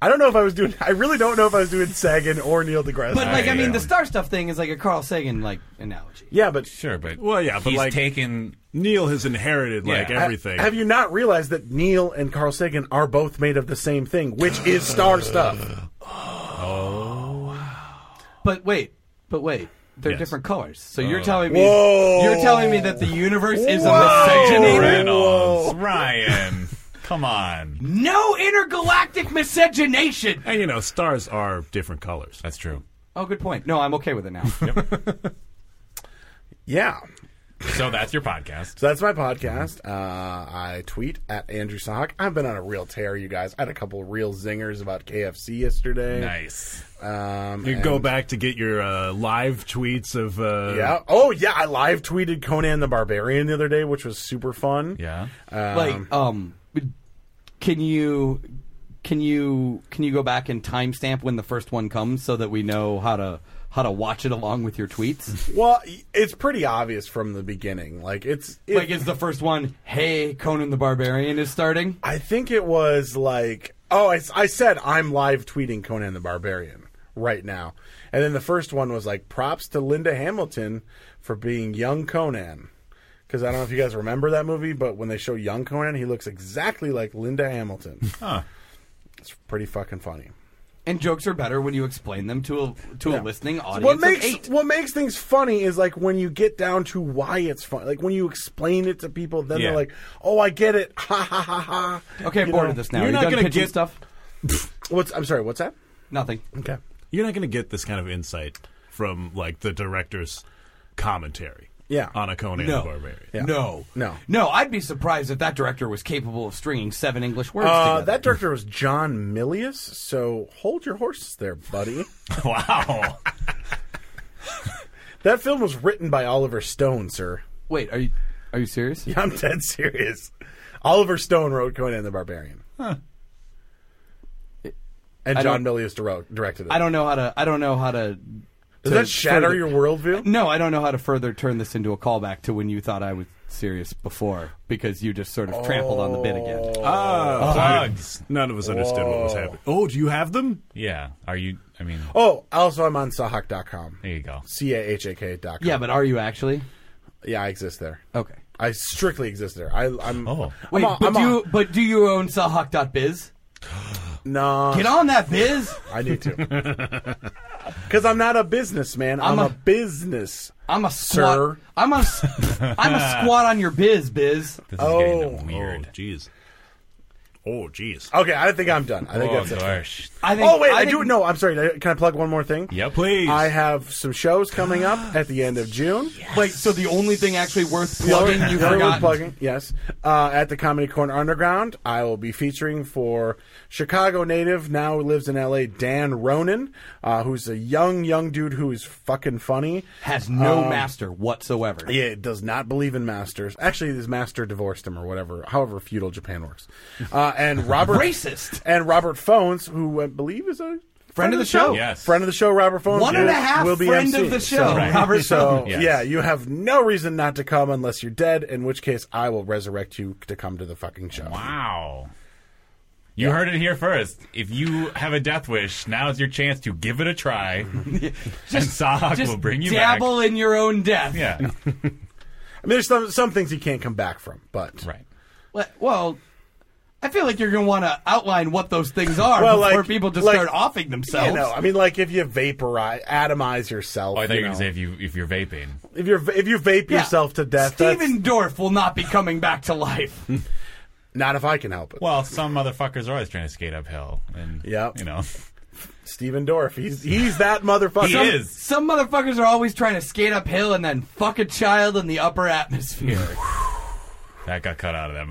Speaker 5: I don't know if I was doing. I really don't know if I was doing Sagan or Neil deGrasse.
Speaker 6: But like, I
Speaker 4: yeah.
Speaker 6: mean, the star stuff thing is like a Carl Sagan like analogy.
Speaker 5: yeah, but
Speaker 4: Sure, but
Speaker 2: Well, yeah, but
Speaker 4: he's
Speaker 2: like-
Speaker 4: taken.
Speaker 2: Neil has inherited like
Speaker 4: Yeah.
Speaker 2: everything.
Speaker 5: Have you not realized that Neil and Carl Sagan are both made of the same thing, which is star stuff?
Speaker 6: But wait, but wait, they're
Speaker 2: Yes.
Speaker 6: different colors. So you're telling me
Speaker 5: Whoa.
Speaker 6: you're telling me that the universe is
Speaker 5: Whoa.
Speaker 6: a
Speaker 2: Oh.
Speaker 6: misogyny?
Speaker 4: Reynolds, Ryan, come on.
Speaker 6: No intergalactic miscegenation.
Speaker 2: and you know, stars are different colors.
Speaker 4: That's true.
Speaker 6: Oh, good point. No, I'm okay with it now.
Speaker 5: Yeah.
Speaker 4: So that's your podcast.
Speaker 5: So that's my podcast. Uh, I tweet at Andrew Sahak. I've been on a real tear, you guys. I had a couple real zingers about KFC yesterday.
Speaker 4: Nice.
Speaker 5: Um,
Speaker 2: You
Speaker 5: and-
Speaker 2: go back to get your uh, live tweets of uh,
Speaker 5: Yeah. Oh, yeah. I live tweeted Conan the Barbarian the other day, which was super fun.
Speaker 4: Yeah.
Speaker 2: uh,
Speaker 6: like, um, can you can you can you go back and timestamp when the first one comes so that we know how to how to watch it along with your tweets?
Speaker 5: Well, it's pretty obvious from the beginning. Like it's it-
Speaker 6: like, is the first one, "Hey, Conan the Barbarian is starting"?
Speaker 5: I think it was like, oh, I, I said I'm live tweeting Conan the Barbarian right now. And then the first one was like, props to Linda Hamilton for being young Conan. Because I don't know if you guys remember that movie, but when they show young Conan, he looks exactly like Linda Hamilton.
Speaker 4: Huh.
Speaker 5: It's pretty fucking funny.
Speaker 6: And jokes are better when you explain them to a to a listening audience.
Speaker 5: What
Speaker 6: of eight.
Speaker 5: makes what makes things funny is like when you get down to why it's funny. Like when you explain it to people, then
Speaker 4: Yeah.
Speaker 5: they're like, "Oh, I get it!" Ha ha ha ha.
Speaker 6: Okay, I'm
Speaker 5: You
Speaker 6: bored
Speaker 5: know,
Speaker 6: of this now.
Speaker 2: you're
Speaker 6: Are you
Speaker 2: not
Speaker 6: done
Speaker 2: gonna
Speaker 6: pitching
Speaker 2: get-
Speaker 6: stuff?
Speaker 5: What's I'm sorry. What's that?
Speaker 6: Nothing.
Speaker 5: Okay.
Speaker 2: You're not going to get this kind of insight from like the director's commentary.
Speaker 5: Yeah.
Speaker 2: on a Conan
Speaker 6: No.
Speaker 2: the Barbarian.
Speaker 5: Yeah.
Speaker 6: No.
Speaker 5: No.
Speaker 6: No, I'd be surprised if that director was capable of stringing seven English words
Speaker 5: Uh,
Speaker 6: together.
Speaker 5: that director was John Milius, so hold your horses there, buddy.
Speaker 4: Wow.
Speaker 5: that film was written by Oliver Stone, sir.
Speaker 6: Wait, are you are you serious?
Speaker 5: I'm dead serious. Oliver Stone wrote Conan the Barbarian. And
Speaker 6: I
Speaker 5: John
Speaker 6: don't-
Speaker 5: Milius dir- directed it.
Speaker 6: I don't know how to. I don't know how to.
Speaker 5: Does
Speaker 6: to
Speaker 5: that shatter
Speaker 6: further-
Speaker 5: your worldview?
Speaker 6: No, I don't know how to further turn this into a callback to when you thought I was serious before because you just sort of trampled on the bit again.
Speaker 5: Oh.
Speaker 2: Ah,
Speaker 4: Plugs.
Speaker 2: none of us understood what was happening. Oh, do you have them?
Speaker 4: Yeah. Are you? I mean,
Speaker 5: Oh, also I'm on sahak.com.
Speaker 4: there you go.
Speaker 5: C A H A K dot com.
Speaker 6: Yeah, but are you actually?
Speaker 5: Yeah, I exist there.
Speaker 6: Okay.
Speaker 5: I strictly exist there. I, I'm.
Speaker 4: Oh.
Speaker 6: Wait,
Speaker 5: I'm a,
Speaker 6: but
Speaker 5: I'm
Speaker 6: do
Speaker 5: a-
Speaker 6: you but do you own sawhawk.biz?
Speaker 5: no,
Speaker 6: Get on that biz.
Speaker 5: I need to. Because I'm not a businessman. I'm,
Speaker 6: I'm
Speaker 5: a
Speaker 6: a-
Speaker 5: business.
Speaker 6: I'm a squat.
Speaker 5: Sir.
Speaker 6: I'm a s- I'm a squat on your biz, biz.
Speaker 4: This is getting
Speaker 5: Oh.
Speaker 2: Oh,
Speaker 4: weird.
Speaker 2: jeez. Oh, jeez.
Speaker 5: Okay, I think I'm done. I think
Speaker 4: Oh,
Speaker 5: that's it.
Speaker 4: gosh.
Speaker 6: I think,
Speaker 5: Oh wait, I,
Speaker 6: think-
Speaker 5: do. No, I'm sorry. Can I plug one more thing?
Speaker 4: Yep.
Speaker 2: Please.
Speaker 5: I have some shows coming up at the end of June.
Speaker 6: Wait, so the only thing actually worth
Speaker 5: The other-
Speaker 6: plugging you
Speaker 5: the other one
Speaker 6: forgot.
Speaker 5: plugging, yes. Uh, at the Comedy Corner Underground, I will be featuring for Chicago native, now who lives in LA, Dan Ronan, uh, who's a young, young dude who is fucking funny.
Speaker 6: has no master whatsoever.
Speaker 5: Um, Yeah, does not believe in masters. Actually, his master divorced him or whatever. However, feudal Japan works. Uh, and Robert
Speaker 6: Racist.
Speaker 5: and Robert Phones, who I believe is a
Speaker 6: Friend of the show.
Speaker 4: Yes.
Speaker 5: friend of the show. Robert Phones,
Speaker 6: One and a
Speaker 5: will-
Speaker 6: half
Speaker 5: will be
Speaker 6: friend
Speaker 5: MC.
Speaker 6: of the show,
Speaker 5: So,
Speaker 6: Right. Robert
Speaker 5: so
Speaker 4: Yes.
Speaker 5: yeah, you have no reason not to come unless you're dead. In which case, I will resurrect you to come to the fucking show.
Speaker 4: Wow. You heard it here first. If you have a death wish, now is your chance to give it a try. and Sahak
Speaker 6: Just
Speaker 4: will bring you
Speaker 6: dabble in your own death.
Speaker 4: back. Yeah.
Speaker 5: I mean, there's some some things he can't come back from, but
Speaker 4: right.
Speaker 6: Well- Well, I feel like you're going to want to outline what those things are
Speaker 5: Well,
Speaker 6: before
Speaker 5: like-
Speaker 6: people just
Speaker 5: like-
Speaker 6: start offing themselves.
Speaker 5: You know, I mean, like if you vaporize, atomize yourself.
Speaker 4: Oh, I thought you
Speaker 5: you
Speaker 4: were going
Speaker 5: know.
Speaker 4: to say if, you, if you're vaping.
Speaker 5: if you're if you vape
Speaker 6: Yeah.
Speaker 5: yourself to death. that's-
Speaker 6: Steven Dorff will not be coming back to life.
Speaker 5: Not if I can help it.
Speaker 4: Well, some motherfuckers are always trying to skate uphill. And,
Speaker 5: Yep.
Speaker 4: you know,
Speaker 5: Steven Dorff, he's he's that motherfucker.
Speaker 4: he is.
Speaker 6: Some motherfuckers are always trying to skate uphill and then fuck a child in the upper atmosphere.
Speaker 4: That got cut out of that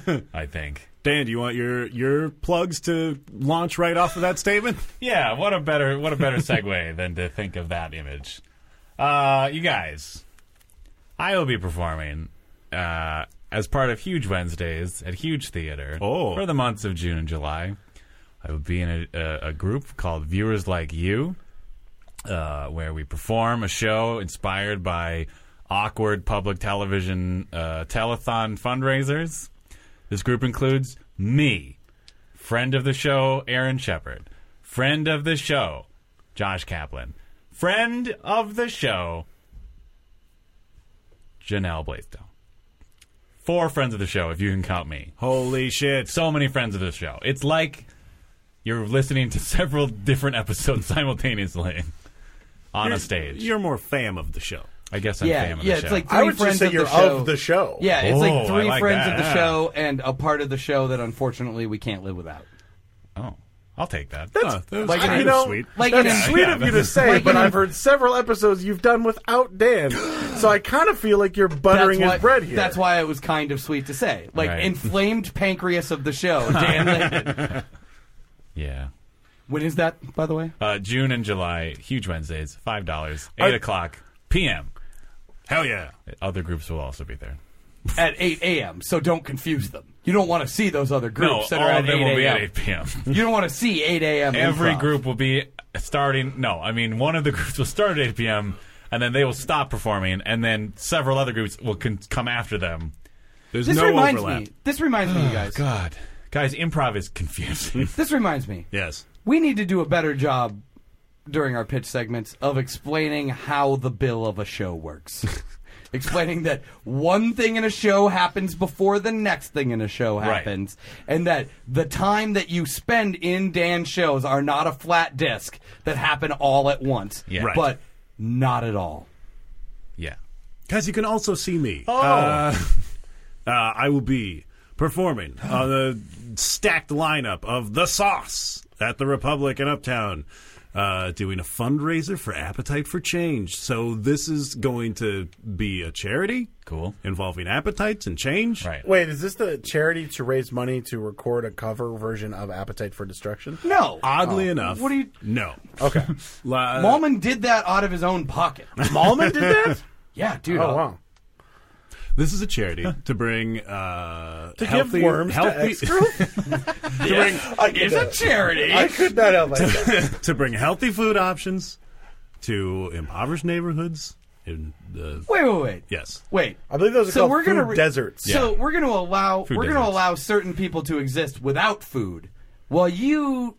Speaker 4: movie, I think.
Speaker 2: Dan, do you want your your plugs to launch right off of that statement?
Speaker 4: Yeah, what a better what a better segue than to think of that image. Uh, you guys, I will be performing uh, as part of Huge Wednesdays at Huge Theater
Speaker 2: Oh.
Speaker 4: for the months of June and July. I will be in a, a, a group called Viewers Like You, uh, where we perform a show inspired by awkward public television uh, telethon fundraisers. This group includes me, friend of the show, Aaron Shepard, friend of the show, Josh Kaplan, friend of the show, Janelle Blaisdell. Four friends of the show, if you can count me.
Speaker 2: Holy shit!
Speaker 4: So many friends of the show. It's like you're listening to several different episodes simultaneously on a stage.
Speaker 2: You're more fam of the show.
Speaker 4: I guess I'm
Speaker 6: yeah,
Speaker 4: fam of
Speaker 6: yeah,
Speaker 4: the show.
Speaker 6: it's like three
Speaker 5: I would
Speaker 6: friends
Speaker 5: just say
Speaker 6: of
Speaker 5: you're
Speaker 6: the show.
Speaker 5: of the show.
Speaker 6: Yeah, it's
Speaker 4: Oh, I
Speaker 6: like three
Speaker 4: like
Speaker 6: friends
Speaker 4: that,
Speaker 6: of the
Speaker 4: yeah.
Speaker 6: show and a part of the show that unfortunately we can't live without.
Speaker 4: oh, I'll take that.
Speaker 2: Huh, that was
Speaker 6: like,
Speaker 2: kind
Speaker 6: you
Speaker 2: of
Speaker 5: know,
Speaker 2: sweet.
Speaker 6: Like
Speaker 5: That's
Speaker 6: in an,
Speaker 5: sweet of you to say,
Speaker 6: Like
Speaker 5: but
Speaker 6: in-
Speaker 5: I've heard several episodes you've done without Dan, so I kind of feel like you're buttering
Speaker 6: that's
Speaker 5: his
Speaker 6: why-
Speaker 5: bread here.
Speaker 6: That's why it was kind of sweet to say. Like
Speaker 4: Right.
Speaker 6: inflamed pancreas of the show, Dan Lane.
Speaker 4: yeah.
Speaker 6: When is that, by the way?
Speaker 4: Uh, June and July, huge Wednesdays, five dollars,
Speaker 2: Are-
Speaker 4: eight o'clock p.m.
Speaker 2: Hell yeah!
Speaker 4: Other groups will also be there.
Speaker 6: At 8 a.m. So don't confuse them. You don't want to see those other groups
Speaker 4: no,
Speaker 6: that are
Speaker 4: all
Speaker 6: at
Speaker 4: of them
Speaker 6: 8
Speaker 4: will be at
Speaker 6: a.m.
Speaker 4: eight p.m.
Speaker 6: You don't want to see 8 a.m.
Speaker 4: Every
Speaker 6: improv.
Speaker 4: group will be starting. No, I mean one of the groups will start at eight p.m. and then they will stop performing, and then several other groups will con- come after them.
Speaker 2: There's
Speaker 6: This
Speaker 2: no
Speaker 6: reminds
Speaker 2: overlap.
Speaker 6: me. This reminds me, you guys.
Speaker 4: Oh, God, guys, improv is confusing.
Speaker 6: This reminds me.
Speaker 2: Yes.
Speaker 6: We need to do a better job during our pitch segments of explaining how the bill of a show works. explaining that one thing in a show happens before the next thing in a show
Speaker 4: Right.
Speaker 6: happens and that the time that you spend in Dan's shows are not a flat disc that happen all at once.
Speaker 4: Yeah. Right.
Speaker 6: But not at all.
Speaker 4: yeah,
Speaker 2: Guys, you can also see me. Oh. Uh, uh, I will be performing on the stacked lineup of The Sauce at the Republic in Uptown, uh, doing a fundraiser for Appetite for Change. So this is going to be a charity
Speaker 4: cool.
Speaker 2: involving appetites and change.
Speaker 4: Right.
Speaker 5: Wait, is this the charity to raise money to record a cover version of Appetite for Destruction?
Speaker 6: No.
Speaker 5: Uh,
Speaker 2: Oddly
Speaker 4: Oh.
Speaker 2: enough,
Speaker 6: What are you-
Speaker 2: No.
Speaker 5: Okay,
Speaker 2: La- uh,
Speaker 6: Malman did that out of his own pocket.
Speaker 5: Malman did that.
Speaker 6: yeah, dude.
Speaker 5: Oh wow,
Speaker 2: This is a charity to bring uh,
Speaker 5: to
Speaker 2: healthy,
Speaker 5: give worms
Speaker 2: healthy,
Speaker 5: to ex-girls? I could
Speaker 6: It's a
Speaker 5: not-
Speaker 6: charity.
Speaker 5: I could not help myself.
Speaker 2: to bring healthy food options to impoverished neighborhoods. In the,
Speaker 6: Wait, wait, wait.
Speaker 2: yes,
Speaker 6: Wait.
Speaker 5: I believe those are called
Speaker 6: gonna
Speaker 5: food deserts.
Speaker 6: So we're going to allow we're going to
Speaker 4: deserts.
Speaker 6: allow certain people to exist without food, while you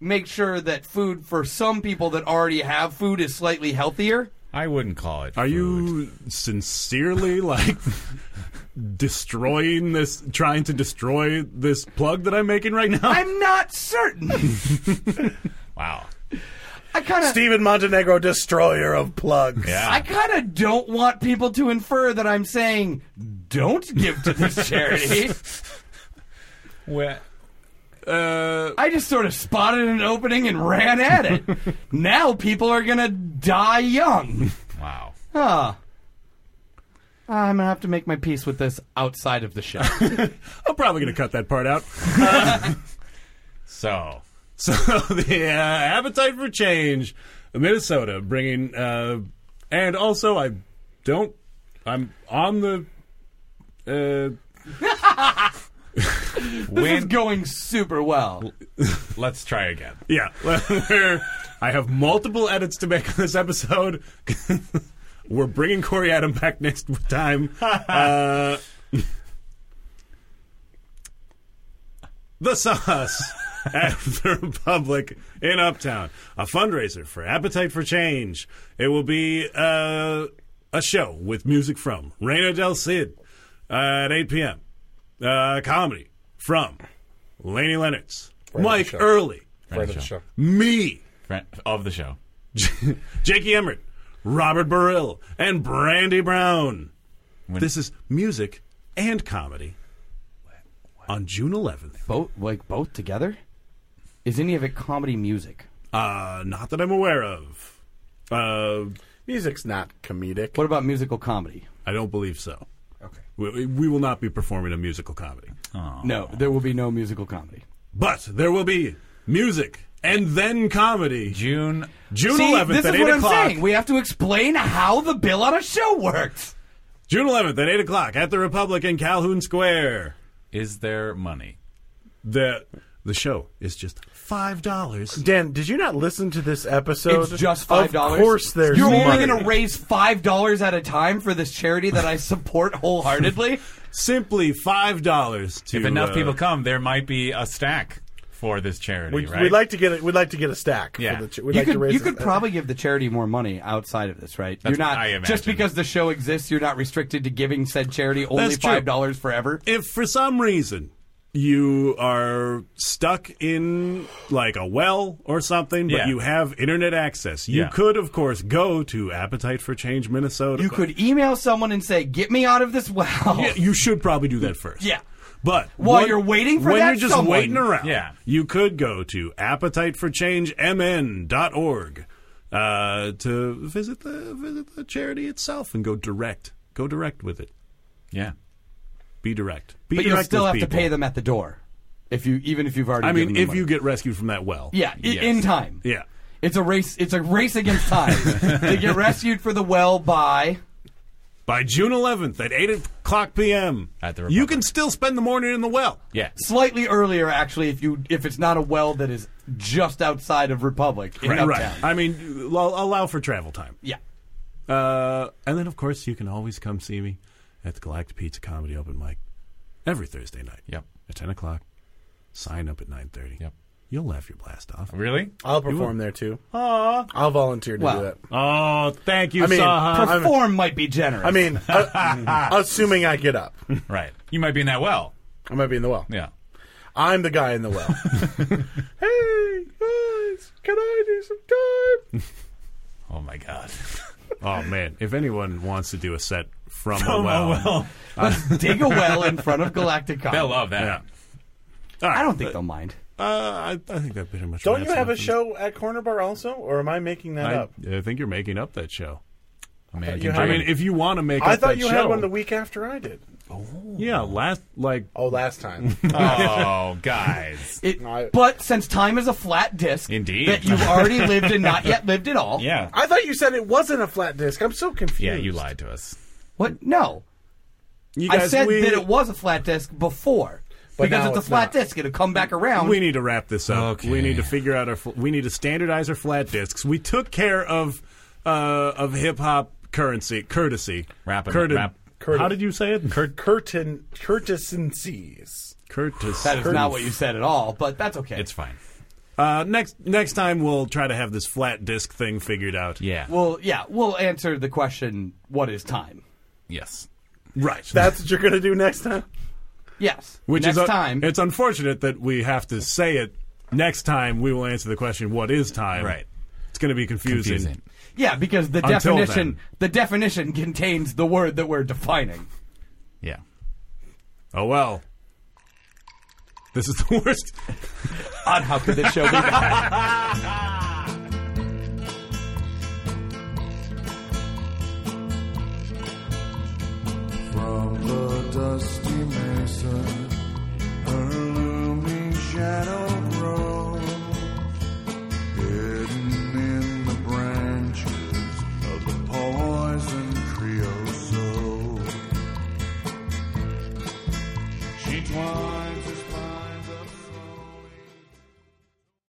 Speaker 6: make sure that food for some people that already have food is slightly healthier.
Speaker 4: I wouldn't call it.
Speaker 2: are you sincerely like destroying this? Trying to destroy this plug that I'm making right now?
Speaker 6: I'm not certain.
Speaker 4: Wow.
Speaker 6: I kind of
Speaker 5: Stephen Montenegro, destroyer of plugs.
Speaker 4: Yeah.
Speaker 6: I kind of don't want people to infer that I'm saying don't give to this charity.
Speaker 4: Well, uh,
Speaker 6: I just sort of spotted an opening and ran at it. now people are going to die young.
Speaker 4: wow.
Speaker 6: Huh. I'm gonna have to make my peace with this outside of the show.
Speaker 2: I'm probably going to cut that part out.
Speaker 4: So
Speaker 2: So the uh, appetite for change, Minnesota, bringing, uh, and also I don't. I'm on the. Uh,
Speaker 6: this is
Speaker 4: when
Speaker 6: going super well.
Speaker 4: let's try again.
Speaker 2: Yeah, We're- I have multiple edits to make on this episode. We're bringing Corey Adam back next time. Uh, the sauce at the Republic in Uptown, a fundraiser for Appetite for Change. It will be uh, a show with music from Reina Del Cid uh, at 8 p.m. Uh, comedy from Laney Lennox,
Speaker 5: Friend of
Speaker 2: Mike
Speaker 5: the show.
Speaker 2: Early,
Speaker 5: Friend of the show.
Speaker 2: me,
Speaker 4: Friend of the show.
Speaker 2: Jakey Emmert, Robert Burrill, and Brandy Brown.
Speaker 4: When-
Speaker 2: This is music and comedy on June 11th.
Speaker 6: Both like both together? Is any of it comedy music?
Speaker 2: Uh, not that I'm aware of. Uh,
Speaker 5: Music's not comedic.
Speaker 6: What about musical comedy?
Speaker 2: I don't believe so.
Speaker 6: Okay.
Speaker 2: We, we will not be performing a musical comedy.
Speaker 6: No, there will be no musical comedy.
Speaker 2: But there will be music and then comedy.
Speaker 4: June.
Speaker 2: June
Speaker 6: See,
Speaker 2: 11th
Speaker 6: this
Speaker 2: at
Speaker 6: is
Speaker 2: 8
Speaker 6: what I'm
Speaker 2: o'clock.
Speaker 6: saying. We have to explain how the bill on a show works.
Speaker 2: June 11th at 8 o'clock at the Republic in Calhoun Square.
Speaker 4: Is there money?
Speaker 2: The, the show is just $5.
Speaker 5: Dan, did you not listen to this episode?
Speaker 6: it's just five dollars.
Speaker 5: Of course, there's
Speaker 6: You're only
Speaker 5: money.
Speaker 6: going to raise five dollars at a time for this charity that I support wholeheartedly.
Speaker 2: Simply $5 to.
Speaker 4: If enough
Speaker 2: uh,
Speaker 4: people come, there might be a stack for this charity,
Speaker 5: We'd,
Speaker 4: right?
Speaker 5: we'd like to get a, we'd like to get a stack.
Speaker 4: Yeah.
Speaker 5: for the ch- we'd
Speaker 6: you
Speaker 5: like to
Speaker 6: could
Speaker 5: raise
Speaker 6: you
Speaker 5: a-
Speaker 6: could probably give the charity more money outside of this, right? you're
Speaker 4: what
Speaker 6: not
Speaker 4: I imagine.
Speaker 6: just because the show exists, you're not restricted to giving said charity only
Speaker 2: That's true.
Speaker 6: five dollars forever.
Speaker 2: if for some reason you are stuck in like a well or something, but
Speaker 4: Yeah.
Speaker 2: you have internet access, you
Speaker 4: Yeah.
Speaker 2: could, of course, go to Appetite for Change Minnesota.
Speaker 6: You could email someone and say, "Get me out of this well."
Speaker 2: Yeah, you should probably do that first.
Speaker 6: Yeah.
Speaker 2: But
Speaker 6: While
Speaker 2: one-
Speaker 6: you're waiting for
Speaker 2: when
Speaker 6: that
Speaker 2: you're just
Speaker 6: someone-
Speaker 2: waiting around,
Speaker 4: Yeah.
Speaker 2: you could go to appetiteforchangemn.org uh, to visit the visit the charity itself and go direct. Go direct with it.
Speaker 4: yeah.
Speaker 2: Be direct. Be
Speaker 6: but
Speaker 2: direct
Speaker 6: you still
Speaker 2: with
Speaker 6: have to
Speaker 2: people.
Speaker 6: pay them at the door, if you even if you've already.
Speaker 2: I mean,
Speaker 6: given them
Speaker 2: if
Speaker 6: money.
Speaker 2: you get rescued from that well,
Speaker 6: yeah, i-
Speaker 4: Yes.
Speaker 6: in time,
Speaker 2: yeah.
Speaker 6: it's a race. It's a race against time. they get rescued for the well by.
Speaker 2: By June 11th at 8 o'clock p.m.,
Speaker 4: At the
Speaker 2: you
Speaker 4: Republic.
Speaker 2: can still spend the morning in the well.
Speaker 4: Yeah.
Speaker 6: slightly earlier actually if you if it's not a well that is just outside of republic in
Speaker 2: Right,
Speaker 6: uptown.
Speaker 2: right. I mean, lo- allow for travel time.
Speaker 6: yeah
Speaker 2: Uh, and then, of course, you can always come see me at the Galactic Pizza Comedy Open Mic every Thursday night
Speaker 4: Yep.
Speaker 2: at 10 o'clock. Sign up at 9.30.
Speaker 4: Yep.
Speaker 2: You'll laugh your blast off.
Speaker 4: Really?
Speaker 5: Uh, I'll perform there too. I'll volunteer to
Speaker 6: Wow.
Speaker 5: do that.
Speaker 2: Oh, thank you,
Speaker 5: I mean,
Speaker 2: Saha.
Speaker 5: I'm-
Speaker 6: perform might be generous
Speaker 5: I mean, uh, assuming I get up,
Speaker 4: Right. You might be in that well.
Speaker 5: I might be in the well.
Speaker 4: Yeah.
Speaker 5: I'm the guy in the well. hey guys, can I do some time?
Speaker 4: Oh my God.
Speaker 2: oh, man. If anyone wants to do a set from,
Speaker 4: Oh
Speaker 2: a well...
Speaker 4: well.
Speaker 6: let's dig a well in front of galactic Con.
Speaker 4: They'll love that.
Speaker 2: Yeah. All right.
Speaker 6: i don't think they'll mind
Speaker 2: Uh, I, I think that pretty much
Speaker 5: Don't
Speaker 2: wraps
Speaker 5: you have
Speaker 2: it
Speaker 5: a
Speaker 2: up.
Speaker 5: show at Corner Bar also, or am I making that
Speaker 2: I,
Speaker 5: up?
Speaker 2: I think you're making up that show.
Speaker 4: American
Speaker 5: you
Speaker 4: dream.
Speaker 2: I
Speaker 5: had-
Speaker 2: mean, if you want to make
Speaker 5: I
Speaker 2: up
Speaker 5: thought
Speaker 2: that
Speaker 5: you
Speaker 2: show,
Speaker 5: had one the week after I did.
Speaker 2: Yeah, last like
Speaker 5: Oh, last time.
Speaker 4: oh, guys.
Speaker 6: it,
Speaker 5: No, I-
Speaker 6: but since time is a flat disk
Speaker 4: Indeed.
Speaker 6: that you've already lived and not yet lived at all
Speaker 4: Yeah.
Speaker 5: I thought you said it wasn't a flat disc. I'm so confused.
Speaker 4: Yeah, you lied to us.
Speaker 6: what no
Speaker 2: you guys.
Speaker 6: i said
Speaker 2: we,
Speaker 6: that it was a flat disk before because
Speaker 5: now
Speaker 6: it's a
Speaker 5: it's
Speaker 6: flat
Speaker 5: not.
Speaker 6: disk it'll come back around
Speaker 2: We need to wrap this up.
Speaker 4: Okay.
Speaker 2: We need to figure out our. fl- We need to standardize our flat discs. We took care of uh, of hip hop currency courtesy.
Speaker 4: Wrap it-
Speaker 2: Curti-
Speaker 4: wrap-
Speaker 2: How did you say it? Cur-
Speaker 5: Curtain courtesies.
Speaker 2: courtesy.
Speaker 6: that is not what you said at all but that's okay
Speaker 4: It's fine.
Speaker 2: Uh, next next time we'll try to have this flat disc thing figured out.
Speaker 4: Yeah.
Speaker 6: well yeah we'll answer the question what is time
Speaker 4: yes.
Speaker 2: Right.
Speaker 5: That's what you're gonna do next time.
Speaker 6: Yes.
Speaker 2: Which
Speaker 6: Next
Speaker 2: is a-
Speaker 6: time.
Speaker 2: It's unfortunate that we have to say it. Next time we will answer the question, "What is time?"
Speaker 4: Right.
Speaker 2: It's going to be confusing.
Speaker 4: Confusing.
Speaker 6: yeah, because the
Speaker 2: Until
Speaker 6: definition
Speaker 2: then.
Speaker 6: the definition contains the word that we're defining.
Speaker 4: Yeah.
Speaker 2: Oh well. This is the worst.
Speaker 6: On how could this show be bad?
Speaker 7: From the dusty mesa, her looming shadow grows, hidden in the branches of the poison creosote. She twines her